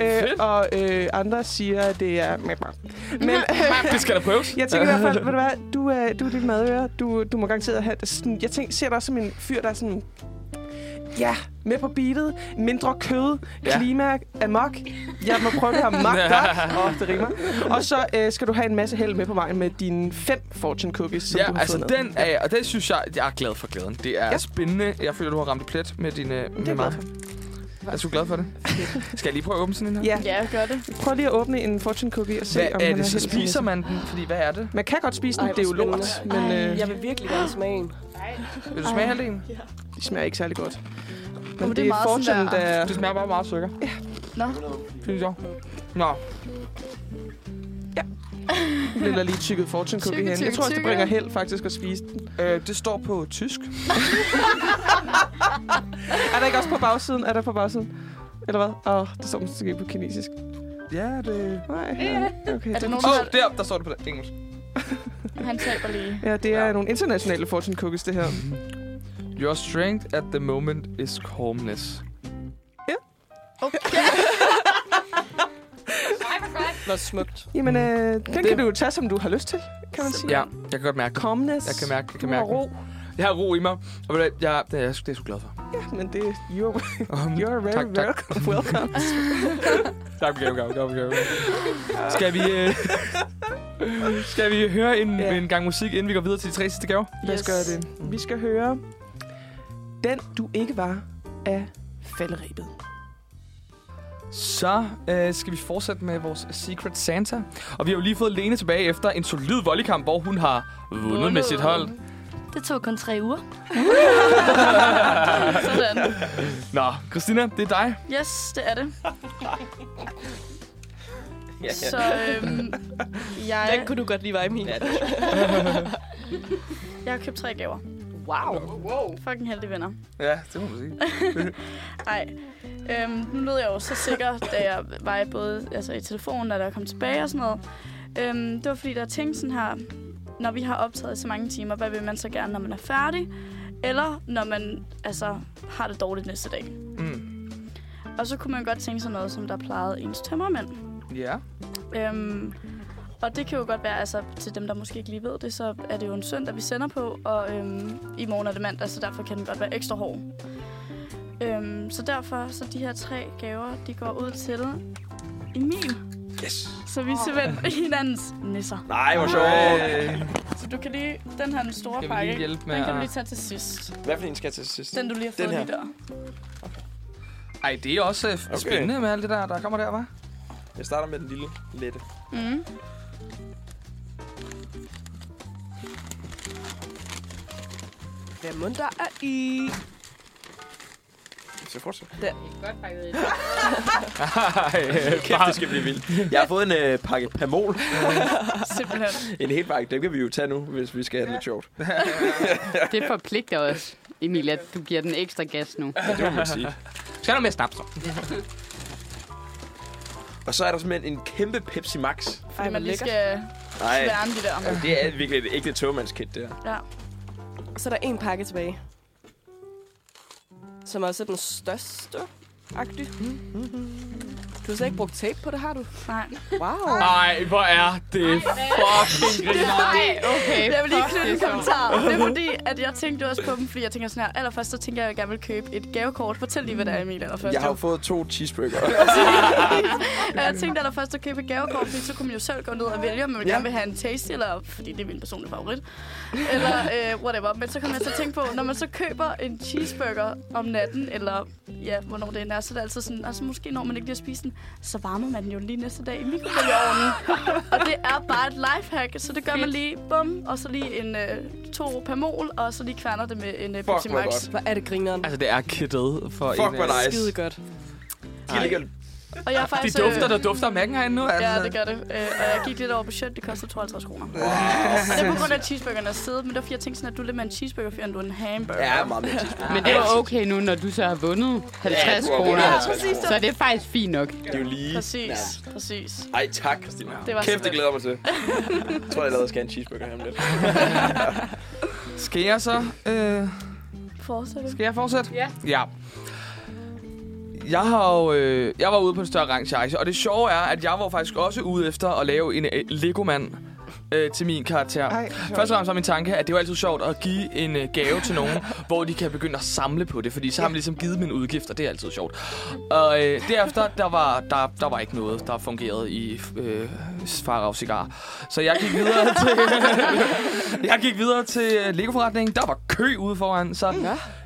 Øh, og øh, andre siger, at det er... Men,
Det skal der prøves.
jeg tænker i hvert fald, ved du hvad, du er, du er lidt madøre. Du, du må garanteret have det sådan, Jeg tænker, ser dig også som en fyr, der er sådan... Ja, med på beatet. Mindre kød.
Ja.
Ja. Klima. Amok. Jeg må prøve det her magt der. Åh, det rimer. Og så øh, skal du have en masse held med på vejen med dine fem fortune cookies, som du
Ja,
har
altså
fundet.
den er, og den synes jeg, jeg er glad for glæden. Det er ja.
Ja.
spændende. Jeg føler, du har ramt i plet med din øh, med
er jeg
mig.
glad
Er du glad for det? Skal jeg lige prøve at åbne sådan en her?
Ja,
Ja, gør det.
prøv lige at åbne en fortune cookie og se, om
Hvad er det?
man har
Så
held.
spiser man den, fordi hvad er det?
Man kan godt spise den,
Ej,
det er jo
hvor
lort, men øh,
Jeg vil virkelig gerne smage en.
Vil du smage halvdelen?
det smager ikke særlig godt.
det er
Men det er
meget sådan
fortune,
der-
der...
Det smager bare meget sukker. Ja.
Nå.
Synes jeg. Nå.
eller lige tykket fortune cookie
Tykke,
hen. Jeg
tykke,
tror også, det
tykke.
bringer held faktisk at spise den.
Øh, det står på tysk.
Er der ikke også på bagsiden? Er der på bagsiden? Eller hvad? Åh, oh, det står måske på kinesisk.
Ja, det...
Nej, ja, okay.
Er der nogen,
Åh,
der...
oh, der, der står det på det. engelsk.
Han taber lige.
Ja, det er
Ja.
ja. nogle internationale fortune cookies, det her.
Your strength at the moment is calmness.
Nå, smukt.
Jamen, øh, den det... kan du jo tage, som du har lyst til, kan man sige.
Ja, jeg kan godt mærke det.
Calmness.
Jeg kan mærke, jeg kan
Du har
mærke.
ro.
Jeg har ro i mig. Og ved du hvad, jeg, det er jeg, sgu- det er jeg sgu glad for.
Ja, men det you're,
Um,
you're very
Tak,
Mm-hmm. tak,
tak.
welcome. welcome.
Tak, okay, okay, okay, okay, okay. Skal vi... Øh, skal vi høre en,
Ja.
yeah. en gang musik, inden vi går videre til de tre sidste gaver?
Lad os gøre det. Vi skal høre Den, du ikke var af falderibet.
Så øh, skal vi fortsætte med vores Secret Santa. Og vi har jo lige fået Lene tilbage efter en solid volleykamp, hvor hun har vundet, vundet. med sit hold.
Det tog kun tre uger.
Sådan.
Nå, Christina, det er dig.
Yes, det er det. Så øhm, jeg,
Den kunne du godt lide, var i min.
jeg har købt tre gaver.
Wow.
Fucking heldige venner.
Ja, det må man sige.
Nej. Øhm, nu lød jeg jo så sikker, da jeg var i både altså i telefonen, og da jeg kom tilbage og sådan noget. Øhm, det var fordi, der tænkte sådan her, når vi har optaget i så mange timer, hvad vil man så gerne, når man er færdig? Eller når man altså, har det dårligt næste dag.
Mm.
Og så kunne man godt tænke sig noget, som der plejede ens tømmermænd.
Ja.
Øhm, og det kan jo godt være, altså til dem, der måske ikke lige ved det, så er det jo en søndag, vi sender på, og øhm, i morgen er det mandag, så derfor kan den godt være ekstra hård. Øhm, så derfor, så de her tre gaver, de går ud til Emil.
Yes.
Så vi er simpelthen hinandens nisser.
Nej, hvor
Øh,
Så du kan lige, den her den store
Skal vi
pakke,
lige hjælpe med
den kan du
at-
lige tage til sidst.
Hvad for en skal jeg til sidst?
Den, du lige har fået
her.
lige der. Mm.
Ej, det er også øh,
Okay.
spændende med alt det der, der kommer der, hva'?
Jeg starter med den lille lette.
Mm.
Hvad må der er i?
Så fortsæt.
Godt pakket ind.
øh,
Kæft, det skal blive vildt. Jeg har fået en øh, pakke Pamol.
Simpelthen.
En hel pakke. Dem kan vi jo tage nu, hvis vi skal have det lidt sjovt.
Det forpligter os, Emilie, at du giver den ekstra gas nu.
Ja, det må man sige.
Skal der med snaps, så?
Og så er der simpelthen en kæmpe Pepsi Max.
Fordi man lige skal
Nej,
værne de der.
det er virkelig et ægte togmandskit, det her.
Ja.
Så er der en pakke tilbage. Som også er den største. Agtig. Du har slet ikke brugt tape på det, har du?
Nej.
Wow.
Ej, hvor er det fucking griner.
Nej, okay.
Jeg vil lige
fuck,
knytte en
det er sjovt.
kommentar. Det er fordi, at jeg tænkte også på dem, fordi jeg tænker sådan her, allerførst så tænker jeg, at jeg gerne vil købe et gavekort. Fortæl lige, hvad det er, Emil, allerførst.
Jeg har jo fået to cheeseburger.
Og jeg tænkte allerførst at købe et gavekort, fordi så kunne man jo selv gå ned og vælge, om man
Ja.
ja. gerne vil have en tasty, eller fordi det er min personlige favorit, eller øh, whatever. Men så kom jeg til at tænke på, når man så køber en cheeseburger om natten, eller ja, hvornår det end er, så er det altid sådan, altså måske når man ikke lige har spist den, så varmer man den jo lige næste dag i mikrobølgeovnen. og det er bare et lifehack, så det gør man lige, bum, og så lige en øh, to pamol, og så lige kværner det med en øh, Pepsi
hvor
Max.
godt.
Hvor er det grineren?
Altså, det er kittet for
Fuck,
en...
hvor
øh,
nice.
Skide godt.
De ligger
Og jeg er
De
faktisk... øh,
dufter, der dufter af mækken herinde nu, altså.
Altså- Ja, det gør det. Øh, og jeg gik lidt over budget. Det kostede 52 kroner. Wow. Det er på grund af cheeseburgerne er stedet, men det var fordi, jeg tænkte sådan, at du er lidt mere en cheeseburger, end du er en hamburger.
Ja, meget mere cheeseburger.
Men det var okay nu, når du så har vundet 50
du har
kroner.
vundet
Ja, præcis.
Så det er faktisk fint nok.
Det er jo lige...
Præcis, præcis.
Ej, tak, Christina.
Det var
Kæft,
så
det glæder jeg mig til. Jeg tror, jeg allerede skal have en cheeseburger her om lidt.
Skal jeg så... Øh,
Fortsæt.
skal jeg fortsætte?
Ja.
Ja. Jeg, har jo, øh, jeg var ude på en større arrangement, og det sjove er, at jeg var faktisk også ude efter at lave en øh, legomand øh, til min karakter.
Ej,
Først og fremmest var min tanke, at det var altid sjovt at give en øh, gave til nogen, hvor de kan begynde at samle på det, fordi så har man ligesom givet min udgift, og det er altid sjovt. Og øh, derefter, der var, der, der var ikke noget, der fungerede i øh, Farag Cigar. Så jeg gik videre til, jeg gik videre til øh, Lego-forretningen. Der var kø ude foran, så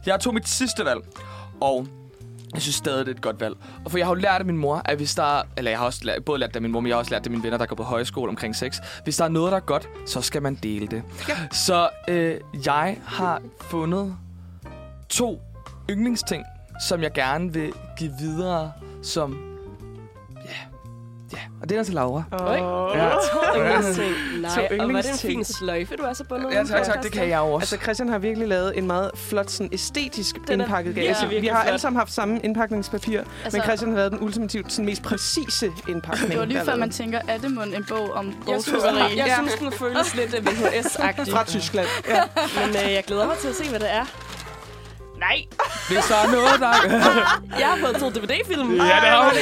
jeg tog mit sidste valg. Og jeg synes stadig, det er et godt valg. Og for jeg har jo lært af min mor, at hvis der... Eller jeg har også lært, både lært det af min mor, men jeg har også lært det af mine venner, der går på højskole omkring sex. Hvis der er noget, der er godt, så skal man dele det. Ja. Så øh, jeg har fundet to yndlingsting, som jeg gerne vil give videre som... Ja, ja. Og det er til Laura.
Åh.
Ja.
Yndlingsting.
To
Nej, og var det en
yndlingsting.
fin sløjfe, du er så bundet
Ja, tak, tak. Det kan jeg jo også.
Altså, Christian har virkelig lavet en meget flot, sådan æstetisk
Den er
indpakket gave.
virkelig
Altså, vi
virkelig
har
flot.
alle sammen haft samme indpakningspapir, altså, men Christian har lavet den ultimativt sådan, mest præcise indpakning.
det var lige
der er
før, man
lavet.
tænker, er det mon en bog om
Jeg synes,
bogtrykkeri?
jeg synes, den føles lidt VHS-agtig.
Fra Tyskland. Ja.
Men øh, jeg glæder mig til at se, hvad det er.
Nej.
Hvis der er noget, der...
Jeg har fået to DVD-film.
ja, det har det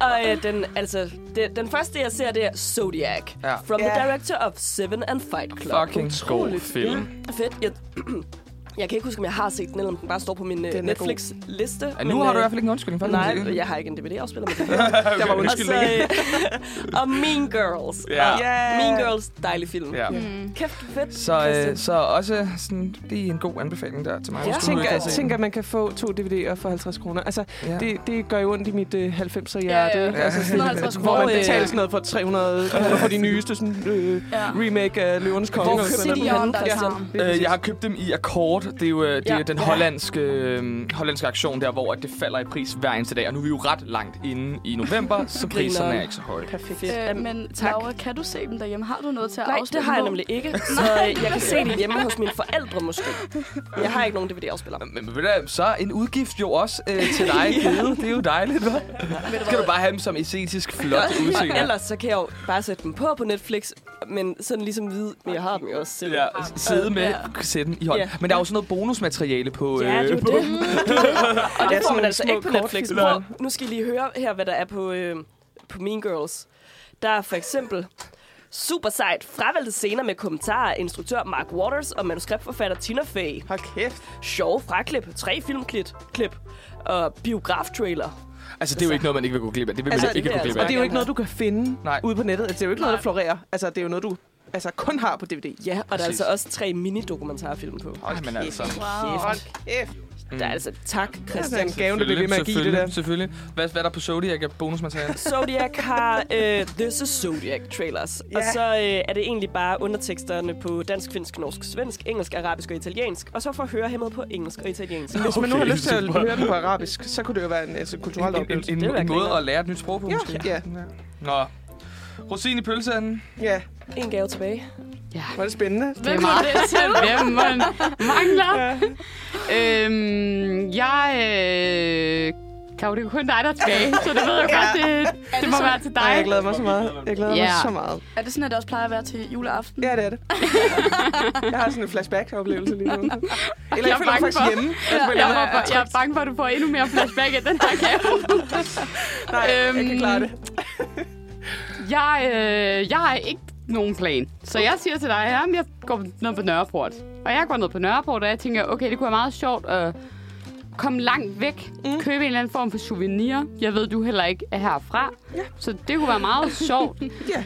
Og øh, den, altså, det, den første, jeg ser, det er Zodiac.
Ja.
From
Ja.
the director of Seven and Fight Club.
Fucking god film.
Fedt. Jeg, jeg kan ikke huske, om jeg har set den, eller om den bare står på min
Den er
øh, Netflix-liste. øh,
Ja, nu har du i hvert fald ikke en undskyldning for det. kan man
Nej,
sige.
jeg har ikke en DVD-afspiller, men det er
Der var
Og, så,
undskyldning.
øh, og Mean Girls.
Ja.
Og Mean Girls, dejlig film.
Ja.
Kæft, fedt.
Så, øh,
Christian.
så også sådan, det er en god anbefaling der til mig.
Ja.
hvis du
Tænk,
ikke har
at,
set
tænk,
den.
at man kan få to DVD'er for 50 kroner. Altså,
Ja.
det, det gør jo ondt i mit øh, 90'er hjerte.
Ja, ja.
ikke? Altså, sådan,
150
hvor man
kroner.
betaler sådan noget for 300 kroner for de nyeste sådan, øh,
Ja.
remake af Løvernes Konge.
Hvor
og sådan
købte
noget.
de henne,
Ja.
Christian?
Lige
Øh,
præcis.
jeg har købt dem i akkord, Det er jo øh, det er
Ja.
den
Ja.
hollandske, øh, hollandske aktion der, hvor at det falder i pris hver eneste dag. Og nu er vi jo ret langt inde i november, så priserne er ikke så høje.
Perfekt.
Øh,
Øhm,
men
tak.
Laura, kan du se dem derhjemme? Har du noget til at
Nej,
afspille
det har jeg
på?
nemlig ikke, så øh, jeg kan se det hjemme hos mine forældre måske. Jeg har ikke nogen DVD-afspiller.
Men ved du, hvad, så er en udgift jo også øh, til dig givet. Det er jo dejligt, hva'? Skal du bare have dem som æstetisk flot udseende.
Ellers så kan jeg jo bare sætte dem på på Netflix, men sådan ligesom vide, men jeg har dem jo også selv.
Ja, sidde med kassetten i hånden.
Ja.
Men der er jo sådan noget bonusmateriale på... øh,
Ja, det er jo
på
det. Og det får man altså
små
ikke på Netflix.
kortfilm.
Prøv, nu skal I lige høre her, hvad der er på, øh, på Mean Girls. Der er for eksempel super sejt fravalgte scener med kommentarer af instruktør Mark Waters og manuskriptforfatter Tina Fey.
Hold kæft.
Sjove fraklip, tre filmklip klip, og biograftrailer.
Altså, det er jo ikke noget, man ikke vil gå glip af. Det vil man
Altså,
ikke
det
gå
er
glip
altså-
Og det er
af.
jo ikke noget, du kan finde
Nej.
Nej. ude på nettet. Altså, det er jo ikke noget, der florerer. Altså, det er jo noget, du altså, kun har på DVD.
Ja, og der er
Præcis.
altså også tre mini-dokumentarfilm på.
Ej, men altså.
Wow.
Kæft.
Mm.
Der er altså tak,
Det er
Christian.
en gave, du bliver ved med at give det
selvfølgelig,
der.
selvfølgelig. Hvad, hvad er der på Zodiac af bonusmateriale?
Zodiac har uh, This is Zodiac trailers. Yeah. Og
Ja.
så uh, er det egentlig bare underteksterne på dansk, finsk, norsk, svensk, engelsk, arabisk og italiensk. Og så får hørehæmmet på engelsk og italiensk.
Hvis man nu har lyst til at høre den på arabisk, så kunne det jo være en altså, kulturel
en, en,
oplevelse.
en,
Det vil
en,
jeg
en måde
glæde.
at lære et nyt sprog på,
Ja,
måske.
ja.
Nå. Rosin i pølseanden.
ja.
En gave tilbage.
Var det spændende?
Det er meget det til. Hvem man mangler.
Ja.
Øhm, jeg... Øh, kan jo, det er jo kun dig, der er tilbage, så det ved jeg godt, det, det, må være til
Ej, jeg
dig.
glæder mig så meget. Jeg glæder
Ja.
mig så meget.
Er det sådan, at det også plejer at være til juleaften?
Ja, det er det. Jeg har sådan en flashback-oplevelse lige nu. Eller jeg,
er
føler mig
bange
faktisk
for-
hjemme. Altså,
Jeg,
føler
jeg,
mig
var, jeg er bange for, at du får endnu mere flashback af den her gave.
Nej, jeg kan
Øhm,
klare det.
Jeg, øh, jeg har ikke nogen plan. Så jeg siger til dig, at jeg går ned på Nørreport. Og jeg går ned på Nørreport, og jeg tænker, okay, det kunne være meget sjovt at komme langt væk. Mm. Købe en eller anden form for souvenir. Jeg ved, du heller ikke er herfra. Ja. Så det kunne være meget sjovt.
Ja.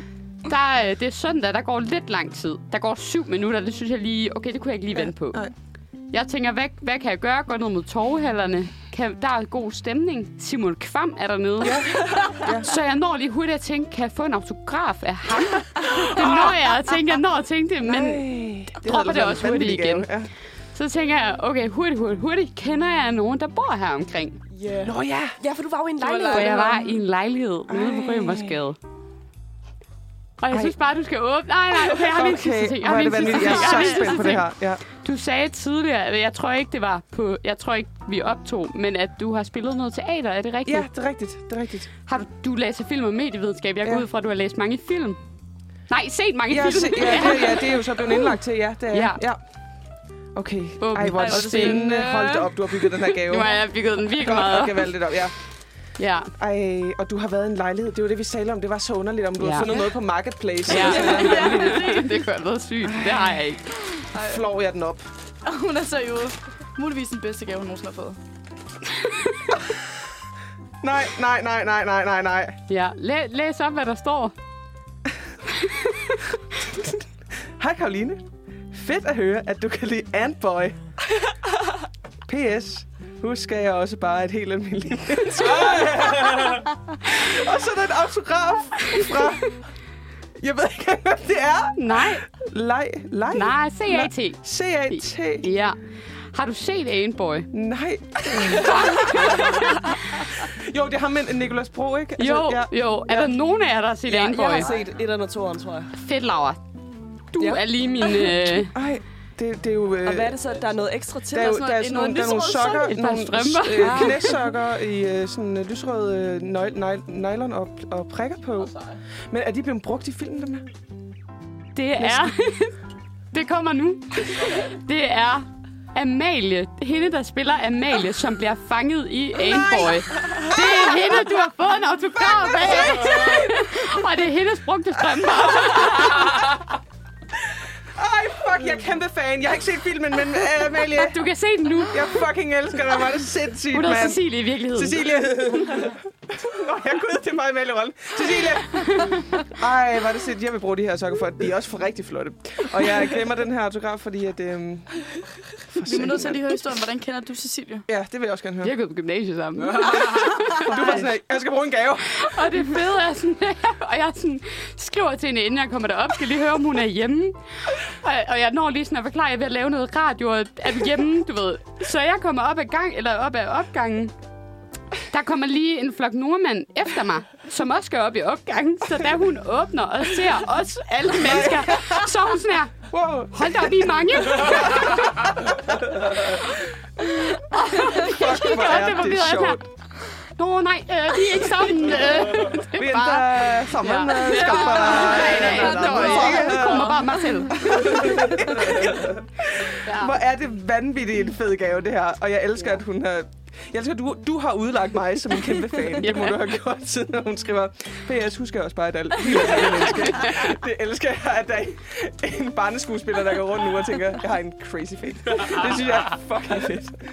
Der, øh, det er søndag, der går lidt lang tid. Der går syv minutter, det synes jeg lige, okay, det kunne jeg ikke lige vente på.
nej.
Jeg tænker, hvad, hvad kan jeg gøre? Gå ned mod torvehallerne. Kan, der er god stemning. Simon Kvam er dernede. Så jeg når lige hurtigt at tænke, kan jeg få en autograf af ham? Det når jeg at tænke, jeg når at tænke det, men
det
dropper
havde
det
været
også
en
hurtigt
vanvittig
igen.
gave. Ja.
så tænker jeg, okay, hurtigt, hurtigt, hurtigt, kender jeg nogen, der bor her omkring?
Yeah.
Nå ja,
Ja, for du var jo i en
For
lejlighed.
jeg var i en lejlighed ude på Rømersgade. Og jeg synes bare, du skal åbne. Nej, nej, okay, jeg har lige en sidste
okay.
ting.
Hvor
har
er
lige
det
en sidste
vanvittigt. Jeg
ting, har
er så
lige en
spændt
sidste
på det
ting.
her. Ja.
Du sagde tidligere, at jeg tror ikke, det var på... Jeg tror ikke, vi optog, men at du har spillet noget teater, er det rigtigt?
ja, det er rigtigt. Det er rigtigt.
Har du, du læser film og medievidenskab. Jeg går
Ja.
ud fra, at du har læst mange film. Nej, set mange
Ja,
film.
se, ja, det, ja, det er jo så blevet indlagt til, ja. Det er,
Uh. Ja.
ja. ja. Okay.
Åben.
Ej, hvor er
Ej,
det
hvor
spændende.
spændende.
Hold da op, du har bygget den her gave.
Nu har jeg bygget den virkelig
Godt
meget
nok
op.
gevaldigt op, ja.
Ja.
Ej, og du har været i en lejlighed. Det var det, vi talte om. Det var så underligt, om du ja.
Ja.
havde fundet noget på Marketplace.
Ja.
Ja. Så
det kunne have været sygt. Det har jeg ikke.
flår jeg den op.
Og hun er seriøs. Muligvis den bedste gave, hun nogensinde har fået.
Nej, nej, nej, nej, nej, nej, nej.
Ja. Læ- læs op, hvad der står.
Hej Karoline. Fedt at høre, at du kan lide Antboy. P.S. Husk, at jeg også bare er et helt almindeligt menneske. og så er der en autograf fra... Jeg ved ikke engang, hvem det er.
Nej.
Leg, leg.
Nej, CAT.
C-A-T.
Ja. Har du set Aneboy?
Nej. jo, det har med Nicolas Bro, ikke? Altså,
Jo,
ja.
jo. Er der nogen af jer, der har set
Jeg
Aneboy?
har set et eller toeren, tror jeg.
Fedt, Laura. Du
Ja.
er lige min... Øh,
Ej, det, det er jo... Øh,
Og hvad er det så, der er noget ekstra til?
Der er, jo,
sådan
der er
noget-
sådan
noget
nogle, der er nogle
lyserød
sokker,
sand, et par
nogle
strømper.
øh, knæsokker i øh, sådan øh, lysrød øh, nøg- nøg- nylon og, og prikker på. Men er de blevet brugt i filmen, dem her?
det er... det kommer nu. Det er Amalie. Hende, der spiller Amalie, som bliver fanget i Aneboy. Det er hende, du har fået en autograf af. Og det er hendes brugte strømper.
Ej, fuck, jeg er kæmpe fan. Jeg har ikke set filmen, men øh, Amalie,
Du kan se den nu.
jeg fucking elsker dig. Var det sindssygt,
Hun hedder
mand.
Cecilie i virkeligheden.
Cecilie. Nå, jeg gud, det er meget med i rollen. Cecilie! Ej, var det sødt. Jeg vil bruge de her sokker for, de er også for rigtig flotte. Og jeg glemmer den her autograf, fordi at... Øhm, for
Vi må
satan,
nødt til at
mand.
lige høre historien. Hvordan kender du Cecilie?
Ja, det vil jeg også gerne høre.
Vi har gået på gymnasiet sammen.
Du var sådan, her, jeg skal bruge en gave.
Og det fede er sådan, og jeg sådan, skriver til hende, inden jeg kommer derop, skal lige høre, om hun er hjemme. Og, og jeg når lige sådan at forklare, at jeg er ved at lave noget radio, og er vi hjemme, du ved. Så jeg kommer op ad, gang, eller op ad opgangen. Der kommer lige en flok nordmænd efter mig, som også skal op i opgangen. Så da hun åbner og ser os alle mennesker, så er hun sådan her,
Wow.
hold da op, I er mange.
Fuck, hvor
Og
er
det var
det
videre, jeg er
sjovt.
sådan her, Nå nej, øh, vi er ikke sammen. Øh,
Vi
det er bare...
endte sammen.
Ja.
øh, skal bare-
Nej, nej,
Nej, nej, nej.
nej. Det kommer bare mig selv.
Hvor er det vanvittigt en fed gave, det her. Og jeg elsker, at hun har... Jeg elsker, at du, du har udlagt mig som en kæmpe fan. Det må du have gjort, siden at hun skriver... PS, husker jeg også bare, at alt Det elsker jeg, at der er en barneskuespiller, der går rundt nu og tænker, jeg har en crazy fan. Det synes jeg er fucking fedt.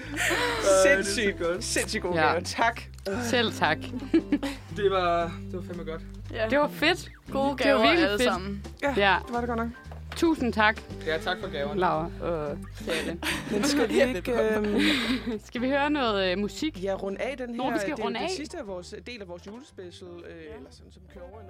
Sindssygt godt. Sindssygt god
Ja.
gave. Tak.
Selv tak.
Det var, det var fandme godt.
Ja.
Det var fedt.
gode
det var
gaver
virkelig
alle
fedt.
sammen.
Ja,
Det var det godt nok.
tusind tak,
Ja, tak for gaven.
Laura. Og Sally.
Men skal vi ikke... Øhm,
Skal vi høre noget øh, musik?
ja, runde af den her.
Nå, vi skal
det, er jo
runde af.
det sidste af vores, del af vores julespecial, øh, eller sådan, som kører over i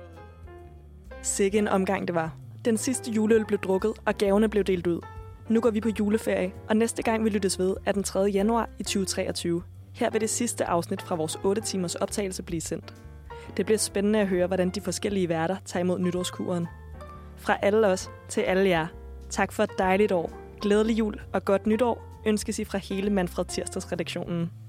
noget...
Sikke en omgang det var. Den sidste juleøl blev drukket, og gaverne blev delt ud. Nu går vi på juleferie, og næste gang vi lyttes ved er den 3. januar i 2023. Her vil det sidste afsnit fra vores 8 timers optagelse blive sendt. Det bliver spændende at høre, hvordan de forskellige værter tager imod nytårskuren. Fra alle os til alle jer. Tak for et dejligt år. Glædelig jul og godt nytår ønskes I fra hele Manfred Tirsdags redaktionen.